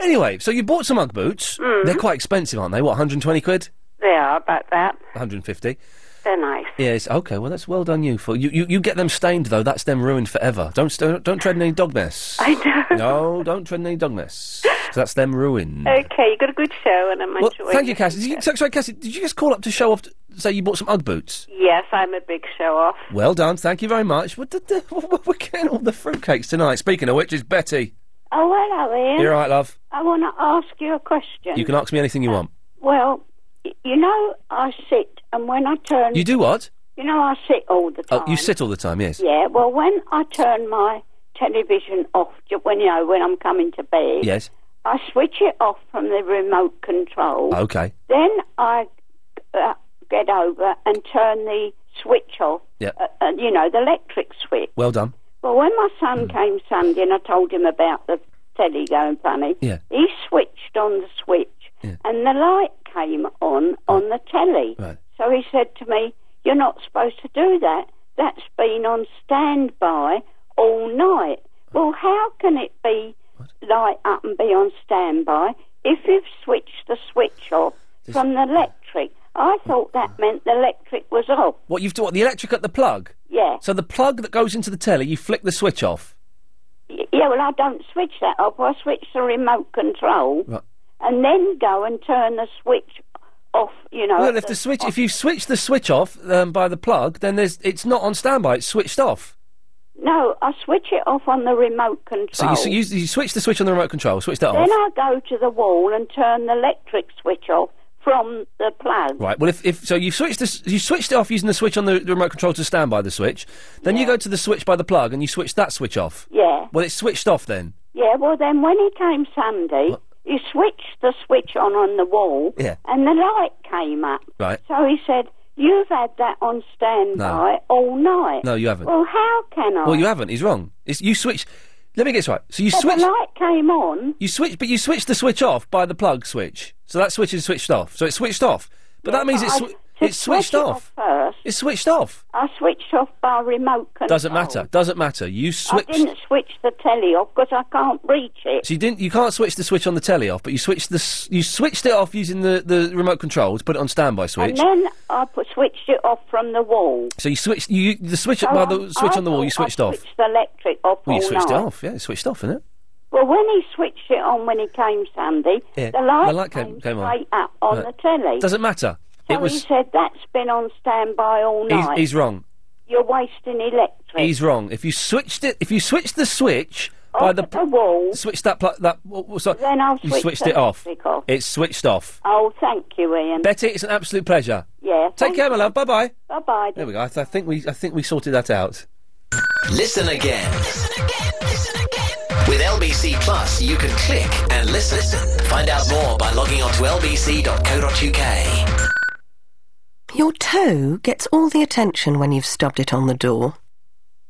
Anyway, so you bought some Ugg boots. They're quite expensive, aren't they? What, 120 quid? Mm. They are about that. 150. They're nice. Yes. Okay. Well, that's well done you for you. You, you get them stained though. That's them ruined forever. Don't st- don't tread in any dog mess. [laughs] I know. No, don't tread in any dog mess. So that's them [laughs] ruined. Okay, you got a good show, and I'm Hmm. well, enjoying. thank you, it. Cassie. Did you, so- sorry, Cassie. Did you just call up to show off? t- say you bought some UGG boots. Yes, I'm a big show off. Well done. Thank you very much. What did the, [laughs] we're getting all the fruitcakes tonight. Speaking of which, is Betty. Oh, hello, Ian. You're all right, love. I want to ask you a question. You can ask me anything you want. Well, y- you know, I sit, and when I turn. You do what? You know, I sit all the time. Oh, you sit all the time. Yes. Yeah, well, when I turn my television off, ju- when, you know, when I'm coming to bed, Yes. I switch it off from the remote control. Okay. Then I uh, get over and turn the switch off, Yeah. uh, uh, you know, the electric switch. Well done. Well, when my son came Sunday and I told him about the telly going funny, Yeah. he switched on the switch and the light came on on the telly. Right. So he said to me, You're not supposed to do that. That's been on standby all night. Well, how can it be light up and be on standby if you've switched the switch off from the electric? I thought that meant the electric was off. What you've done? What, the electric at the plug. Yeah. So the plug that goes into the telly, you flick the switch off. Y- Yeah, well, I don't switch that off. I switch the remote control Right. and then go and turn the switch off, you know. Well, at if the the- oh. switch, if you switch the switch off um, by the plug, then there's it's not on standby. It's switched off. No, I switch it off on the remote So control. you, you, you switch the switch on the remote control, switch that Oh. then off. I go to the wall and turn the electric switch off from the plug. Right. Well, if, if so, you switched this, you switched it off using the switch on the, the remote control to stand by the switch. Then you go to the switch by the plug and you switch that switch off. Yeah. Well, it's switched off then. Yeah, well, then when he came Sunday, he switched the switch on on the wall, Yeah. and the light came up. Right. So he said, You've had that on standby all night. No, you haven't. Well, how can I? Well, you haven't. He's wrong. It's you switch. Let me get this right. So you But switch. The light came on. You switch, but you switched the switch off by the plug switch. So that switch is switched off. So it's switched off. But that means but it's I- swi- to it's switched switch it off. First, It's switched off. I switched off by remote control. Doesn't matter. Doesn't matter. You switched. I didn't switch the telly off because I can't reach it. So you didn't. You can't switch the switch on the telly off, but you switched the. s- You switched it off using the the remote control to put it on standby switch. And then I put, switched it off from the wall. So you switched. You the switch So by I- the switch I on the wall. You thought I switched off. Switched the electric off. Well, you all switched it night. off. Yeah, it switched off, isn't it? Well, when he switched it on when he came Sunday, Yeah, the light, the light came- came, came on. straight up on Right. the telly. Doesn't matter. so it he was. said that's been on standby all He's, night. he's wrong. You're wasting electric. He's wrong. If you switched it, if you switched the switch by the, Oh, the wall, switched that pl- that. w- w- sorry, Then I'll you switch switched the it off. electric off. It's switched off. Oh, thank you, Ian. Betty, it's an absolute pleasure. yeah. Take care, my love. Bye bye. Bye bye. There we go. I, th- I think we I think we sorted that out. Listen again. With LBC Plus, you can click and listen. Find out more by logging on to lbc.co.uk. Your toe gets all the attention when you've stubbed it on the door.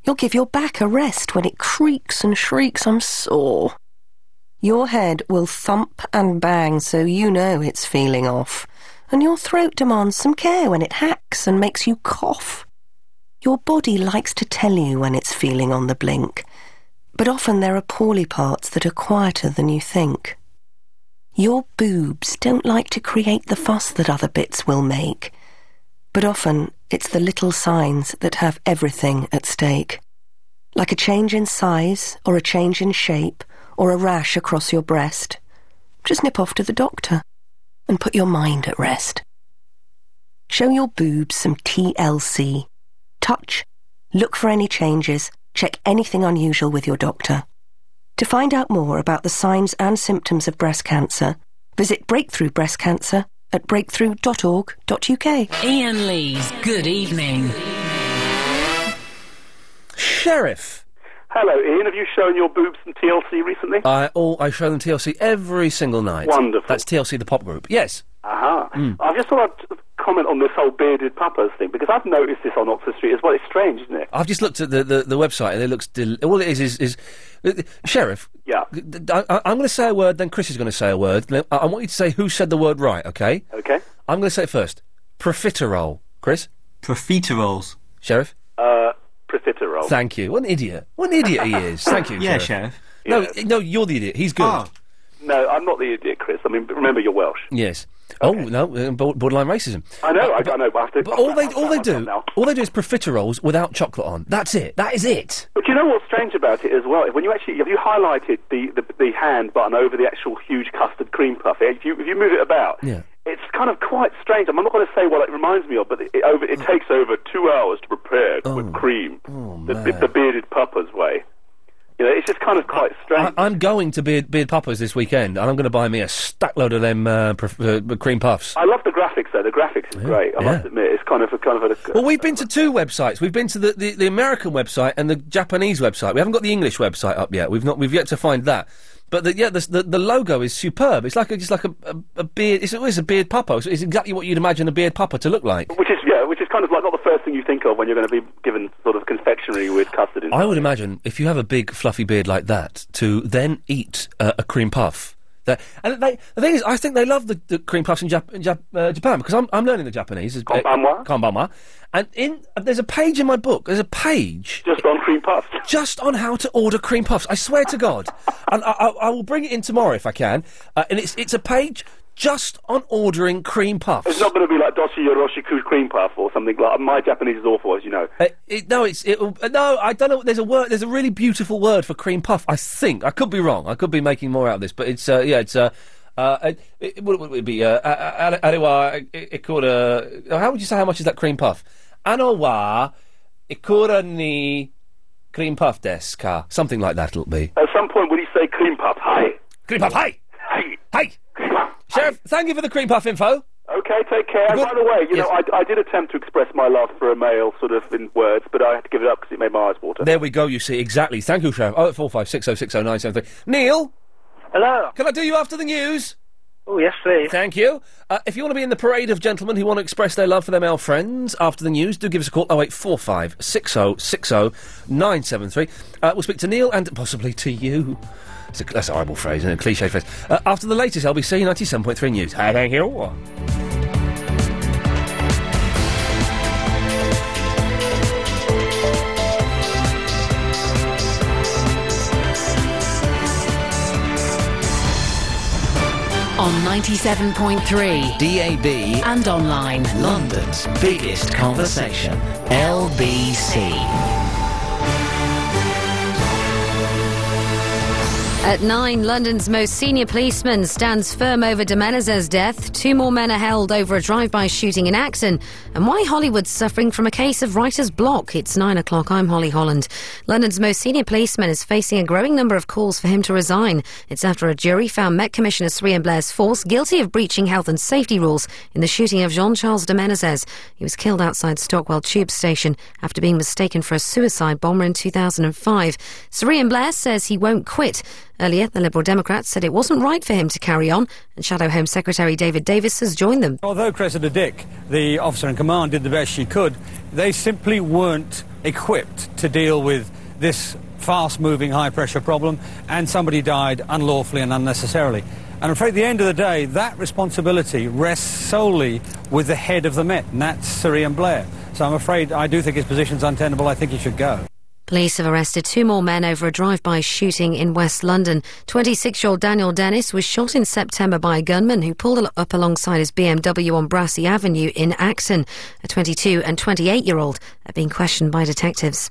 You'll give your back a rest when it creaks and shrieks, I'm sore. Your head will thump and bang so you know it's feeling off. And your throat demands some care when it hacks and makes you cough. Your body likes to tell you when it's feeling on the blink, but often there are poorly parts that are quieter than you think. Your boobs don't like to create the fuss that other bits will make but often it's the little signs that have everything at stake. Like a change in size, or a change in shape, or a rash across your breast. Just nip off to the doctor and put your mind at rest. Show your boobs some TLC. Touch, look for any changes, check anything unusual with your doctor. To find out more about the signs and symptoms of breast cancer, visit Breakthrough Breast Cancer at breakthrough.org.uk. Ian Lee's Good Evening. Sheriff. Hello, Ian. Have you shown your boobs some TLC recently? I all I show them TLC every single night. Wonderful. That's TLC, the pop group. Yes. Aha. Mm. I just thought I'd comment on this whole bearded papas thing because I've noticed this on Oxford Street as well. It's strange, isn't it? I've just looked at the, the, the website and it looks. Del- all it is is. is uh, Sheriff. Yeah. I, am going to say a word, then Chris is going to say a word. Now, I, I want you to say who said the word right, okay? Okay. I'm going to say it first. Profiterole. Chris? Profiteroles. Sheriff? Uh, profiterole. Thank you. What an idiot. What an idiot he is. Thank you. Yeah, Sheriff. No, no, you're the idiot. He's good. No, I'm not the idiot, Chris. I mean, remember you're Welsh. Yes. Oh no, uh, bor- borderline racism. I know. I, I know. But, I have to, But all they all they do all they do is profiteroles without chocolate on. That's it. That is it. But you know what's strange about it as well? When you actually, if you highlighted the, the, the hand button over the actual huge custard cream puff, if you, if you move it about, Yeah. it's kind of quite strange. I'm not going to say what it reminds me of, but it, it over, it takes over two hours to prepare with cream, the, the bearded papa's way. You know, it's just kind of quite strange. I, I'm going to Beard, Beard Papa's this weekend, and I'm going to buy me a stack load of them uh, prof- uh, cream puffs. I love the graphics though. The graphics is great. I must admit, it's kind of a kind of a. Well, we've been to two websites. We've been to the, the, the American website and the Japanese website. We haven't got the English website up yet. We've not. We've yet to find that. But the, yeah, the, the the logo is superb. It's like a, just like a, a, a beard. It's always a beard papa. It's, it's exactly what you'd imagine a beard papa to look like. Which is yeah, which is kind of like not the first thing you think of when you're going to be given sort of confectionery with custard. In. I would imagine if you have a big fluffy beard like that, to then eat uh, a cream puff. That, and they, the thing is, I think they love the, the cream puffs in, Jap- in Jap- uh, Japan because I'm, I'm learning the Japanese. It's- uh, Konbanwa. konbanwa. And in there's a page in my book. There's a page just on cream puffs. [laughs] Just on how to order cream puffs. I swear to God, and I, I, I will bring it in tomorrow if I can. Uh, and it's it's a page just on ordering cream puffs. It's not going to be like Doshi Yoroshiku cream puff or something like. My Japanese is awful, as you know. Uh, it, no, it's it, uh, no. I don't know. There's a word. There's a really beautiful word for cream puff. I think I could be wrong. I could be making more out of this, but it's uh, yeah. It's uh, uh, it, it, what would it be? Uh, a- a- a- Alewa Ikura. How would you say how much is that cream puff? Anowa Ikura ni cream puff desu ka? Something like that. It'll be. At some point, would he say cream puff? Hi. Cream puff. Hey. Hey. Hey. Sheriff, thank you for the cream puff info. Okay, take care. And by the way, you know, I, I did attempt to express my love for a male sort of in words, but I had to give it up because it made my eyes water. There we go, you see, exactly. Thank you, Sharon. Oh, 08456060973. Neil? Hello. Can I do you after the news? Oh, yes, please. Thank you. Uh, if you want to be in the parade of gentlemen who want to express their love for their male friends after the news, do give us a call oh, 0845 973. Uh, we'll speak to Neil and possibly to you. It's a, that's a horrible phrase, and a cliche phrase. Uh, after the latest LBC 97.3 news. Hi, thank you. On 97.3 DAB and online. London's biggest conversation, LBC. At nine, London's most senior policeman stands firm over Domenez's death. Two more men are held over a drive-by shooting in Acton. And why Hollywood's suffering from a case of writer's block. It's nine o'clock. I'm Holly Holland. London's most senior policeman is facing a growing number of calls for him to resign. It's after a jury found Met Commissioner Srian Blair's force guilty of breaching health and safety rules in the shooting of Jean-Charles Domenezes. He was killed outside Stockwell Tube Station after being mistaken for a suicide bomber in 2005. Srian Blair says he won't quit. Earlier, the Liberal Democrats said it wasn't right for him to carry on, and Shadow Home Secretary David Davis has joined them. Although Cressida Dick, the officer in command, did the best she could, they simply weren't equipped to deal with this fast moving high pressure problem, and somebody died unlawfully and unnecessarily. And I'm afraid at the end of the day, that responsibility rests solely with the head of the Met, and that's Sir Ian Blair. So I'm afraid I do think his position's untenable. I think he should go. Police have arrested two more men over a drive-by shooting in West London. 26-year-old Daniel Dennis was shot in September by a gunman who pulled al- up alongside his BMW on Brassey Avenue in Acton. A 22 and 28-year-old are being questioned by detectives.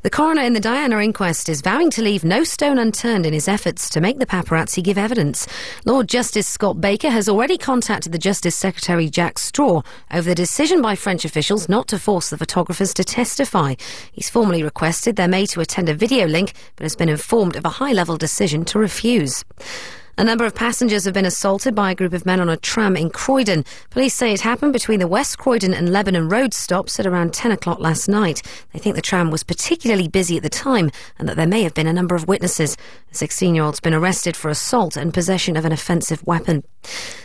The coroner in the Diana inquest is vowing to leave no stone unturned in his efforts to make the paparazzi give evidence. Lord Justice Scott Baker has already contacted the Justice Secretary Jack Straw over the decision by French officials not to force the photographers to testify. He's formally requested their maid to attend a video link, but has been informed of a high level decision to refuse. A number of passengers have been assaulted by a group of men on a tram in Croydon. Police say it happened between the West Croydon and Lebanon Road stops at around 10 o'clock last night. They think the tram was particularly busy at the time and that there may have been a number of witnesses. A 16 year old's been arrested for assault and possession of an offensive weapon.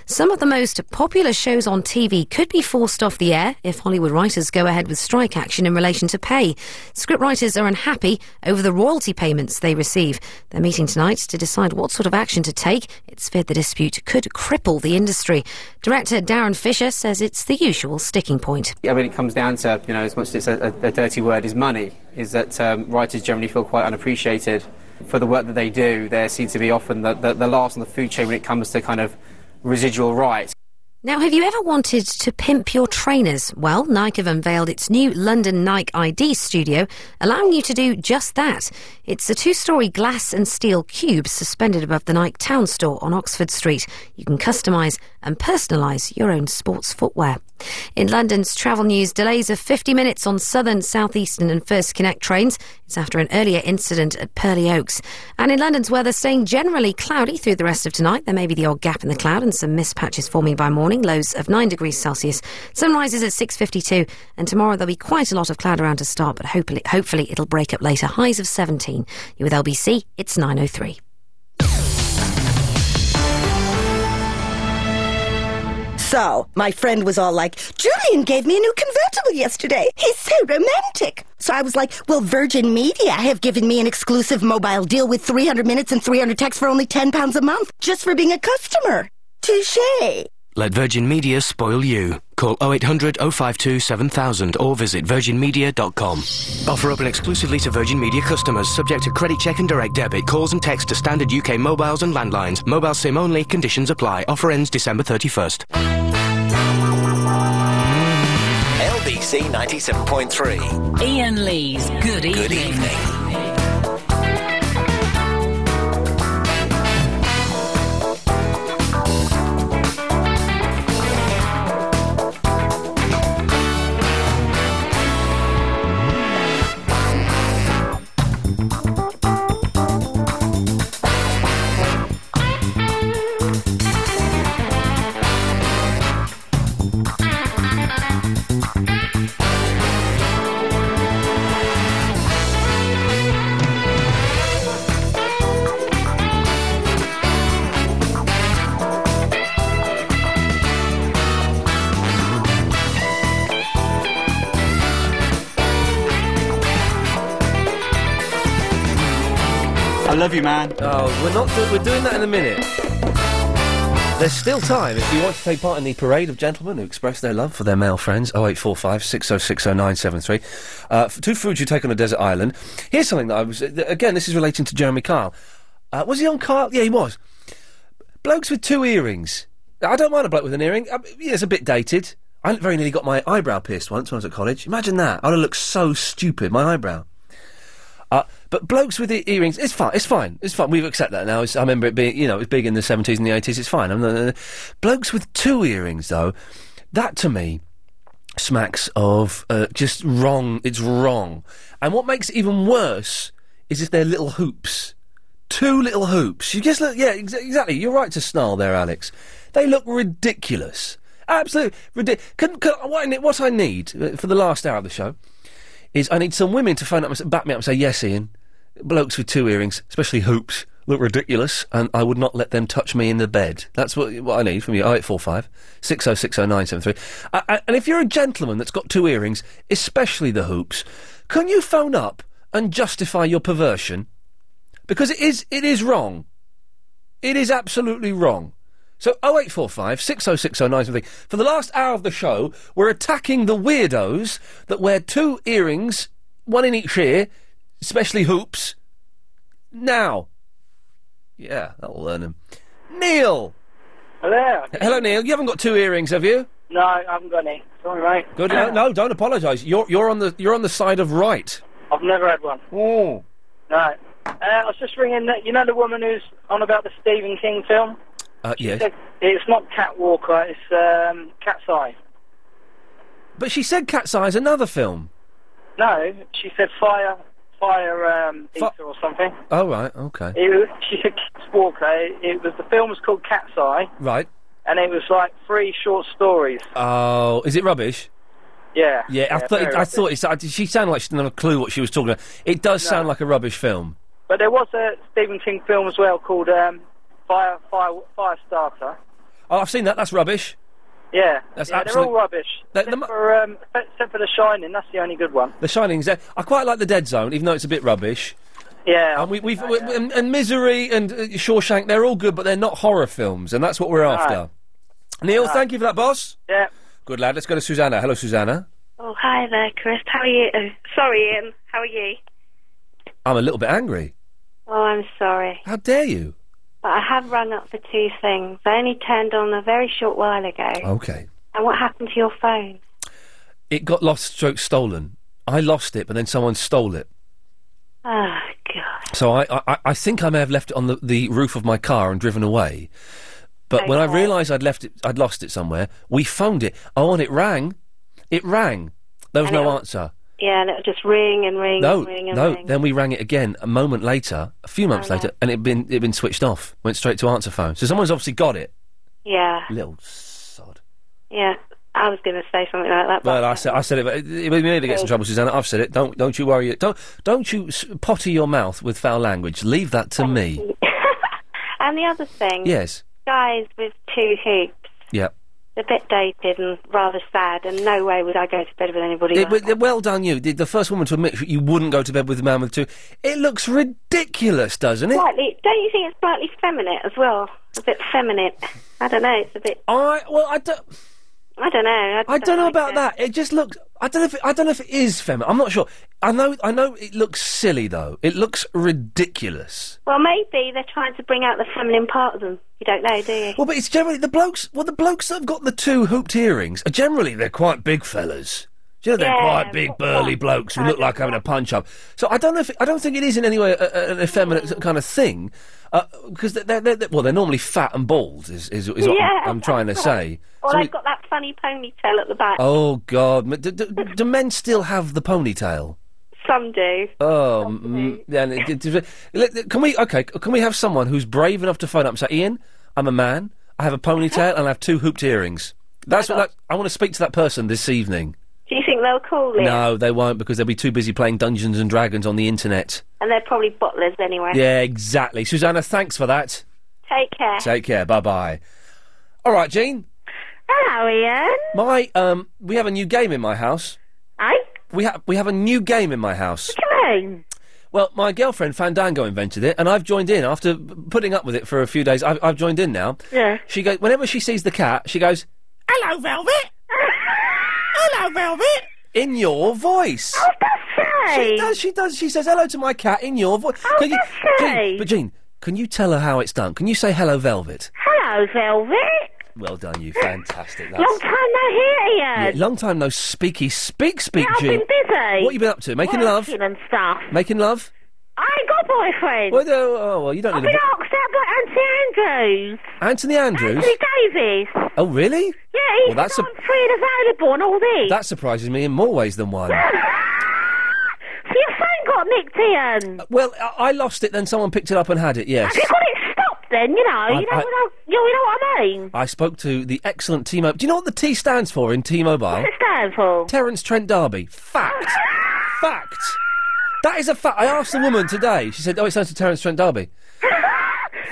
Some of the most popular shows on TV could be forced off the air if Hollywood writers go ahead with strike action in relation to pay. Scriptwriters are unhappy over the royalty payments they receive. They're meeting tonight to decide what sort of action to take. It's feared the dispute could cripple the industry. Director Darren Fisher says it's the usual sticking point. I mean, it comes down to, you know, as much as it's a, a dirty word is money, is that um, writers generally feel quite unappreciated for the work that they do. They seem to be often the, the, the last on the food chain when it comes to kind of residual rights. Now, have you ever wanted to pimp your trainers? Well, Nike have unveiled its new London Nike ID studio, allowing you to do just that. It's a two story glass and steel cube suspended above the Nike Town Store on Oxford Street. You can customise and personalise your own sports footwear. In London's travel news, delays of 50 minutes on Southern, Southeastern, and First Connect trains. It's after an earlier incident at Pearly Oaks. And in London's weather, staying generally cloudy through the rest of tonight. There may be the odd gap in the cloud and some mist patches forming by morning. Lows of 9 degrees Celsius. Sun rises at 6.52. And tomorrow there'll be quite a lot of cloud around to start, but hopefully, hopefully it'll break up later. Highs of 17. You with LBC, it's 9.03. So, my friend was all like, Julian gave me a new convertible yesterday. He's so romantic. So I was like, well, Virgin Media have given me an exclusive mobile deal with 300 minutes and 300 texts for only £10 a month just for being a customer. Touche. Let Virgin Media spoil you. Call 0800 052 7000 or visit virginmedia.com. Offer open exclusively to Virgin Media customers, subject to credit check and direct debit. Calls and texts to standard UK mobiles and landlines. Mobile SIM only. Conditions apply. Offer ends December 31st. LBC 97.3. Ian Lee's Good Evening. Good evening. I love you, man. Oh, we're not. Do- we're doing that in a minute. There's still time if you want to take part in the parade of gentlemen who express their love for their male friends. 0845 606 0973. Uh, f- two foods you take on a desert island. Here's something that I was. th- Again, this is relating to Jeremy Kyle. Uh, was he on Kyle? Yeah, he was. Blokes with two earrings. I don't mind a bloke with an earring. I, yeah, it's a bit dated. I very nearly got my eyebrow pierced once when I was at college. Imagine that. I'd have looked so stupid, my eyebrow. Uh, but blokes with e- earrings, it's fine. It's fine. It's fine. We've accepted that now. It's, I remember it being, you know, it was big in the seventies and the eighties. It's fine. I'm, not- uh, blokes with two earrings, though, that to me smacks of uh, just wrong. It's wrong. And what makes it even worse is if they're little hoops. Two little hoops. You just look. Yeah, ex- exactly. You're right to snarl there, Alex. They look ridiculous. Absolutely ridiculous. Can, can, what, I ne- what I need uh, for the last hour of the show is I need some women to phone up and s- back me up and say, yes, Ian, blokes with two earrings, especially hoops, look ridiculous, and I would not let them touch me in the bed. That's what, what I need from you. 0845 6060973. Uh, uh, and if you're a gentleman that's got two earrings, especially the hoops, can you phone up and justify your perversion? Because it is, it is wrong. It is absolutely wrong. So 0845 60609 something. For the last hour of the show, we're attacking the weirdos that wear two earrings, one in each ear, especially hoops. Now. Yeah, that'll learn them. Neil! Hello. Hello, Neil. You haven't got two earrings, have you? No, I haven't got any. Sorry, mate. Good. No, no don't apologise. You're, you're, on the, you're on the side of right. I've never had one. Oh. No. Uh, I was just ringing. That, you know the woman who's on about the Stephen King film? Uh, yes. It's not Cat Walker. It's um, Cat's Eye. But she said Cat's Eye is another film. No, she said fire, fire um, eater or something. Oh, right, okay. It was, [laughs] she said Cat's Walker. It, it was the film was called Cat's Eye, Right. and it was like three short stories. Oh, is it rubbish? Yeah. Yeah, I thought. very I rubbish. thought it, I- she sounded like she didn't have a clue what she was talking about. It does sound like a rubbish film. But there was a Stephen King film as well called um, Fire, Fire, Firestarter. Oh, I've seen that. That's rubbish. Yeah, That's yeah, absolute- they're all rubbish. except, for, um, except for The Shining, that's the only good one. The Shining's. there. I quite like the Dead Zone, even though it's a bit rubbish. Yeah, and we, we've we- and, and Misery and uh, Shawshank. They're all good, but they're not horror films, and that's what we're after. Neil, Right. thank you for that, boss. Yeah. Good lad. Let's go to Susanna. Hello, Susanna. Oh, hi there, Chris. How are you? Oh, sorry, Ian. How are you? I'm a little bit angry. Oh, I'm sorry. How dare you? But I have rung up for two things. I only turned on a very short while ago. Okay. And what happened to your phone? It got lost, stroke stolen. I lost it, but then someone stole it. Oh, ah, God. So I, I, I think I may have left it on the, the roof of my car and driven away. But when I realised I'd left it, I'd lost it somewhere. We phoned it. Oh, and it rang. It rang. There was And no it- answer. Yeah, and it'll just ring and ring No, and ring and no. ring. Then we rang it again a moment later, a few months Oh, no. later, and it'd been it'd been switched off. Went straight to answer phone. So someone's obviously got it. Yeah, Little. s- yeah. I was going to say something like that, but Well, I said I said it. But it, it, we nearly gets in trouble, Susanna. I've said it. Don't don't you worry. Don't don't you s- potty your mouth with foul language. Leave that Oh, to me. And the other thing. Yes. Guys with two hoops. Yeah. A bit dated and rather sad, and no way would I go to bed with anybody It- like w- well done, you. The, the first woman to admit you wouldn't go to bed with a man with two. It looks ridiculous, doesn't it? Slightly, don't you think it's slightly feminine as well? A bit feminine. I don't know. It's a bit. I well, I don't. I don't know. I, I don't know like about it. that. It just looks. I don't know if it, I don't know if it is feminine. I'm not sure. I know. I know it looks silly though. It looks ridiculous. Well, maybe they're trying to bring out the feminine part of them. You don't know, do [laughs] you? Well, but it's generally the blokes. Well, the blokes that have got the two hooped earrings are generally they're quite big fellas. Do you know they're Yeah, quite big burly blokes who look like having a punch up. So I don't know if I don't think it is in any way a, a, an effeminate kind of thing because they're, they're, they're well they're normally fat and bald is is, is what Yeah, I'm, I'm trying to that's [laughs] say. Or So they've it- got that funny ponytail at the back. Oh God! M- Do, do, do men still have the ponytail? Some do. Oh, mm, then it- it- it- let- can we? Okay, c- can we have someone who's brave enough to phone up and say, "Ian, I'm a man. I have a ponytail and I have two hooped earrings." That's what that, I want to speak to that person this evening. Do you think they'll call it? No, they won't because they'll be too busy playing Dungeons and Dragons on the internet. And they're probably butlers anyway. Yeah, exactly. Susanna, thanks for that. Take care. Take care. Bye bye. All right, Jean. Hello, Ian. My um, we have a new game in my house. Aye? We have we have a new game in my house. Come on. Well, my girlfriend Fandango invented it, and I've joined in after p- putting up with it for a few days. I've, I've joined in now. Yeah. She goes whenever she sees the cat, she goes Hello, Velvet. Hello, Velvet. in your voice. Oh, She does. She does. She says hello to my cat in your voice. Oh, can you, Jean, but Jean, can you tell her how it's done? Can you say hello, Velvet? Hello, Velvet. Well done, you fantastic. That's... Long time no hear you. Yeah, long time no speaky speak speak. Yeah, I've Jean. been busy. What you been up to? Making love? Working and stuff. Making love? I ain't got a boyfriend. Well, no, oh well, you don't I've need been a. bo- asked out by Auntie Andrews. Anthony Andrews. Anthony Davis. Oh really? Yeah, he's Well, that's a- on free and available and all this. That surprises me in more ways than one. [laughs] So your phone got nicked, Ian. Well, I, I lost it, then someone picked it up and had it. Yes. Have you got it stopped then? You know, I- you, know I- what I, you know, you know what I mean? I spoke to the excellent T-Mobile. Do you know what the T stands for in T-Mobile? What's it stand for? Terence Trent D'Arby. [laughs] Fact. fact. That is a fact. I asked the woman today. She said, "Oh, it stands for Terence Trent D'Arby." [laughs]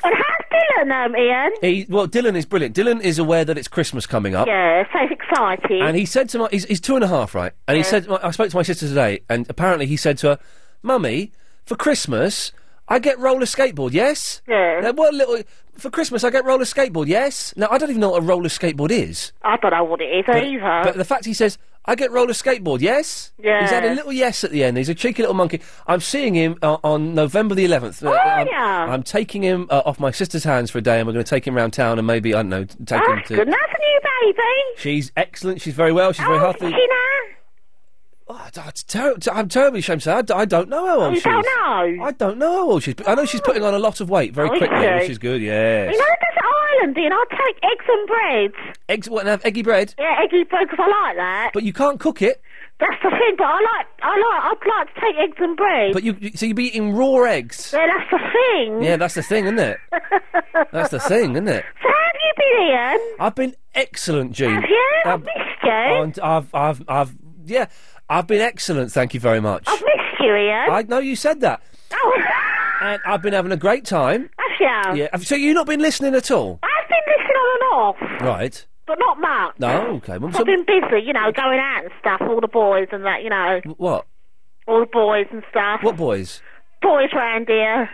And how's Dylan, um, Ian? He, well, Dylan is brilliant. Dylan is aware that it's Christmas coming up. Yeah, so he's excited. Oh. And he said to my, he's, he's two and a half, right? And he Yeah. said, I spoke to my sister today, and apparently he said to her, "Mummy, for Christmas, I get roller skateboard, yes? Yeah. Now, what little, for Christmas, I get roller skateboard, yes? Now, I don't even know what a roller skateboard is. I don't know what it is either. But the fact he says, I get roller skateboard, yes? Yeah. He's had a little yes at the end. He's a cheeky little monkey. I'm seeing him uh, on November the 11th. Uh, I'm, Oh, yeah. I'm taking him uh, off my sister's hands for a day and we're going to take him round town and maybe, I don't know, t- take him That's to. Ah, good. Nice of you, baby. She's excellent. She's very well. She's very healthy. She know? Oh, d- it's ter- t- I'm terribly ashamed to say I, d- I don't know how Oh, old you she don't is. know? I don't know how old she is. But I know she's putting on a lot of weight very Oh, is quickly, she? which is good, yes. You know, that's Ireland, Ian. I'll take eggs and breads. Eggs, what, and have eggy bread? Yeah, eggy bread, because I like that. But you can't cook it. That's the thing, but I like, I like, I'd like to take eggs and bread. But you, you- so you'd be eating Mm, raw eggs. Yeah, that's the thing. Yeah, that's the thing, isn't it? that's the thing, isn't it? [laughs] So how have you been, Ian? I've been excellent, Jean. Have you? I've Um, missed you. and I've, I've, I've, yeah, I've been excellent. Thank you very much. I've missed you, Ian. I know you said that. Oh, And I've been having a great time. have you? Yeah. have- So you've not been listening at all, I've been listening on and off, right? but not much. No. Okay. Well, I've so- been busy, you know, going out and stuff, all the boys and that, you know, what? all the boys and stuff. What boys? Boys round here,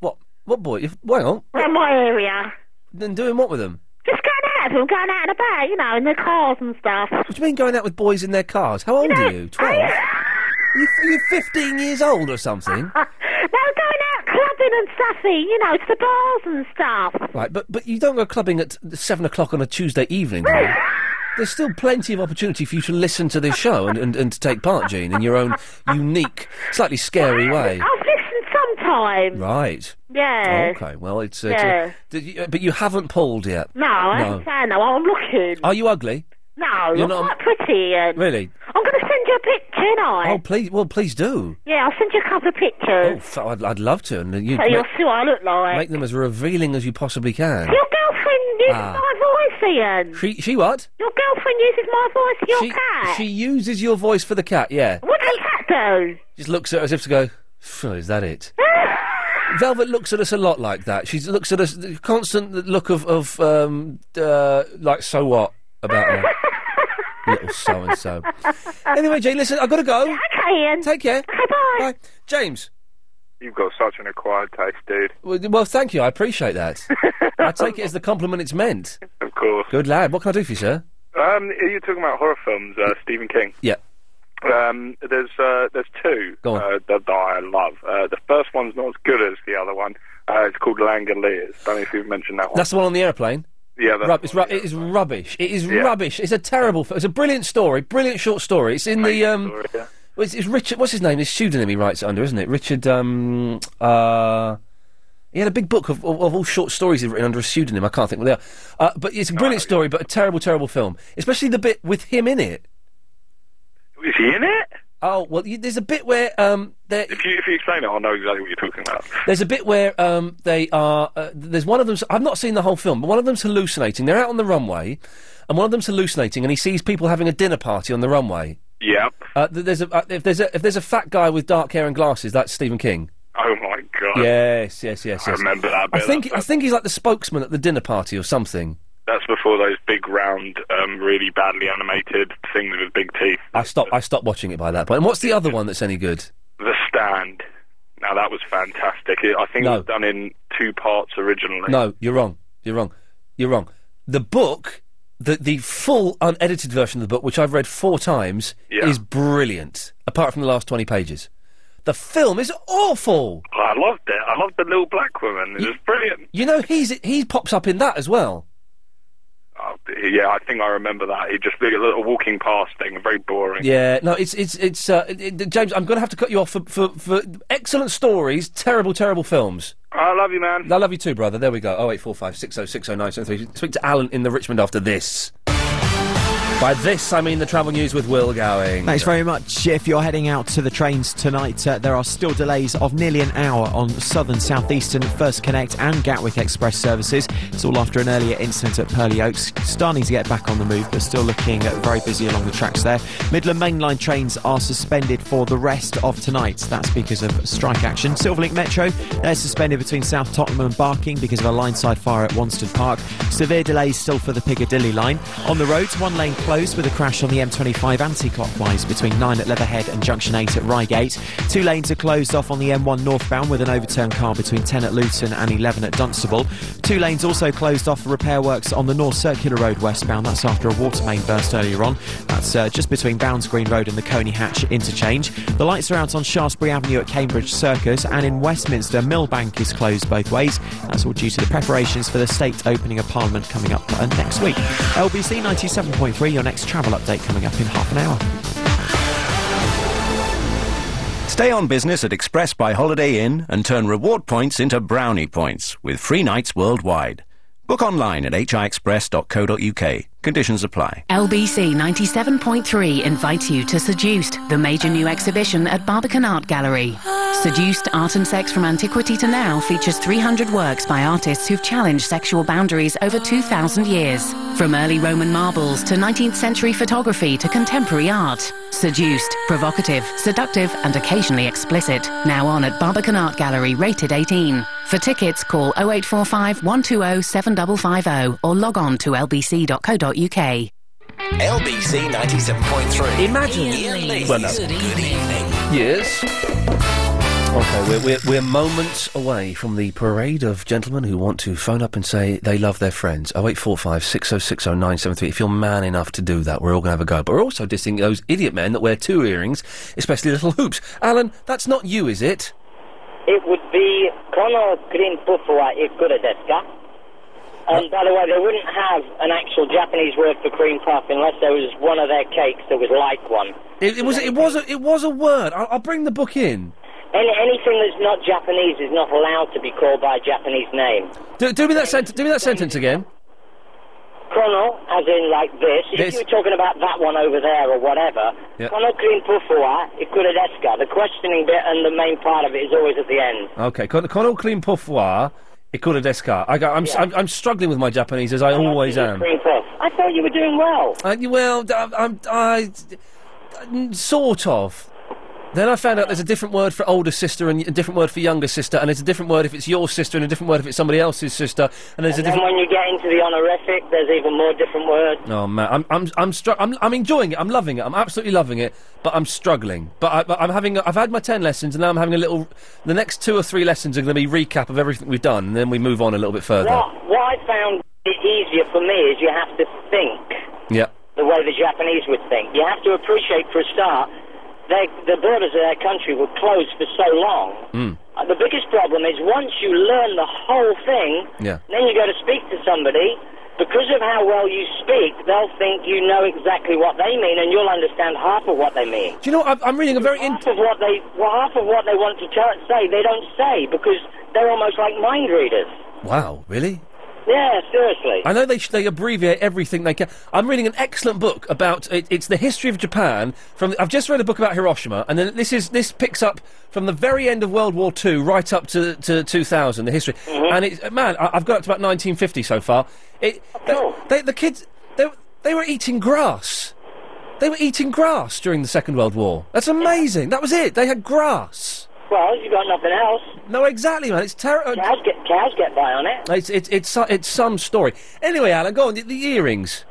What boy? If, hang on. round my area. Then doing what with them? Just going out, with them going out and about, you know, in their cars and stuff. What do you mean going out with boys in their cars? How old are you? Twelve? you, you're fifteen years old or [laughs] something? No, going out clubbing and stuffy, you know, to the bars and stuff. Right, but but you don't go clubbing at seven o'clock on a Tuesday evening. do [laughs] you? There's still plenty of opportunity for you to listen to this show and, and, and to take part, Jean, in [laughs] your own unique, slightly scary way. I've listened sometimes. Right. Yeah. Okay. Well, it's. Uh, Yeah. did you- uh, but you haven't pulled yet. No, I No. haven't found no. I'm looking. Are you ugly? No, You're you're not- quite pretty, Ian. Really? I'm going to send you a picture, ain't I? Oh, please. Well, please do. Yeah, I'll send you a couple of Oh, pictures. f- I'd, I'd love to. And you so make, you'll see what I look like. make them as revealing as you possibly can. Your girlfriend uses Ah. my voice, Ian. She she what? Your girlfriend uses my voice, your She cat. she uses your voice for the cat. Yeah. What does cat do? Just looks at us as if to go. "Phew, Is [laughs] that it? Velvet looks at us a lot like that. She looks at us the constant look of of um uh, like so what about [laughs] her. Little so and so. Anyway, Jane, listen, I've got to go. Okay, Ian. Take care. Okay, bye. Bye. James. You've got such an acquired taste, dude. Well, well, thank you. I [laughs] appreciate that. I take it as the compliment it's meant. Of course. Good lad. What can I do for you, sir? Um, you're talking about horror films, uh, Stephen King. Yeah. Um, there's uh, there's two Go on. uh, that, that I love. Uh, the first one's not as good as the other one. Uh, it's called Langoliers. Don't know if you've mentioned that one. That's the one on the airplane. yeah, that's Rub- it's ru- it is rubbish. It is Yeah. rubbish. It's a terrible. F- it's a brilliant story. Brilliant short story. It's in the um. well, It's, it's Richard. What's his name? His pseudonym he writes it under, isn't it? Richard. Um. Uh. He had a big book of, of, of all short stories he'd written under a pseudonym. I can't think what they are. Uh, but it's a brilliant story, but a terrible, terrible film. Especially the bit with him in it. Is he in it? Oh well, you, there's a bit where um, there, If you if you explain it, I'll know exactly what you're talking about. There's a bit where um, they are. Uh, there's one of them. I've not seen the whole film, but one of them's hallucinating. They're out on the runway, and one of them's hallucinating, and he sees people having a dinner party on the runway. Yep. Uh, th- there's a, uh, if there's a if there's a fat guy with dark hair and glasses, that's Stephen King. Oh my god. Yes, yes, yes, I yes. remember that I bit. think I think he's like the spokesman at the dinner party or something. That's before those big round, um, really badly animated things with big teeth. I stopped I stopped watching it by that point. And what's the other one that's any good? The Stand. Now that was fantastic. It, I think No. it was done in two parts originally. No, you're wrong. You're wrong. You're wrong. The book, the the full unedited version of the book, which I've read four times, is brilliant. Apart from the last twenty pages, the film is awful. I loved it. I loved the little black woman. It was brilliant. You know, he's he pops up in that as well. Oh, Yeah, I think I remember that. It just did a little walking past thing, very boring. Yeah, no, it's it's it's uh, it- it- James. I'm going to have to cut you off for, for for excellent stories, terrible terrible films. I love you, man. I love you too, brother. There we go. Oh eight four five six zero six zero nine seven three. Speak to Alan in the Richmond after this. By this, I mean the travel news with Will Gowing. Thanks very much. If you're heading out to the trains tonight, uh, there are still delays of nearly an hour on Southern, Southeastern, First Connect, and Gatwick Express services. It's all after an earlier incident at Pearly Oaks. Starting to get back on the move, but still looking uh, very busy along the tracks there. Midland Main Line trains are suspended for the rest of tonight. That's because of strike action. Silverlink Metro, they're suspended between South Tottenham and Barking because of a line-side fire at Wanstead Park. Severe delays still for the Piccadilly line. On the roads, one lane closed with a crash on the M25 anti-clockwise between 9 at Leatherhead and Junction 8 at Reigate. Two lanes are closed off on the M1 northbound with an overturned car between 10 at Luton and 11 at Dunstable. Two lanes also closed off for repair works on the North Circular Road westbound. That's after a water main burst earlier on. That's uh, just between Bounds Green Road and the Coney Hatch interchange. The lights are out on Shaftesbury Avenue at Cambridge Circus and in Westminster, Millbank is closed both ways. That's all due to the preparations for the state opening of Parliament coming up uh, next week. LBC 97.3, your next travel update coming up in half an hour. Stay on business at Express by Holiday Inn and turn reward points into brownie points with free nights worldwide. Book online at hiexpress.co.uk. Conditions apply. LBC 97.3 invites you to Seduced, the major new exhibition at Barbican Art Gallery. Seduced Art and Sex from Antiquity to Now features 300 works by artists who've challenged sexual boundaries over 2,000 years. From early Roman marbles to 19th century photography to contemporary art. Seduced, provocative, seductive, and occasionally explicit. Now on at Barbican Art Gallery, rated 18. For tickets, call 0845 120 7550 or log on to lbc.co.uk. LBC 97.3. Imagine. Ian Lee. Well, no. Good evening. Yes. Okay, we're, we're, we're moments away from the parade of gentlemen who want to phone up and say they love their friends. 0845 6060 973. If you're man enough to do that, we're all going to have a go. But we're also dissing those idiot men that wear two earrings, especially little [laughs] hoops. Alan, that's not you, is it? It would be Kono Green Pupu wa Ikura desu ka? And by the way, they wouldn't have an actual Japanese word for cream puff unless there was one of their cakes that was like one. It, it was it was a, it was a word. I'll, I'll bring the book in. Any, anything that's not Japanese is not allowed to be called by a Japanese name. Do, do me that sentence. Do me that sentence again. Kono, as in like this. This. If you were talking about that one over there or whatever, Yeah. Kono Green Pufu wa Ikura desu ka? The questioning bit and the main part of it is always at the end. Okay, con kono clean pufwa ikura desu ka? I got, I'm, s- I'm I'm struggling with my Japanese as I always am. Cream puff. I thought you were doing well. Uh, you- well, d- I'm, I'm- I, I- sort of. Then I found out there's a different word for older sister and a different word for younger sister, and it's a different word if it's your sister and a different word if it's somebody else's sister, and there's And a then different. when you get into the honorific, there's even more different words. Oh man, I'm I'm I'm, str- I'm I'm enjoying it. I'm loving it. I'm absolutely loving it, but I'm struggling. But, I, but I'm having I've had my ten lessons, and now I'm having a little. The next two or three lessons are going to be recap of everything we've done, and then we move on a little bit further. What, what I found it easier for me is you have to think Yeah. the way the Japanese would think. You have to appreciate, for a start, they, the borders of their country were closed for so long. Mm. Uh, The biggest problem is once you learn the whole thing, Yeah. then you go to speak to somebody. Because of how well you speak, they'll think you know exactly what they mean, and you'll understand half of what they mean. Do you know? I'm, I'm reading a very. half of what they well, half of what they want to tell, say they don't say because they're almost like mind readers. Wow, really? Yeah, seriously. I know they sh- they abbreviate everything they can. I'm reading an excellent book about it, it's the history of Japan. From the, I've just read a book about Hiroshima, and then this is this picks up from the very end of World War II right up to to 2000, the history. And it, man, I, I've got up to about 1950 so far. It, they, they, the kids they were- they were eating grass. They were eating grass during the Second World War. That's amazing. That was it. They had grass. Well, you got nothing else. No, exactly, man. It's uh, terrible. Cows get cows get by on it. It's it's it's so- it's some story. Anyway, Alan, go on the, the earrings.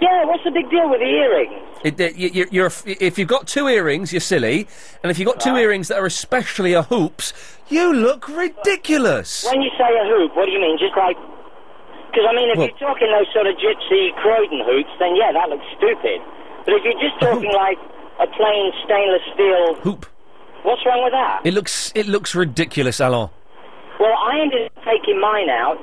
Yeah, what's the big deal with the earrings? It, it, you, you're, a f- if you've got two earrings, you're silly, and if you've got two earrings that are especially a hoops, you look ridiculous. When you say a hoop, what do you mean? Just like. Because, I mean, if Well- you're talking those sort of gypsy Croydon hoops, then yeah, that looks stupid. But if you're just talking like a plain stainless steel. Hoop. What's wrong with that? It looks it looks ridiculous, Alan. Well, I ended up taking mine out,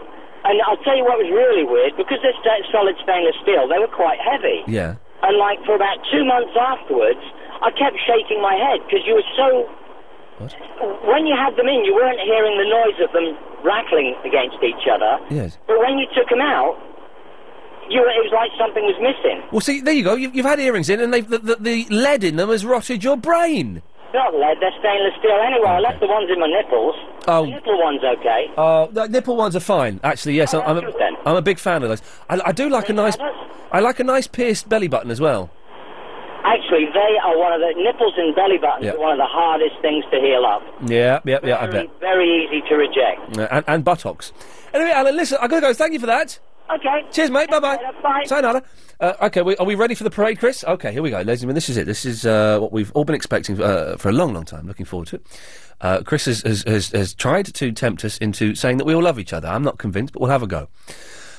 and I'll tell you what was really weird. Because they're sta- solid stainless steel, they were quite heavy. Yeah. And like for about two months afterwards, I kept shaking my head because you were so. When you had them in, you weren't hearing the noise of them rattling against each other. Yes. But when you took them out, you were, it was like something was missing. Well, see, there you go. You've, you've had earrings in, and they've, the, the, the lead in them has rotted your brain. Not lead, they're stainless steel anyway. I left the ones in my nipples. Oh. The nipple one's okay. Oh, the nipple ones are fine. Actually, yes, I- I'm, a, I'm a big fan of those. I, I do like a nice, I like a nice pierced belly button as well. Actually, they are one of the nipples and belly buttons Yeah. are one of the hardest things to heal up. Yeah, yeah, yeah. I bet. Very easy to reject. Uh, and, and buttocks. Anyway, Alan, listen, I've got to go. Thank you for that. Okay. Cheers, mate. Bye bye. Bye. Sayonara. Uh, okay, we, are we ready for the parade, Chris? Okay, here we go. Ladies and gentlemen, this is it. This is uh, what we've all been expecting uh, for a long, long time. Looking forward to it. Uh, Chris has, has, has, has tried to tempt us into saying that we all love each other. I'm not convinced, but we'll have a go.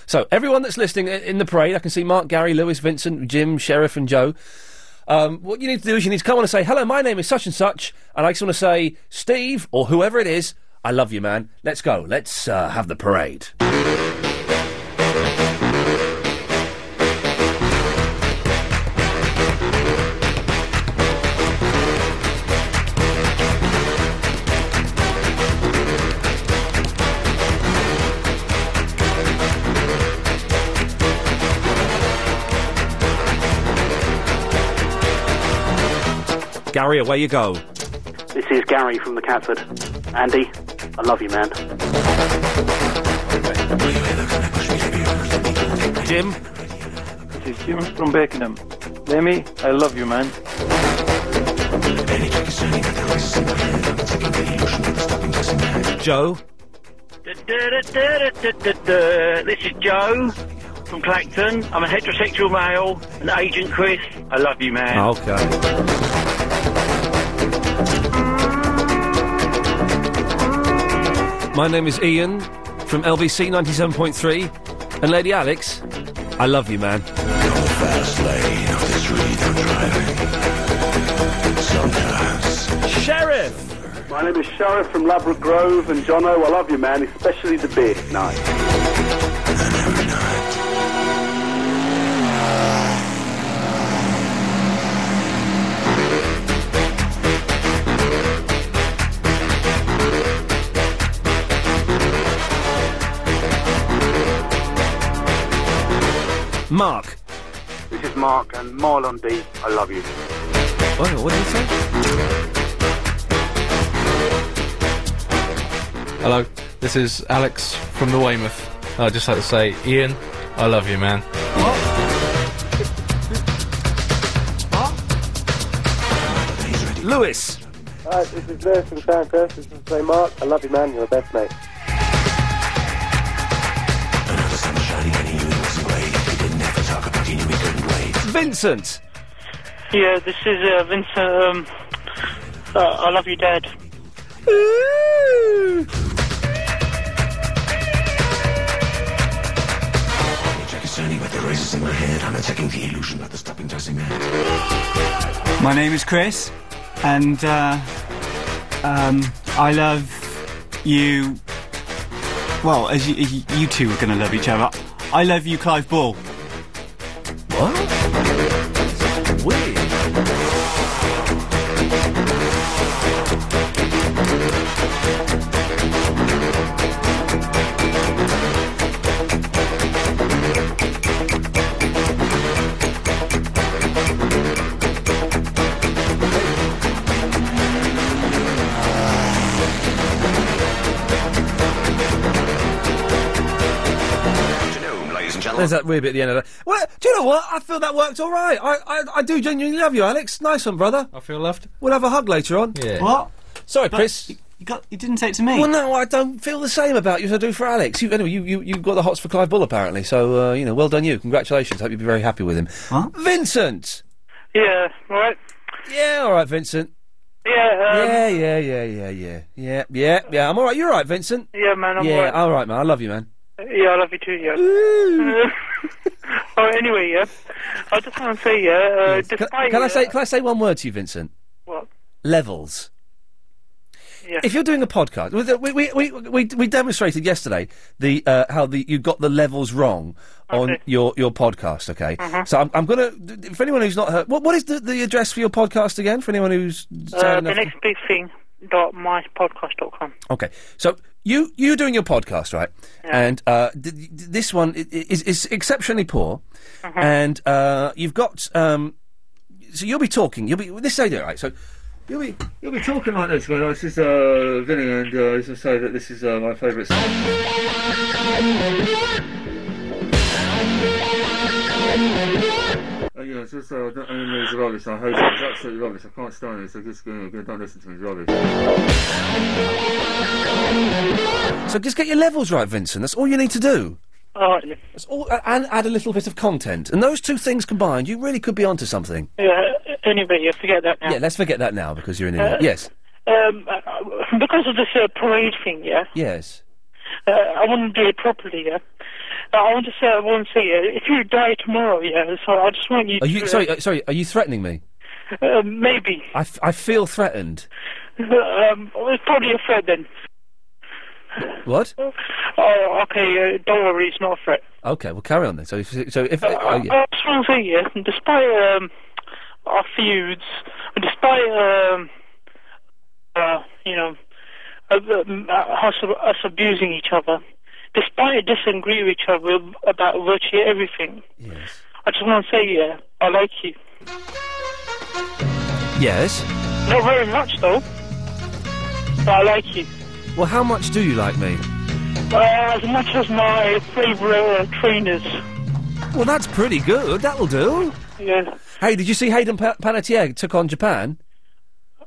So, everyone that's listening i- in the parade, I can see Mark, Gary, Lewis, Vincent, Jim, Sheriff, and Joe. Um, what you need to do is you need to come on and say, hello, my name is such and such, and I just want to say, Steve, or whoever it is, I love you, man. Let's go. Let's uh, have the parade. Gary, away you go. This is Gary from the Catford. Andy, I love you, man. Jim? This is Jim from Beckenham. Lemmy, I love you, man. Joe? This is Joe from Clacton. I'm a heterosexual male, and Agent Chris. I love you, man. Oh. Okay. My name is Ian from LBC 97.3. And Lady Alex, I love you, man. Sheriff! My name is Sheriff from Labra Grove, and Jono, I love you, man, especially the beer night. Mark. This is Mark and Marlon D. I love you. Oh, What, what did you say? Hello, this is Alex from the Weymouth. I'd just like to say, Ian, I love you, man. Lewis. Hi, this is Lewis from Sandhurst. This is Play Mark. I love you, man. You're the best, mate. Vincent. Yeah, this is uh, Vincent. Um, uh, I love you, Dad. My name is Chris, and uh, um, I love you. Well, as you, you- you two are going to love each other, I love you, Clive Ball. What? Weird. There's that weird bit at the end of that. Well, do you know what? I feel that worked all right. I, I, I do genuinely love you, Alex. Nice one, brother. I feel loved. We'll have a hug later on. Yeah. What? Sorry, Chris. You got. You didn't say it to me. Well, no, I don't feel the same about you as I do for Alex. You, anyway, you, you, you've got the hots for Clive Bull, apparently. So, uh, you know, well done you. Congratulations. Hope you'll be very happy with him. Vincent! Yeah, all right. Yeah, all right, Vincent. Yeah, um, yeah, yeah, yeah, yeah, yeah. Yeah, yeah, yeah. I'm all right. You're all right, Vincent. Yeah, man, I'm yeah, all right. all right, man. I love you, man. Yeah, I love you too, yeah. [laughs] oh, anyway, yeah. I just want to say, yeah, uh, Can, despite... can I uh, say can I say one word to you, Vincent? What? Levels. Yeah. If you're doing a podcast, we we we, we, we demonstrated yesterday the uh, how the you got the levels wrong on your, your podcast. Okay, Mhm. so I'm, I'm gonna for anyone who's not heard, what what is the, the address for your podcast again? For anyone who's Uh, sound the enough- next big thing dot mypodcast.com. Okay, so you you doing your podcast right, and uh, d- d- this one i- i- is is exceptionally poor, and uh, you've got um, so you'll be talking. You'll be this is how you do it, right? So you'll be you'll be talking like this. Going, this is uh, Vinny, and uh, this is say that this is uh, my favourite song. Uh, yeah, it's just, uh, I don't, I mean, it's rubbish. I hate it. It's absolutely rubbish. I can't stand it. So just uh, don't listen to me. It's rubbish. So just get your levels right, Vincent. That's all you need to do. All right, yeah. That's all, a- and add a little bit of content, and those two things combined, you really could be onto something. Yeah, anyway, yeah, forget that now. Yeah, let's forget that now because you're an Uh, idiot. yes, Um, uh, because of this uh, parade thing, yeah, yes. uh, I want to do it properly, yeah. Uh, I want to say, I want to say, uh, if you die tomorrow, yeah, so I just want you Are to... you sorry? Uh, sorry, are you threatening me? Uh, maybe. [laughs] I, f- I feel threatened. um, it's probably a threat then. What? Oh, okay, uh, don't worry, it's not a threat. Okay, well, carry on then. So, if, so if I, oh, yeah. I just want to say, yeah, despite um, our feuds, despite um, uh, you know uh, um, uh, us, us abusing each other, despite disagreeing with each other about virtually everything, I just want to say, yeah, I like you. yes. Not very much though, but I like you. Well, how much do you like me? Uh, as much as my favourite uh, trainers. Well, that's pretty good. That'll do. Yeah. Hey, did you see Hayden pa- Panettiere took on Japan?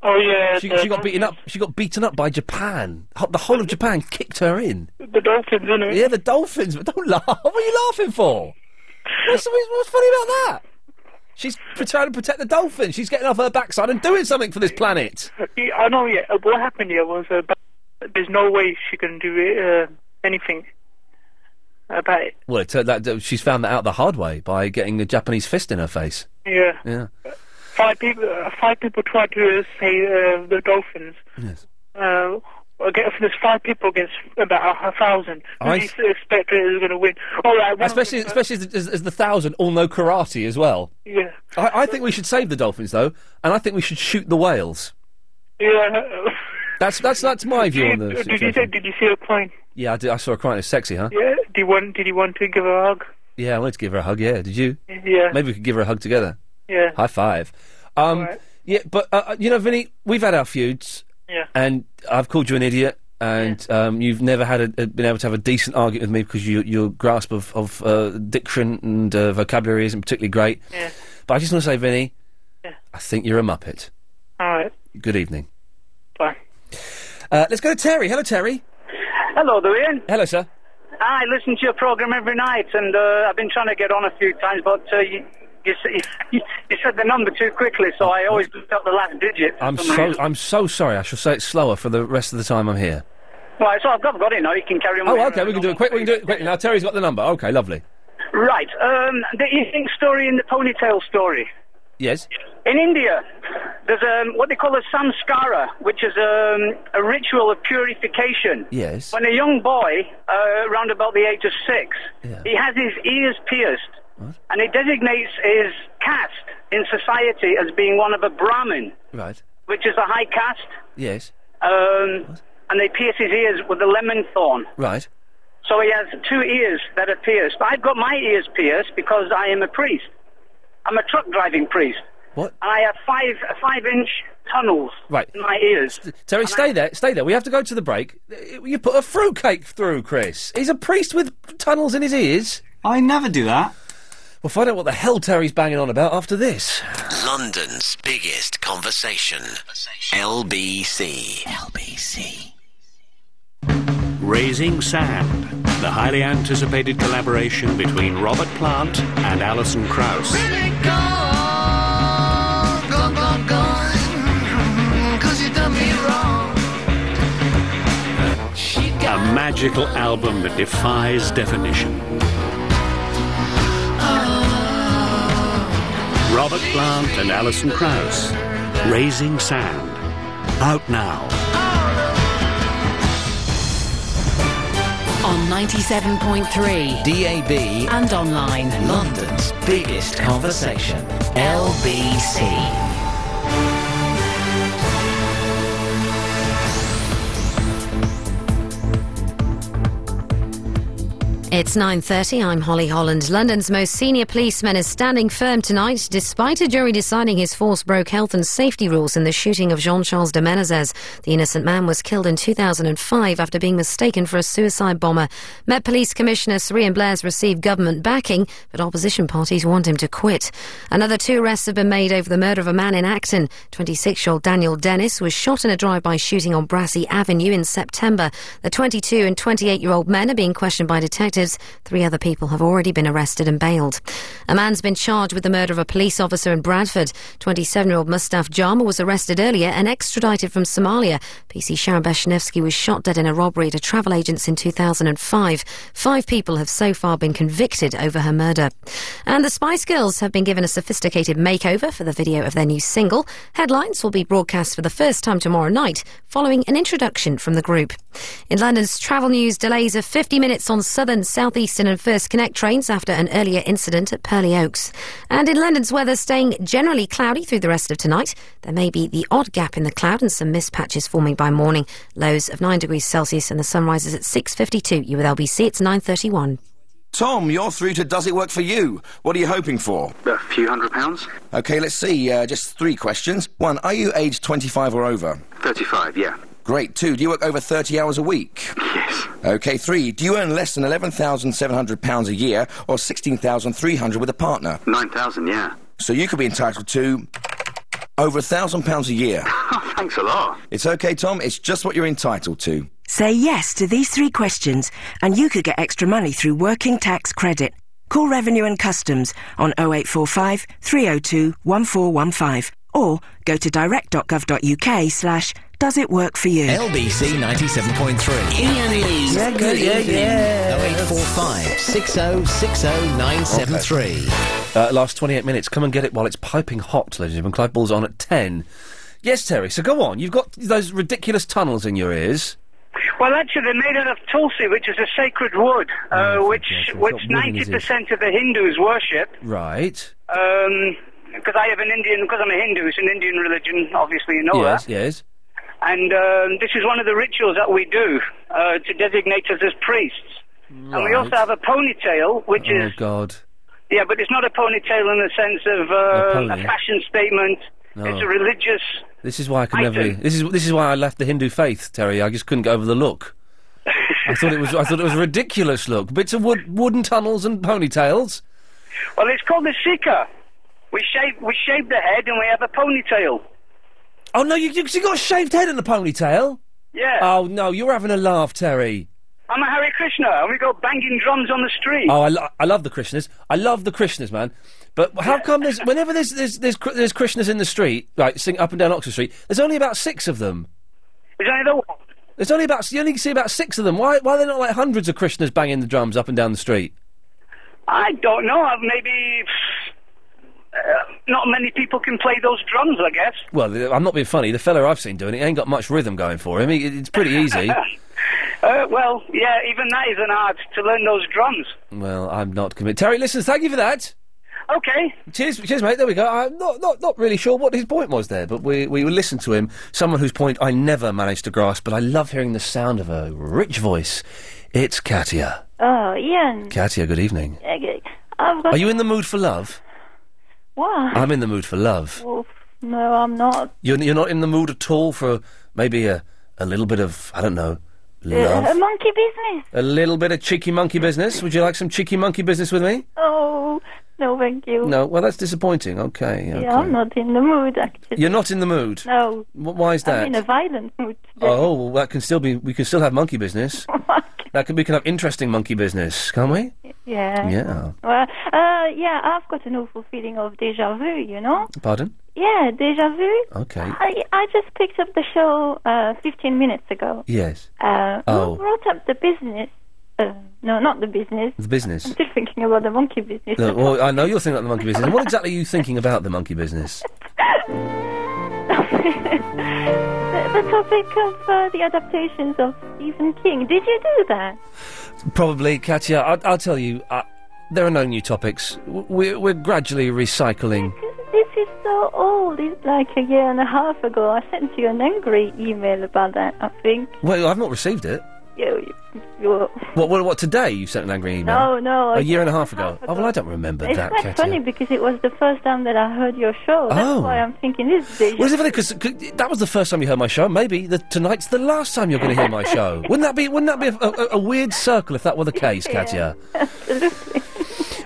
Oh yeah. She, the, she got beaten up. She got beaten up by Japan. Ho- The whole of Japan kicked her in. The dolphins, innit? Yeah, the dolphins. But don't [laughs] laugh. What are you laughing for? What's, what's what's funny about that? She's pr- trying to protect the dolphins. She's getting off her backside and doing something for this planet. Yeah, I know. Yeah, Uh, what happened here was uh, ba- there's no way she can do it, uh, anything about it. Well, it turned out that she's found that out the hard way by getting a Japanese fist in her face. Yeah, Yeah. five people. Uh, five people tried to uh, say uh, the dolphins. Yes. Uh, against, there's five people against about a, a thousand. Who I do you s- expect is going to win? All right. One Especially, especially as, as, as the thousand all know karate as well. Yeah. I, I think we should save the dolphins though, and I think we should shoot the whales. Yeah. [laughs] That's that's that's my view on the Did, did you situation. say? Did you see her crying? Yeah, I, did, I saw her crying. It was sexy, huh? Yeah. Did you want? Did you want to give her a hug? Yeah, I wanted to give her a hug. Yeah, did you? Yeah. Maybe we could give her a hug together. Yeah. High five. Um, Yeah, but uh, uh, you know, Vinny, we've had our feuds. Yeah. And I've called you an idiot, and um, you've never had a, a, been able to have a decent argument with me because you, your grasp of, of uh, diction and uh, vocabulary isn't particularly great. Yeah. But I just want to say, Vinny, I think you're a muppet. All right. Good evening. Bye. Uh, let's go to Terry. Hello, Terry. Hello there, Ian. Hello, sir. I listen to your program every night, and uh, I've been trying to get on a few times, but uh, you, you, s- [laughs] you said the number too quickly, so I always looked up the last digit. for I'm some so reason. I'm so sorry. I shall say it slower for the rest of the time I'm here. Right, so I've got, got it now. You can carry on. with Oh, your- okay. We can do it quick. We can do it quick. Now Terry's got the number. Okay, lovely. Right, um, the evening story and the ponytail story. Yes. In India, there's um, what they call a samskara, which is um, a ritual of purification. Yes. When a young boy, uh, around about the age of six, he has his ears pierced, and he designates his caste in society as being one of a Brahmin, Right. which is a high caste, Yes. um, and they pierce his ears with a lemon thorn. Right. So he has two ears that are pierced. I've got my ears pierced because I am a priest. I'm a truck driving priest. What? And I have five five inch tunnels Right. in my ears. Terry, stay there. Stay there. We have to go to the break. Uh, You put a fruitcake through, Chris. He's a priest with tunnels in his ears. I never do that. We'll find out what the hell Terry's banging on about after this. London's biggest conversation. LBC. LBC. Raising Sand, the highly anticipated collaboration between Robert Plant and Alison Krauss. A magical album that defies definition. Robert Plant and Alison Krauss, Raising Sand. Out now. On 97.3 DAB and online. London's biggest conversation. LBC. It's 9:30. I'm Holly Holland. London's most senior policeman is standing firm tonight despite a jury deciding his force broke health and safety rules in the shooting of Jean-Charles de Menezes. The innocent man was killed in 2005 after being mistaken for a suicide bomber. Met Police Commissioner Sirian Blair's received government backing, but opposition parties want him to quit. Another two arrests have been made over the murder of a man in Acton. 26-year-old Daniel Dennis was shot in a drive-by shooting on Brassey Avenue in September. The 22 and 28-year-old men are being questioned by detectives. Three other people have already been arrested and bailed. A man's been charged with the murder of a police officer in Bradford. 27-year-old Mustaf Jama was arrested earlier and extradited from Somalia. PC Sharon Beshnevsky was shot dead in a robbery at a travel agent's in 2005. Five people have so far been convicted over her murder. And the Spice Girls have been given a sophisticated makeover for the video of their new single. Headlines will be broadcast for the first time tomorrow night, following an introduction from the group. In London's travel news, delays of 50 minutes on Southern, South Eastern, and First Connect trains after an earlier incident at Pearly Oaks. And in London's weather, staying generally cloudy through the rest of tonight. There may be the odd gap in the cloud and some mist patches forming by morning. Lows of 9 degrees Celsius and the sun rises at 6.52. You with LBC, it's 9.31. Tom, you're through to Does It Work For You? What are you hoping for? A few hundred pounds? Okay, let's see. Uh, just three questions. One, are you aged 25 or over? 35, yeah. Great. Two, do you work over 30 hours a week? Yes. Okay, three, do you earn less than £11,700 a year or 16300 with a partner? 9,000, yeah. [laughs] So you could be entitled to over £1,000 a year. Thanks a lot. It's okay, Tom. It's just what you're entitled to. Say yes to these three questions, and you could get extra money through working tax credit. Call Revenue and Customs on 0845 302 1415 or go to direct.gov.uk slash does it work for you? LBC 97.3. Ian Lee. Yeah, good, yeah, yeah. 0845 6060973. Uh, last 28 minutes. Come and get it while it's piping hot, ladies and gentlemen. Clive Ball's on at 10. Yes, Terry, so go on. You've got those ridiculous tunnels in your ears. Well, actually, they're made out of tulsi, which is a sacred wood, uh, which which Ah, It's got wood in ninety his percent of the Hindus worship. Right. Um 'cause because I have an Indian, because I'm a Hindu, it's an Indian religion. Obviously, you know yes, that. yes. And um, this is one of the rituals that we do uh, to designate us as priests. And we Right. also have a ponytail, which oh, is God. yeah, but it's not a ponytail in the sense of uh, a, pony. Oh. fashion statement. No. It's a religious. This is why I could I never. do. This is this is why I left the Hindu faith, Terry. I just couldn't get over the look. I thought it was I thought it was a ridiculous look. Bits of wood, wooden tunnels and ponytails. Well, it's called the Sikha. We shave we shave the head and we have a ponytail. Oh no, you you, you got a shaved head and a ponytail. Yeah. Oh no, you're having a laugh, Terry. I'm a Hare Krishna, and we go banging drums on the street. Oh, I, lo- I love the Krishnas. I love the Krishnas, man. But how come there's whenever there's there's there's, Kr- there's Krishnas in the street, like sing up and down Oxford Street, there's only about six of them. There's only the There's only about you only see about six of them. Why why are there not like hundreds of Krishnas banging the drums up and down the street? I don't know. I've Maybe uh, not many people can play those drums. I guess. Well, th- I'm not being funny. The fella I've seen doing it ain't got much rhythm going for him. He, it's pretty easy. Uh, well, yeah, even that is an art to learn those drums. well, I'm not convinced. Terry, listen, thank you for that. Okay. Cheers, cheers, mate. There we go. I'm not, not, not really sure what his point was there, but we, we listened to him. Someone whose point I never managed to grasp, but I love hearing the sound of a rich voice. It's Katia. Oh, Ian. Katia, good evening. Okay. I've got. Are you in the mood for love? What? I'm in the mood for love. Well, no, I'm not. You're, you're not in the mood at all for maybe a, a little bit of, I don't know, love? Uh, monkey business. A little bit of cheeky monkey business. Would you like some cheeky monkey business with me? Oh, No, thank you. No, well, that's disappointing. Okay. okay. Yeah, I'm not in the mood, actually. You're not in the mood. No. Wh- Why is that? I'm in a violent mood. [laughs] oh, well, that can still be. We can still have monkey business. that can we can have interesting monkey business, can't we? Yeah. Yeah. Well, uh, yeah, I've got an awful feeling of deja vu, you know? Pardon? Yeah, deja vu. Okay. I, I just picked up the show uh, 15 minutes ago. Yes. Uh, Oh. Who brought up the business? Uh, no, not the business. The [laughs] business. I'm still thinking about the monkey business. No, well, I know you're thinking about the monkey business. And what exactly are you thinking about the monkey business? [laughs] the, the topic of uh, the adaptations of Stephen King. Did you do that? Probably, Katya. I, I'll tell you. I, there are no new topics. W- We're, we're gradually recycling. This is so old. It's like a year and a half ago. I sent you an angry email about that, I think. Well, I've not received it. You, you, you What? What? What? Today you sent an angry email. No, no, A I- year and a half ago. Oh well, I don't remember it's that, quite Katya. funny because it was the first time that I heard your show. That's Oh. why I'm thinking this deja Well, is it funny because that was the first time you heard my show. Maybe the, tonight's the last time you're going to hear my show. [laughs] Wouldn't that be? Wouldn't that be a, a, a weird circle if that were the case, Katya?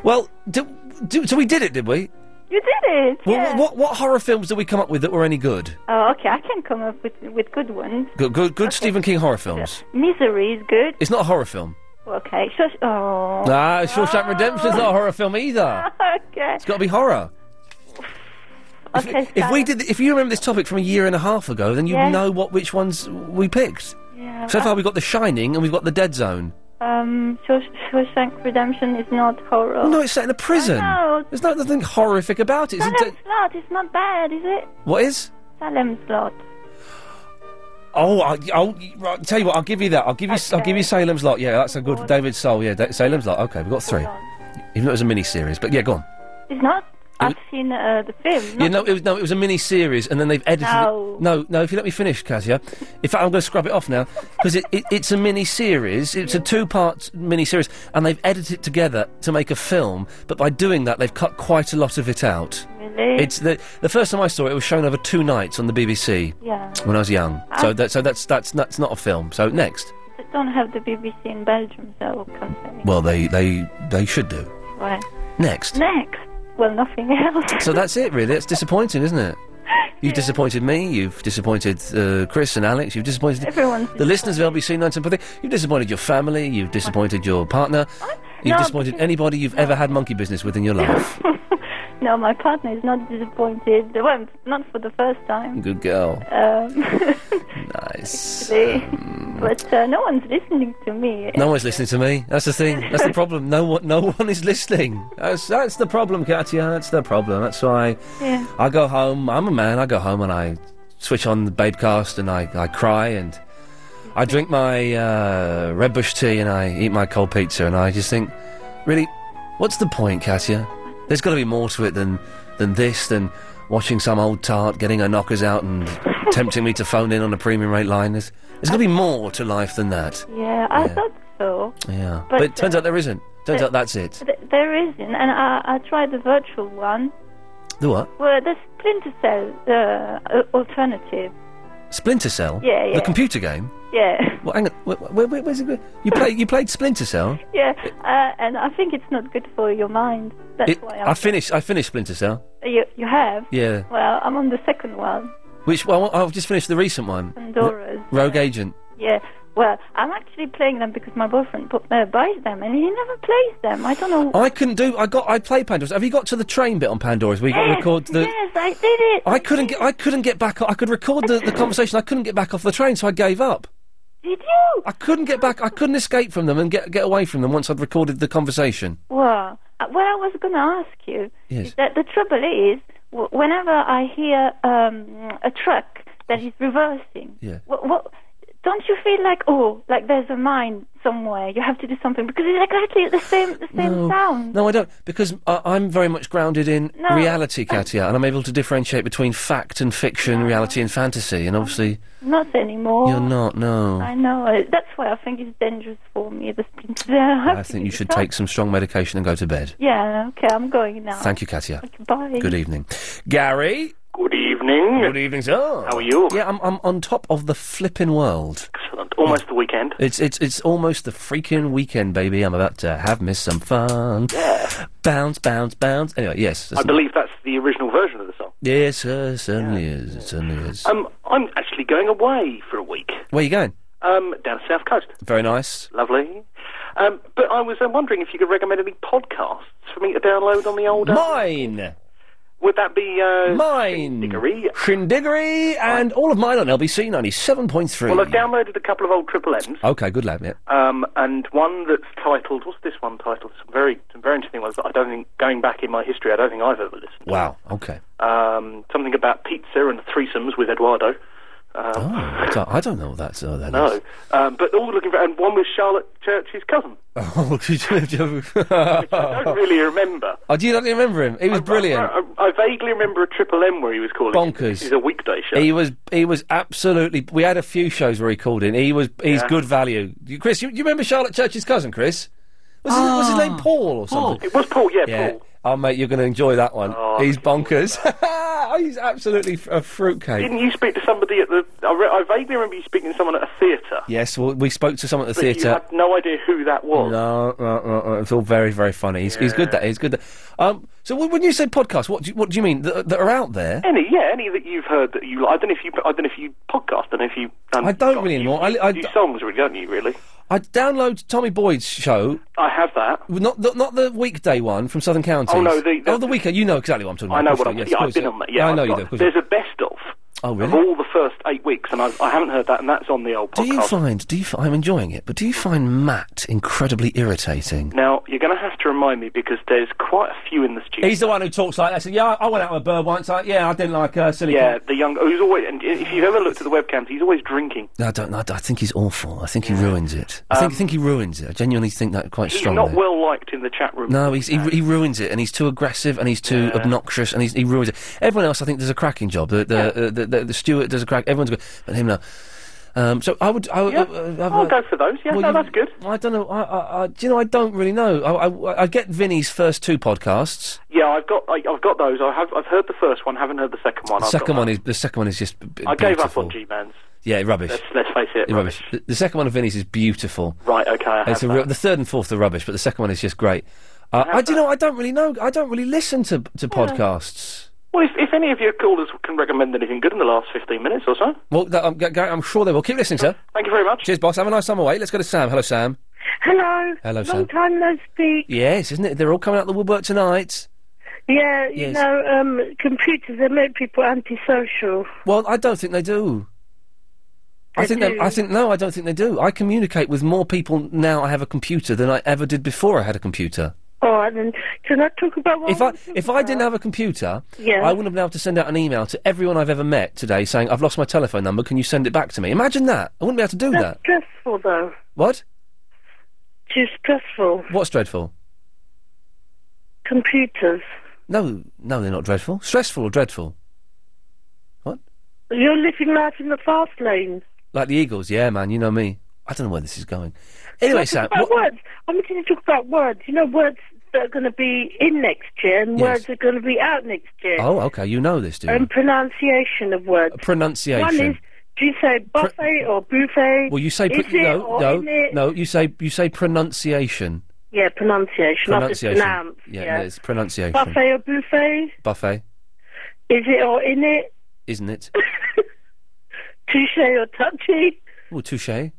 well, do, do, so we did it, did we? You did it. Well, yeah. what, what horror films did we come up with that were any good? Oh, okay. I can come up with with good ones. Good, good, good Stephen King horror films. Misery is good. It's not a horror film. Okay. Shush. Oh. Ah, Shawshank Redemption's not a horror film either. Okay. It's got to be horror. Okay. If we did, if you remember this topic from a year and a half ago, then you Yeah. would know what which ones we picked. Yeah, so I- far, we've got The Shining and we've got The Dead Zone. Um, Shaw- Shawshank Redemption is not horror. No, it's set in a prison. I know. There's no, nothing horrific about it. It's Salem inte- Slot is not bad, is it? what is? Salem Slot. Oh, I, I'll right, tell you what. I'll give you that. I'll give you. I'll give you Salem's Lot. Yeah, that's a good David Soul. Yeah, da- Salem's Lot. Okay, we've got three. Even though it was a mini series, but yeah, go on. It's not. I've seen uh, the film. Yeah, no, it was no, it was a mini series, and then they've edited. No. It. No, no. If you let me finish, Katya. In fact, I'm going to scrub it off now because it, it, it's a mini series. It's a two-part mini series, and they've edited it together to make a film. But by doing that, they've cut quite a lot of it out. Really? It's the the first time I saw it. It was shown over two nights on the BBC. Yeah. When I was young. So Ah. that so that's that's that's not a film. So next. They don't have the BBC in Belgium, so concerning. Well, they they they should do Right. next. Next. Well, nothing else. so that's it, really. It's disappointing, isn't it? [laughs] You've disappointed me. You've disappointed uh, Chris and Alex. You've disappointed Everyone's the listeners of LBC 973. You've disappointed your family. You've disappointed your partner. You've No, disappointed anybody you've ever had monkey business with in [laughs] your life. No, my partner is not disappointed. Well, not for the first time. Good girl. Um, Nice. [laughs] Um, actually. but uh, no one's listening to me. No one's listening to me. That's the thing. That's the problem. No one, no one is listening. That's that's the problem, Katya. That's the problem. That's why Yeah. I go home. I'm a man. I go home and I switch on the Babecast and I, I cry and I drink my uh, red bush tea and I eat my cold pizza and I just think, really, what's the point, Katya? There's got to be more to it than than this than watching some old tart getting her knockers out and tempting me to phone in on a premium rate line. There's, there's got to be more to life than that. Yeah, I thought so. Yeah, but, But, it turns uh, out there isn't. Turns uh, out that's it. Th- there isn't, and I, I tried the virtual one. The what? Well, the Splinter Cell uh, al- alternative. Splinter Cell. Yeah, yeah. The computer game. Yeah, Well, hang on. Where, where, where, where's it? go- You play. You played Splinter Cell. yeah, uh, and I think it's not good for your mind. That's It- why I I'm, finished. I finished Splinter Cell. you you have. Yeah. Well, I'm on the second one, Which well, I've just finished the recent one. Pandora's. Rogue Agent. Yeah. Well, I'm actually playing them because my boyfriend bu- uh, buys them, and he never plays them. I don't know. I couldn't do. I got. I played Pandora's. Have you got to the train bit on Pandora's? Where you got to yes, record the. yes, I did it. I couldn't get. I couldn't get back. I could record the, the conversation. I couldn't get back off the train, so I gave up. Did you? I couldn't get back. I couldn't escape from them and get get away from them once I'd recorded the conversation. Well, uh, what I was going to ask you Yes. is that the trouble is, w- whenever I hear um, a truck that is reversing, Yeah. what, what, don't you feel like, oh, like there's a mine somewhere, you have to do something? Because it's exactly the same, the same sound. No, I don't, because I, I'm very much grounded in No. reality, Katia, and I'm able to differentiate between fact and fiction, reality and fantasy, and obviously Not anymore. you're not. No, I know. uh, That's why I think it's dangerous for me, the splinter. [laughs] I have I to give think you it should up. take some strong medication and go to bed. Yeah, okay, I'm going now. Thank you, Katia. Bye. Good evening, Gary. Good evening. Good evening, sir. How are you? Yeah, I'm, I'm on top of the flipping world. Excellent. Almost the weekend. It's it's it's almost the freaking weekend, baby. I'm about to have me some fun. Yeah. Bounce, bounce, bounce. Anyway, yes. I that's- believe that's the original version of the song. Yes, sir. Certainly is. It certainly is. Um, I'm actually going away for a week. Where you going? Um, down the south coast. Very nice. Lovely. Um, but I was uh, wondering if you could recommend any podcasts for me to download on the old. uh, Mine. Would that be uh, Mine. Diggory? Shindiggery and all of mine on LBC ninety seven point three. Well, I've downloaded a couple of old Triple M's. Okay, good lad. Yeah. Um, and one that's titled, what's this one titled? Some very, some very interesting ones that I don't think, going back in my history, I don't think I've ever listened. Wow. Okay. Um, something about pizza and threesomes with Eduardo. Um, [laughs] I don't, I don't know what that's. Uh, Ah, that no. Um, but all looking for, and one with Charlotte Church's [laughs] cousin. [laughs] Oh, could you- [laughs] do I don't really remember. Oh, do you not remember him? He was brilliant. I, I vaguely remember a Triple M where he was calling. Bonkers. He's a weekday show. He was he was absolutely. We had a few shows where he called in. He was he's Yeah. good value. You, Chris, you, you remember Charlotte Church's cousin, Chris? Was, his, was his name Paul or something? It was Paul. Yeah, yeah. Paul. Oh mate, you're going to enjoy that one. Oh, he's bonkers. [laughs] he's absolutely f- a fruitcake. Didn't you speak to somebody at the? I, re- I vaguely remember you speaking to someone at a theatre. Yes, well, we spoke to someone at the but You theatre. had no idea who that was. No, no, no, no, it's all very, very funny. He's, he's good. That he's good. That. Um, so wh- when you say podcast, what do you, what do you mean that, that are out there? Any, yeah, any that you've heard that you. li- I don't know if you. I don't know if you podcast. I don't know if you. I don't really anymore. I, I, do songs, really, don't you? Really, I download Tommy Boyd's show. I have that. Not the, not the weekday one from Southern Counties. Oh, no, the- oh the weekend. You know exactly what I'm talking about. I know of course what I'm. you- yes, yeah, of I've course, been on that. Yeah, I know I've you got- do. Of course you There's a best of Oh of really? all the first eight weeks, and I've, I haven't heard that, and that's on the old Do podcast. you find? Do you? fi- I'm enjoying it, but do you find Matt incredibly irritating? Now you're going to have to remind me because there's quite a few in the studio. He's the one who talks like that. So, yeah, I went out with a bird once. I, yeah, I didn't like her. Silly. yeah, cunt." the young. Who's always? And if you've ever looked at the webcams, he's always drinking. No, I don't. I, I think he's awful. I think he ruins it. I think, I think he ruins it. I genuinely think that quite He's strongly. not well liked in the chat room. No, he's, he, he ruins it, and he's too aggressive, and he's too obnoxious, and he's, he ruins it. Everyone else, I think, does a cracking job. The the uh, the, the, the Stewart does a crack. Everyone's good, but him no. Um, so I would. I, would- Yeah, uh, uh, I'll go for those. Yeah, well, no, you- that's good. I don't know. I, I, I, do you know? I don't really know. I, I, I get Vinny's first two podcasts. Yeah, I've got I, I've got those. I have I've heard the first one, haven't heard the second one. The I've got second that. one is the second one is just. b- b- I gave up beautiful. on G Man's. Yeah, rubbish. Let's, let's face it. Yeah, rubbish. The, the second one of Vinny's is beautiful. Right, okay. I It's have a real, that. the third and fourth are rubbish, but the second one is just great. Uh, I do you know. I don't really know. I don't really listen to to podcasts. Well, if, if any of your callers can recommend anything good in the last fifteen minutes or so, Well, that, I'm, Gary, I'm sure they will. Keep listening, sir. Thank you very much. Cheers, boss. Have a nice summer away. Let's go to Sam. Hello, Sam. Hello. Hello, Long Sam. time no speak. Yes, isn't it? They're all coming out the woodwork tonight. Yeah, you Yes. know, um, computers they make people antisocial. Well, I don't think they do. I They think they, do. I think no, I don't think they do. I communicate with more people now. I have a computer than I ever did before. I had a computer. All right, then can I talk about what If I if I didn't have a computer, Yeah. I wouldn't have been able to send out an email to everyone I've ever met today saying I've lost my telephone number. Can you send it back to me? Imagine that. I wouldn't be able to do That's that. stressful though. What? Too stressful. What's dreadful? Computers. No, no, they're not dreadful. Stressful or dreadful? You're living life in the fast lane. Like the Eagles? Yeah, man. You know me. I don't know where this is going. Anyway, Let's talk Sam. about words. I'm going to talk about words. You know, words that are going to be in next year and Yes. words that are going to be out next year. Oh, okay. You know this, do you? And pronunciation of words. Pronunciation. One is, do you say buffet or buffet? Well, you say is pr- it no, or no, isn't it? no. You say you say pronunciation. Yeah, pronunciation. I'll just Pronunciation. pronounce, yeah, yeah, it's pronunciation. Buffet or buffet? Buffet, Is it or in it? [laughs] isn't it? Touche or touchy? Well, [laughs] touche. I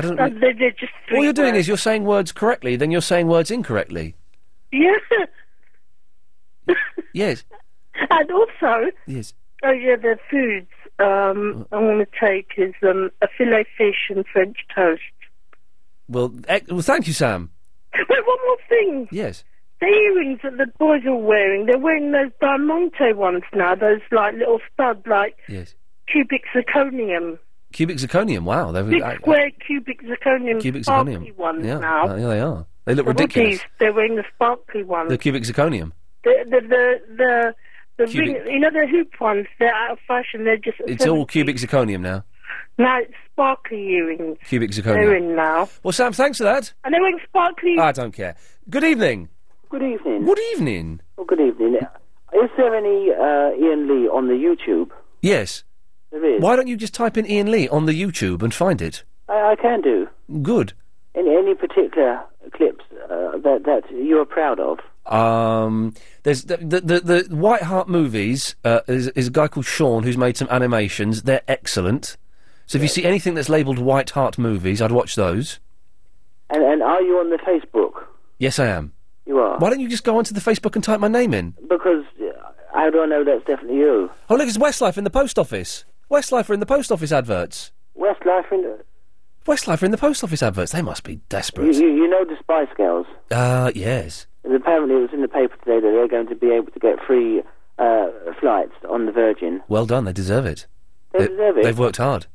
don't. Uh, they- they're just three All you're doing words. is you're saying words correctly, then you're saying words incorrectly. [laughs] Yeah, Yes, and also, yes. oh yeah, the foods um, I want to take is um, a filet fish and French toast. [laughs] Well, ec- well, thank you, Sam. Wait, one more thing. Yes. The earrings that the boys are wearing, they're wearing those Diamante ones now, those like little stud, like Yes. cubic zirconium. Cubic zirconium. Wow, they're Big I- I- square cubic zirconium cubic sparkly zirconium. ones yeah, now. uh, yeah, they are. They look The ridiculous. hoodies, they're um, wearing the sparkly ones. The cubic zirconium. The the the the, the Cubic. ring, you know the hoop ones. They're out of fashion. They're just It's all cubic zirconium now. now it's sparkly earrings. Cubic They're zirconium. in now, Well, Sam, thanks for that. and they're wearing sparkly. I don't care. Good evening. Good evening. Good evening. Well, Oh, good evening. Is there any uh, Ian Lee on the YouTube? Yes. There is. Why don't you just type in Ian Lee on the YouTube and find it? I, I can do. Good. Any, any particular clips uh, that, that you're proud of? Um, there's the the, the, the White Hart movies. Uh, is, is a guy called Sean who's made some animations. They're excellent. So if you see anything that's labelled White Hart movies, I'd watch those. And, and are you on the Facebook? Yes, I am. You are. Why don't you just go onto the Facebook and type my name in? Because uh, how do I know that's definitely you? Oh look, it's Westlife in the post office. Westlife are in the post office adverts. Westlife in Westlife are in the post office adverts. They must be you, desperate. you, you know the Spice Girls. Uh, yes. And apparently it was in the paper today that they're going to be able to get free uh, flights on the Virgin. Well done. They deserve it. They deserve it. They've worked hard.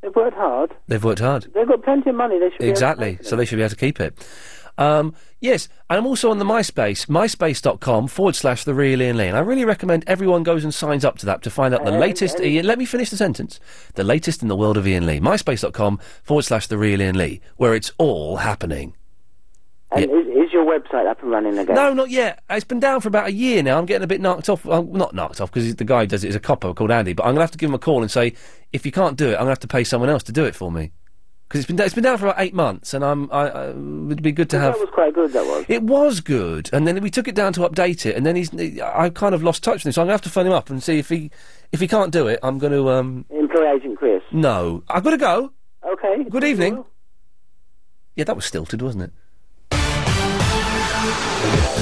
They've worked hard. They've worked hard. They've got plenty of money. They should be able to Exactly. So they should be able to keep it. Um, yes, and I'm also on the MySpace, myspace.com forward slash the real Ian Lee. And I really recommend everyone goes and signs up to that to find out the latest Ian. Let me finish the sentence. The latest in the world of Ian Lee. MySpace.com forward slash the real Ian Lee, where it's all happening. And is, is your website up and running again? No, not yet. It's been down for about a year now. I'm getting a bit knocked off. I'm not knocked off because the guy who does it is a copper called Andy. But I'm going to have to give him a call and say, if you can't do it, I'm going to have to pay someone else to do it for me. Because it's been it's been down for about eight months, and I'm I, I it'd be good to have. That was quite good, that was. It was good, and then we took it down to update it, and then he's I kind of lost touch with him, so I'm going to have to phone him up and see if he if he can't do it, I'm going to um. Employee agent Chris. No, I've got to go. Okay. Good evening. Yeah, that was stilted, wasn't it?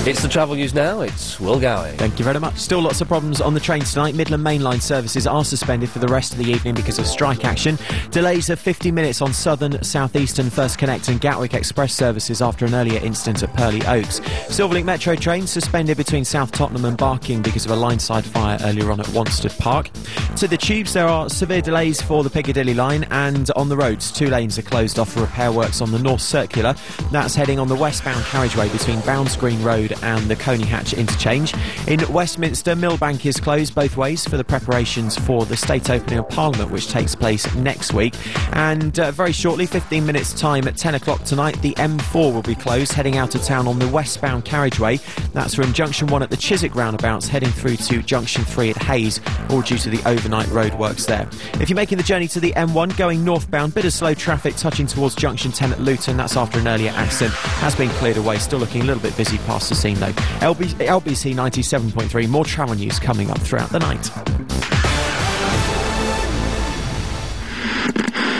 It's the travel news now. It's Will Gowie. Thank you very much. Still lots of problems on the trains tonight. Midland Main Line services are suspended for the rest of the evening because of strike action. Delays of 50 minutes on Southern, Southeastern, First Connect and Gatwick Express services after an earlier incident at Purley Oaks. Silverlink Metro train suspended between South Tottenham and Barking because of a lineside fire earlier on at Wanstead Park. To the tubes, there are severe delays for the Piccadilly line and on the roads, two lanes are closed off for repair works on the North Circular. That's heading on the westbound carriageway between Bounds Green Road and the Coney Hatch interchange. In Westminster, Millbank is closed both ways for the preparations for the state opening of Parliament, which takes place next week. And uh, very shortly, 15 minutes time at 10 o'clock tonight, the M4 will be closed heading out of town on the westbound carriageway. That's from Junction 1 at the Chiswick roundabouts heading through to Junction 3 at Hayes, all due to the overnight roadworks there. If you're making the journey to the M1 going northbound, bit of slow traffic touching towards Junction 10 at Luton. That's after an earlier accident. Has been cleared away. Still looking a little bit busy past the scene though. LB- LBC 97.3. More travel news coming up throughout the night.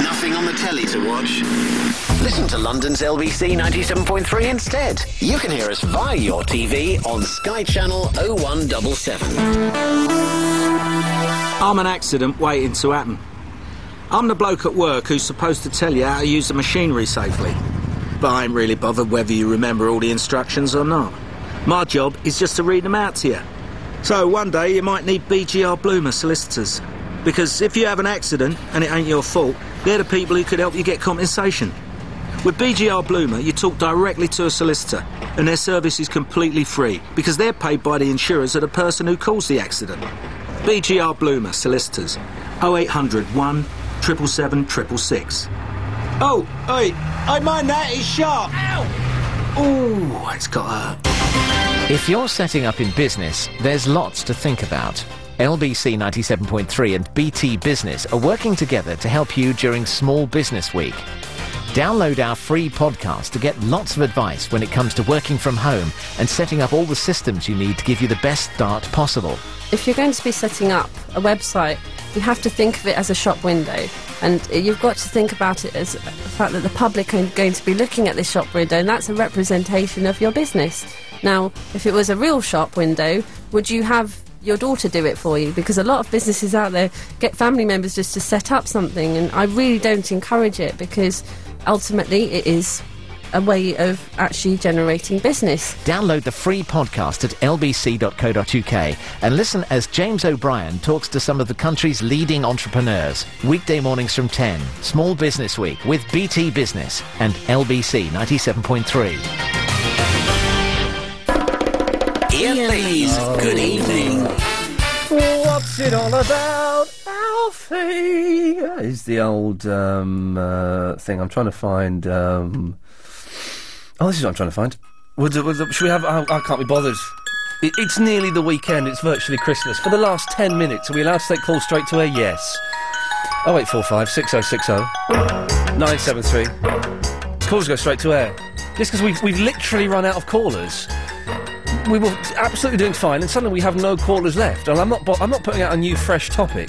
Nothing on the telly to watch. Listen to London's LBC 97.3 instead. You can hear us via your TV on Sky Channel 0177. I'm an accident waiting to happen. I'm the bloke at work who's supposed to tell you how to use the machinery safely. But I ain't really bothered whether you remember all the instructions or not. My job is just to read them out to you. So one day you might need BGR Bloomer solicitors. Because if you have an accident and it ain't your fault, they're the people who could help you get compensation. With BGR Bloomer, you talk directly to a solicitor, and their service is completely free because they're paid by the insurers of the person who caused the accident. BGR Bloomer solicitors 0800 1 777 666. Oh, hey, I mind that, it's sharp. Ow! Ooh, it's got a. If you're setting up in business, there's lots to think about. LBC 97.3 and BT Business are working together to help you during Small Business Week. Download our free podcast to get lots of advice when it comes to working from home and setting up all the systems you need to give you the best start possible. If you're going to be setting up a website, you have to think of it as a shop window. And you've got to think about it as the fact that the public are going to be looking at this shop window, and that's a representation of your business. Now, if it was a real shop window, would you have your daughter do it for you? Because a lot of businesses out there get family members just to set up something, and I really don't encourage it because ultimately it is a way of actually generating business. Download the free podcast at lbc.co.uk and listen as James O'Brien talks to some of the country's leading entrepreneurs. Weekday mornings from 10, Small Business Week with BT Business and LBC 97.3. Ian Lee's Good Evening. What's it all about, Alfie? That is the old um, uh, thing. I'm trying to find. Um... Oh, this is what I'm trying to find. Would, would, should we have? I, I oh, can't be bothered. It, it's nearly the weekend. It's virtually Christmas. For the last ten minutes, are we allowed to take calls straight to air? Yes. Oh, 0845 6060 973. Calls go straight to air. Just because we've, we've literally run out of callers. We were absolutely doing fine, and suddenly we have no callers left. And I'm not, bo- I'm not putting out a new fresh topic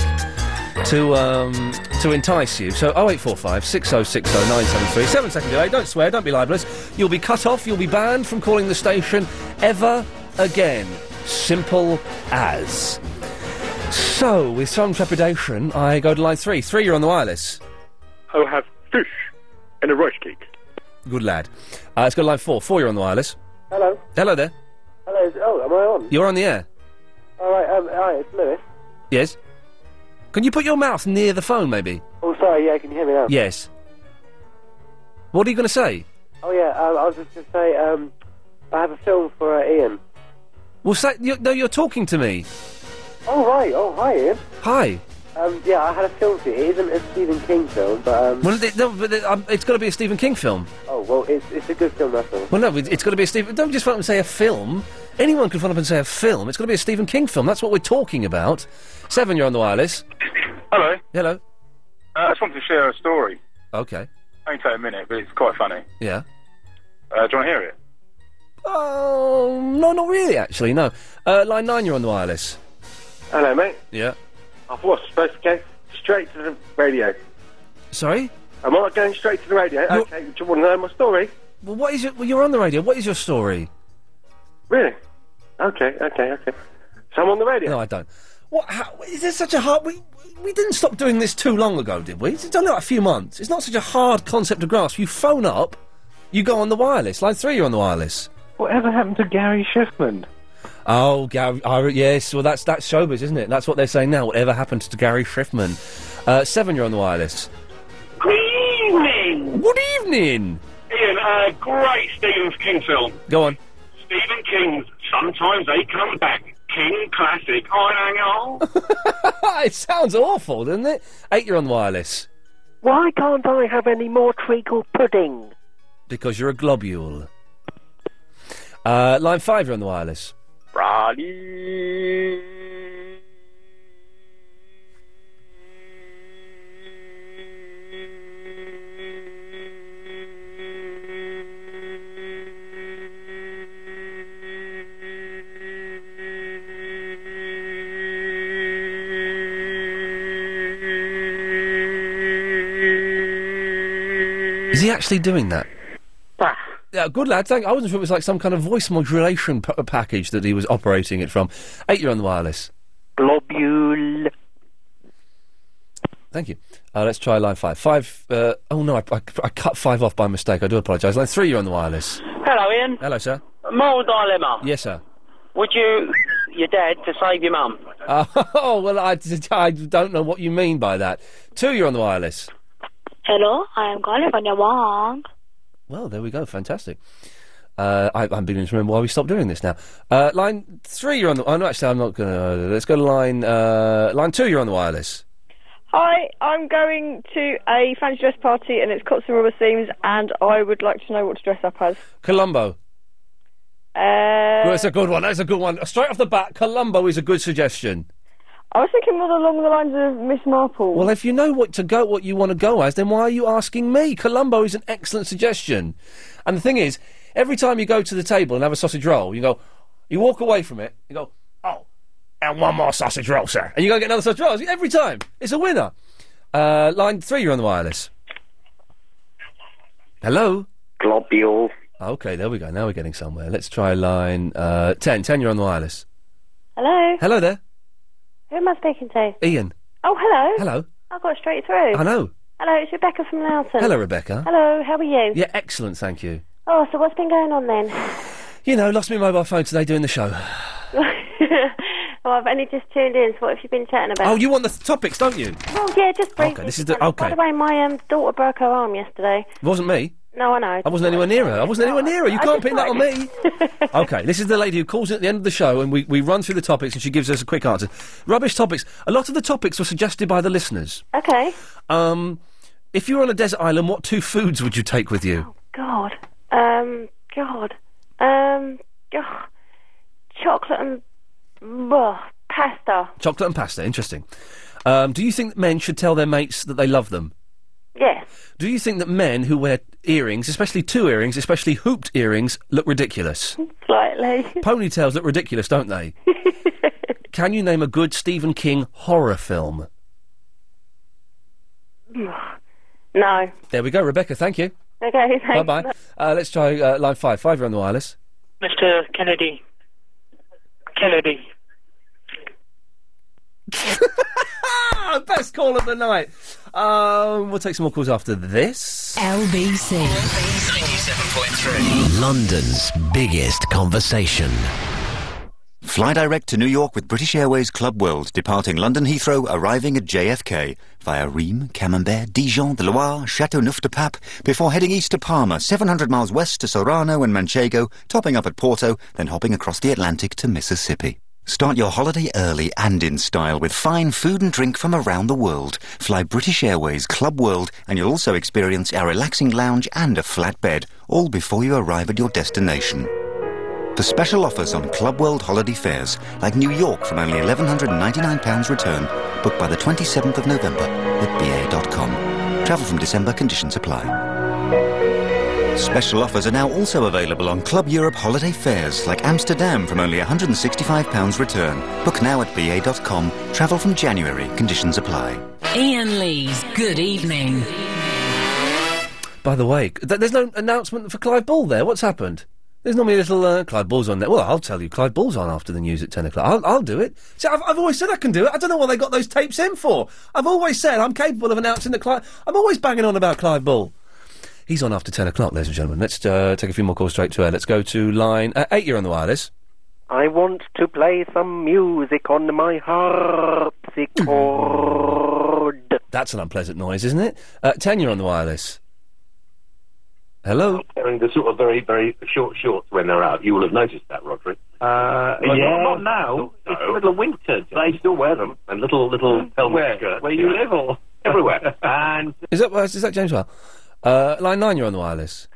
to um, to entice you. So 0845 6060 973. oh, Seven second delay. Don't swear. Don't be libelous. You'll be cut off. You'll be banned from calling the station ever again. Simple as. So, with some trepidation, I go to line three. Three, you're on the wireless. I'll have fish and a rice cake. Good lad. Uh, let's go to line four. Four, you're on the wireless. Hello. Hello there. Hello. is- Oh, am I on? You're on the air. All right. Um, hi, it's Lewis. Yes. Can you put your mouth near the phone, maybe? Oh, sorry. Yeah, can you hear me now? Yes. What are you going to say? Oh, yeah. Um, I was just going to say, um, I have a film for uh, Ian. Well, say, you, no, you're talking to me. Oh, right. Oh, hi, Ian. Hi. Um, yeah, I had a film for you. It isn't a Stephen King film, but um, Well, it, no, but it, um, it's got to be a Stephen King film. oh, well, it's it's a good film. That's all. Well, no, it- it's got to be a Stephen. Don't just phone up and say a film. Anyone can phone up and say a film. It's got to be a Stephen King film. That's what we're talking about. Seven, you're on the wireless. Hello. Hello. Uh, I just wanted to share a story. Okay. Only take a minute, but it's quite funny. Yeah. Uh, do you want to hear it? Oh no, not really. Actually, no. Uh, line nine, you're on the wireless. Hello, mate. Yeah. I've was supposed to go straight to the radio. Sorry. Am I going straight to the radio? Okay, do you want to know my story? Well, what is your? Well, you're on the radio. What is your story? Really? Okay, okay, okay. So I'm on the radio. No, I don't. What? How, is this such a hard? We we didn't stop doing this too long ago, did we? It's only like a few months. It's not such a hard concept to grasp. You phone up, you go on the wireless. Line three, you're on the wireless. Whatever happened to Gary Shiffman? Oh, Gary. I, re- yes. Well, that's that's showbiz, isn't it? That's what they're saying now. Whatever happened to Gary Shriftman? Uh, seven, you're on the wireless. Good evening! Good evening. Ian, a great Stephen King film. Go on. Stephen King, sometimes they come back. King classic, Oh, I hang on. [laughs] it sounds awful, doesn't it? Eight, you're on the wireless Why can't I have any more treacle pudding? because you're a globule. Uh, line five, you're on the wireless. Roddy. Is he actually doing that? Yeah, good lad. Thank. I wasn't sure it was like some kind of voice modulation p- package that he was operating it from. Eight, you're on the wireless. Globule. Thank you. Uh, let's try line five. Five. Uh, oh no, I, I, I cut five off by mistake. I do apologise. Line three, you're on the wireless. Hello, Ian. Hello, sir. Moral dilemma. Yes, sir. Would you your dad to save your mum? Uh, [laughs] oh well, I, [laughs] I don't know what you mean by that. Two, you're on the wireless. Hello, I am calling from the Wong. Well, there we go. Fantastic. Uh, I, I'm beginning to remember why we stopped doing this now. Uh, line three, you're on the. Oh, no, actually, I'm not going to. let's go to line uh, line two. You're on the wireless. Hi, I'm going to a fancy dress party and it's cuts and rubber seams and I would like to know what to dress up as. Colombo. Uh, Well, that's a good one. That's a good one. Straight off the bat, Colombo is a good suggestion. I was thinking more along the lines of Miss Marple. Well, if you know what to go, what you want to go as, then why are you asking me? Colombo is an excellent suggestion. And the thing is, every time you go to the table and have a sausage roll, you go, you walk away from it, you go, oh, and one more sausage roll, sir. And you go get another sausage roll every time. It's a winner. Uh, line three, you're on the wireless. Hello. Globule. Okay, there we go. Now we're getting somewhere. Let's try line uh, ten. Ten, you're on the wireless. Hello, Hello there, who am I speaking to? Ian. Oh, hello. Hello. I got straight through. I know. Hello, it's Rebecca from Loughton. Hello, Rebecca. Hello, how are you? Yeah, excellent. Thank you. Oh, so what's been going on then? You know, lost my mobile phone today doing the show. [laughs] well, I've only just tuned in, so what have you been chatting about? Oh, you want the th- topics, don't you? Oh, yeah, just briefly. Okay, this is the By okay. the way, my um, daughter broke her arm yesterday. It wasn't me. No, I know. I wasn't anywhere near her. I wasn't anywhere near her. You I can't just pin that on me. [laughs] okay, this is the lady who calls in at the end of the show, and we, we run through the topics, and she gives us a quick answer. Rubbish topics. A lot of the topics were suggested by the listeners. Okay. Um, if you were on a desert island, what two foods would you take with you? God. Um, God. Um, God. Chocolate and Chocolate and pasta. Interesting. Um, do you think that men should tell their mates that they love them? Yes. Do you think that men who wear earrings, especially two earrings, especially hooped earrings, look ridiculous? Slightly. [laughs] Ponytails look ridiculous, don't they? Can you name a good Stephen King horror film? No. There we go, Rebecca. Thank you. Okay, Bye thanks. bye. Uh, let's try uh, line five. Five, you're on the wireless. Mr. Kennedy. Kennedy. Ah, Best call of the night. Um, we'll take some more calls after this. LBC. 7.3. London's biggest conversation. Fly direct to New York with British Airways Club World, departing London Heathrow, arriving at JFK via Rheims, Camembert, Dijon, the Loire, Châteauneuf-du-Pape, before heading east to Parma, 700 miles west to Sorano and Manchego, topping up at Porto, then hopping across the Atlantic to Mississippi. Start your holiday early and in style with fine food and drink from around the world. Fly British Airways Club World, and you'll also experience our relaxing lounge and a flat bed, all before you arrive at your destination. For special offers on Club World holiday fares, like New York from only £1,199 return, book by the 27th of November at BA.com. Travel from December, conditions apply. Special offers are now also available on Club Europe holiday fares, like Amsterdam from only £165 return. Book now at BA.com. Travel from January, conditions apply. Ian Lee's Good Evening. By the way, th- there's no announcement for Clive Ball there. What's happened? There's normally a little uh, Clive Ball's on there. Well, I'll tell you, Clive Ball's on after the news at ten o'clock. I'll, I'll do it. See, I've, I've always said I can do it. I don't know what they got those tapes in for. I've always said I'm capable of announcing that Clive. I'm always banging on about Clive Ball. He's on after ten o'clock, ladies and gentlemen. Let's uh, take a few more calls straight to air. Let's go to line uh, eight. You're on the wireless. I want to play some music on my harpsichord. That's an unpleasant noise, isn't it? Uh, ten. You're on the wireless. Hello. wearing the sort of very, very short shorts when they're out. You will have noticed that, Roderick. Uh, Well, yeah. not, not now. It's the middle of winter. They still wear them and little little helmet Where? skirts. Where you live or [laughs] everywhere. and Is that is that James Well? Uh, line nine. You're on the wireless.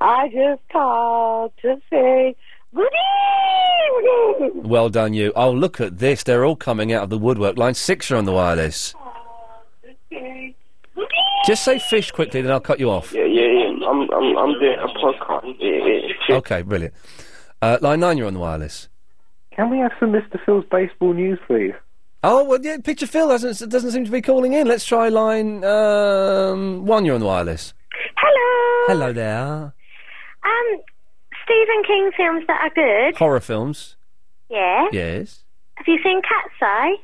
I just called to say good evening. Well done, you. Oh, look at this. They're all coming out of the woodwork. Line six, you're on the wireless. Just say fish quickly, then I'll cut you off. Yeah, yeah, yeah. I'm, I'm, I'm doing a podcast. Yeah, yeah. Okay, brilliant. Uh, line nine, you're on the wireless. Can we have some Mr. Phil's baseball news, please? Oh, well, yeah, picture Phil doesn't, doesn't seem to be calling in. Let's try line um, one, you're on the wireless. Hello. Hello there. Um, Stephen King films that are good. Horror films. Yeah. Yes. Have you seen Cat's Eye?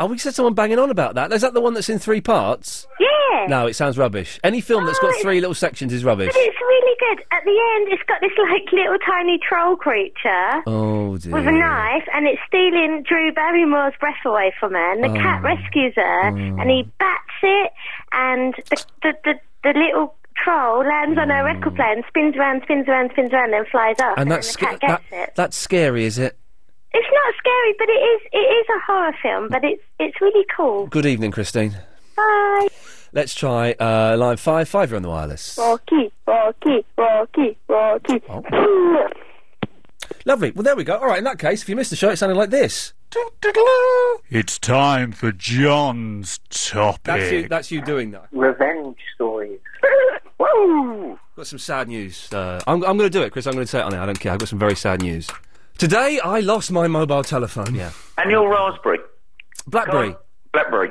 Oh, we said someone banging on about that. Is that the one that's in three parts? Yeah. No, it sounds rubbish. Any film that's got three little sections is rubbish. But it's really good. At the end, it's got this like little tiny troll creature Oh, dear. with a knife, and it's stealing Drew Barrymore's breath away from her. And the Oh. cat rescues her, and he bats it, and the the the, the little troll lands on her record player and spins around, spins around, spins around, and flies up. Oh. And that's, then the sca- cat gets that- it. that's scary, is it? It's not scary, but it is. It is a horror film, but it's it's really cool. Good evening, Christine. Bye. Let's try uh, line five. Five, you're on the wireless. Rocky, Rocky, Rocky, Rocky. Oh. Lovely. Well, there we go. All right, in that case, if you missed the show, it sounded like this. It's time for John's topic. That's you, that's you doing that. Revenge [laughs] stories. Woo! Got some sad news. Uh, I'm, I'm going to do it, Chris. I'm going to say it on it. I don't care. I've got some very sad news. Today, I lost my mobile telephone. Yeah. And your raspberry. Blackberry. Blackberry.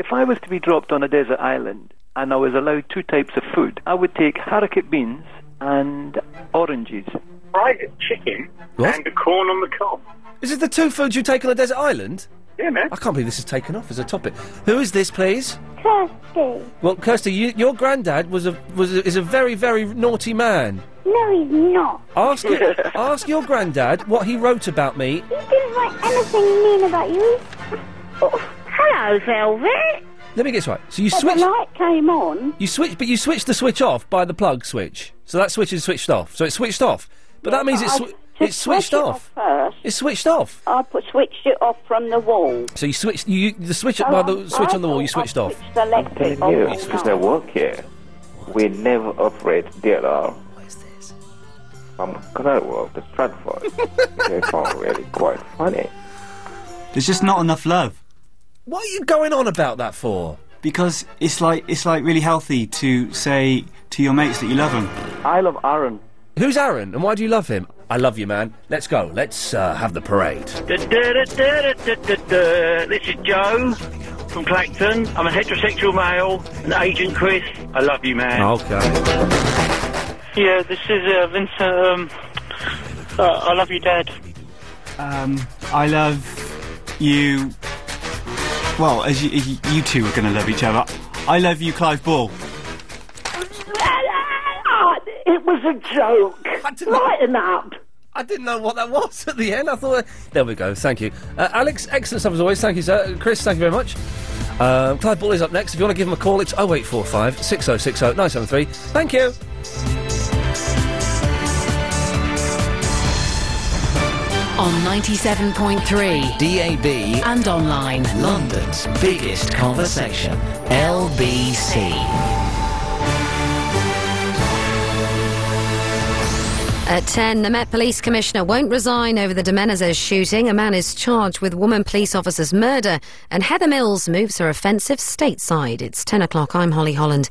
If I was to be dropped on a desert island and I was allowed two types of food, I would take haricot beans and oranges. Fried chicken What? and the corn on the cob. Is it the two foods you take on a desert island? Yeah, man. I can't believe this has taken off as a topic. Who is this, please? Kirsty. Well, Kirsty, you, your granddad was a was a, is a very very naughty man. No, he's not. [laughs] Ask your, ask your granddad what he wrote about me. He didn't write anything mean about you. Oh, hello, Velvet. Let me get this right. So you But switched. The light came on. You switch, but you switched the switch off by the plug switch. So that switch is switched off. So it's switched off. But that means it's I swi- just it's switched switched it off. First, It's switched off. I put switched it off from the wall. So you switched you, you the switch Oh, by the I- switch I on the wall. You switched off. Select it off. Yeah, because I work here. We never operate DLR. I'm because I work at Stratford. they found really quite funny. There's just not enough love. What are you going on about that for? Because it's like it's like really healthy to say to your mates that you love them. I love Aaron. Who's Aaron, and why do you love him? I love you, man. Let's go. Let's uh, have the parade. This is Joe from Clacton. I'm a heterosexual male, an agent Chris. I love you, man. Oh. Okay. Yeah, this is uh, Vincent. Um, uh, I love you, Dad. Um, I love you. Well, as you, as you- you two are going to love each other. I love you, Clive Ball. It was a joke. Lighten up. I didn't know what that was at the end. I thought. There we go. Thank you. Uh, Alex, excellent stuff as always. Thank you, sir. Chris, thank you very much. Um, Clive Ball is up next. If you want to give him a call, it's 0845 6060 973. Thank you. On 97.3 DAB and online. London's biggest conversation, LBC. At 10, the Met Police Commissioner won't resign over the De Menezes shooting. A man is charged with woman police officer's murder, and Heather Mills moves her offensive stateside. It's 10 o'clock. I'm Holly Holland.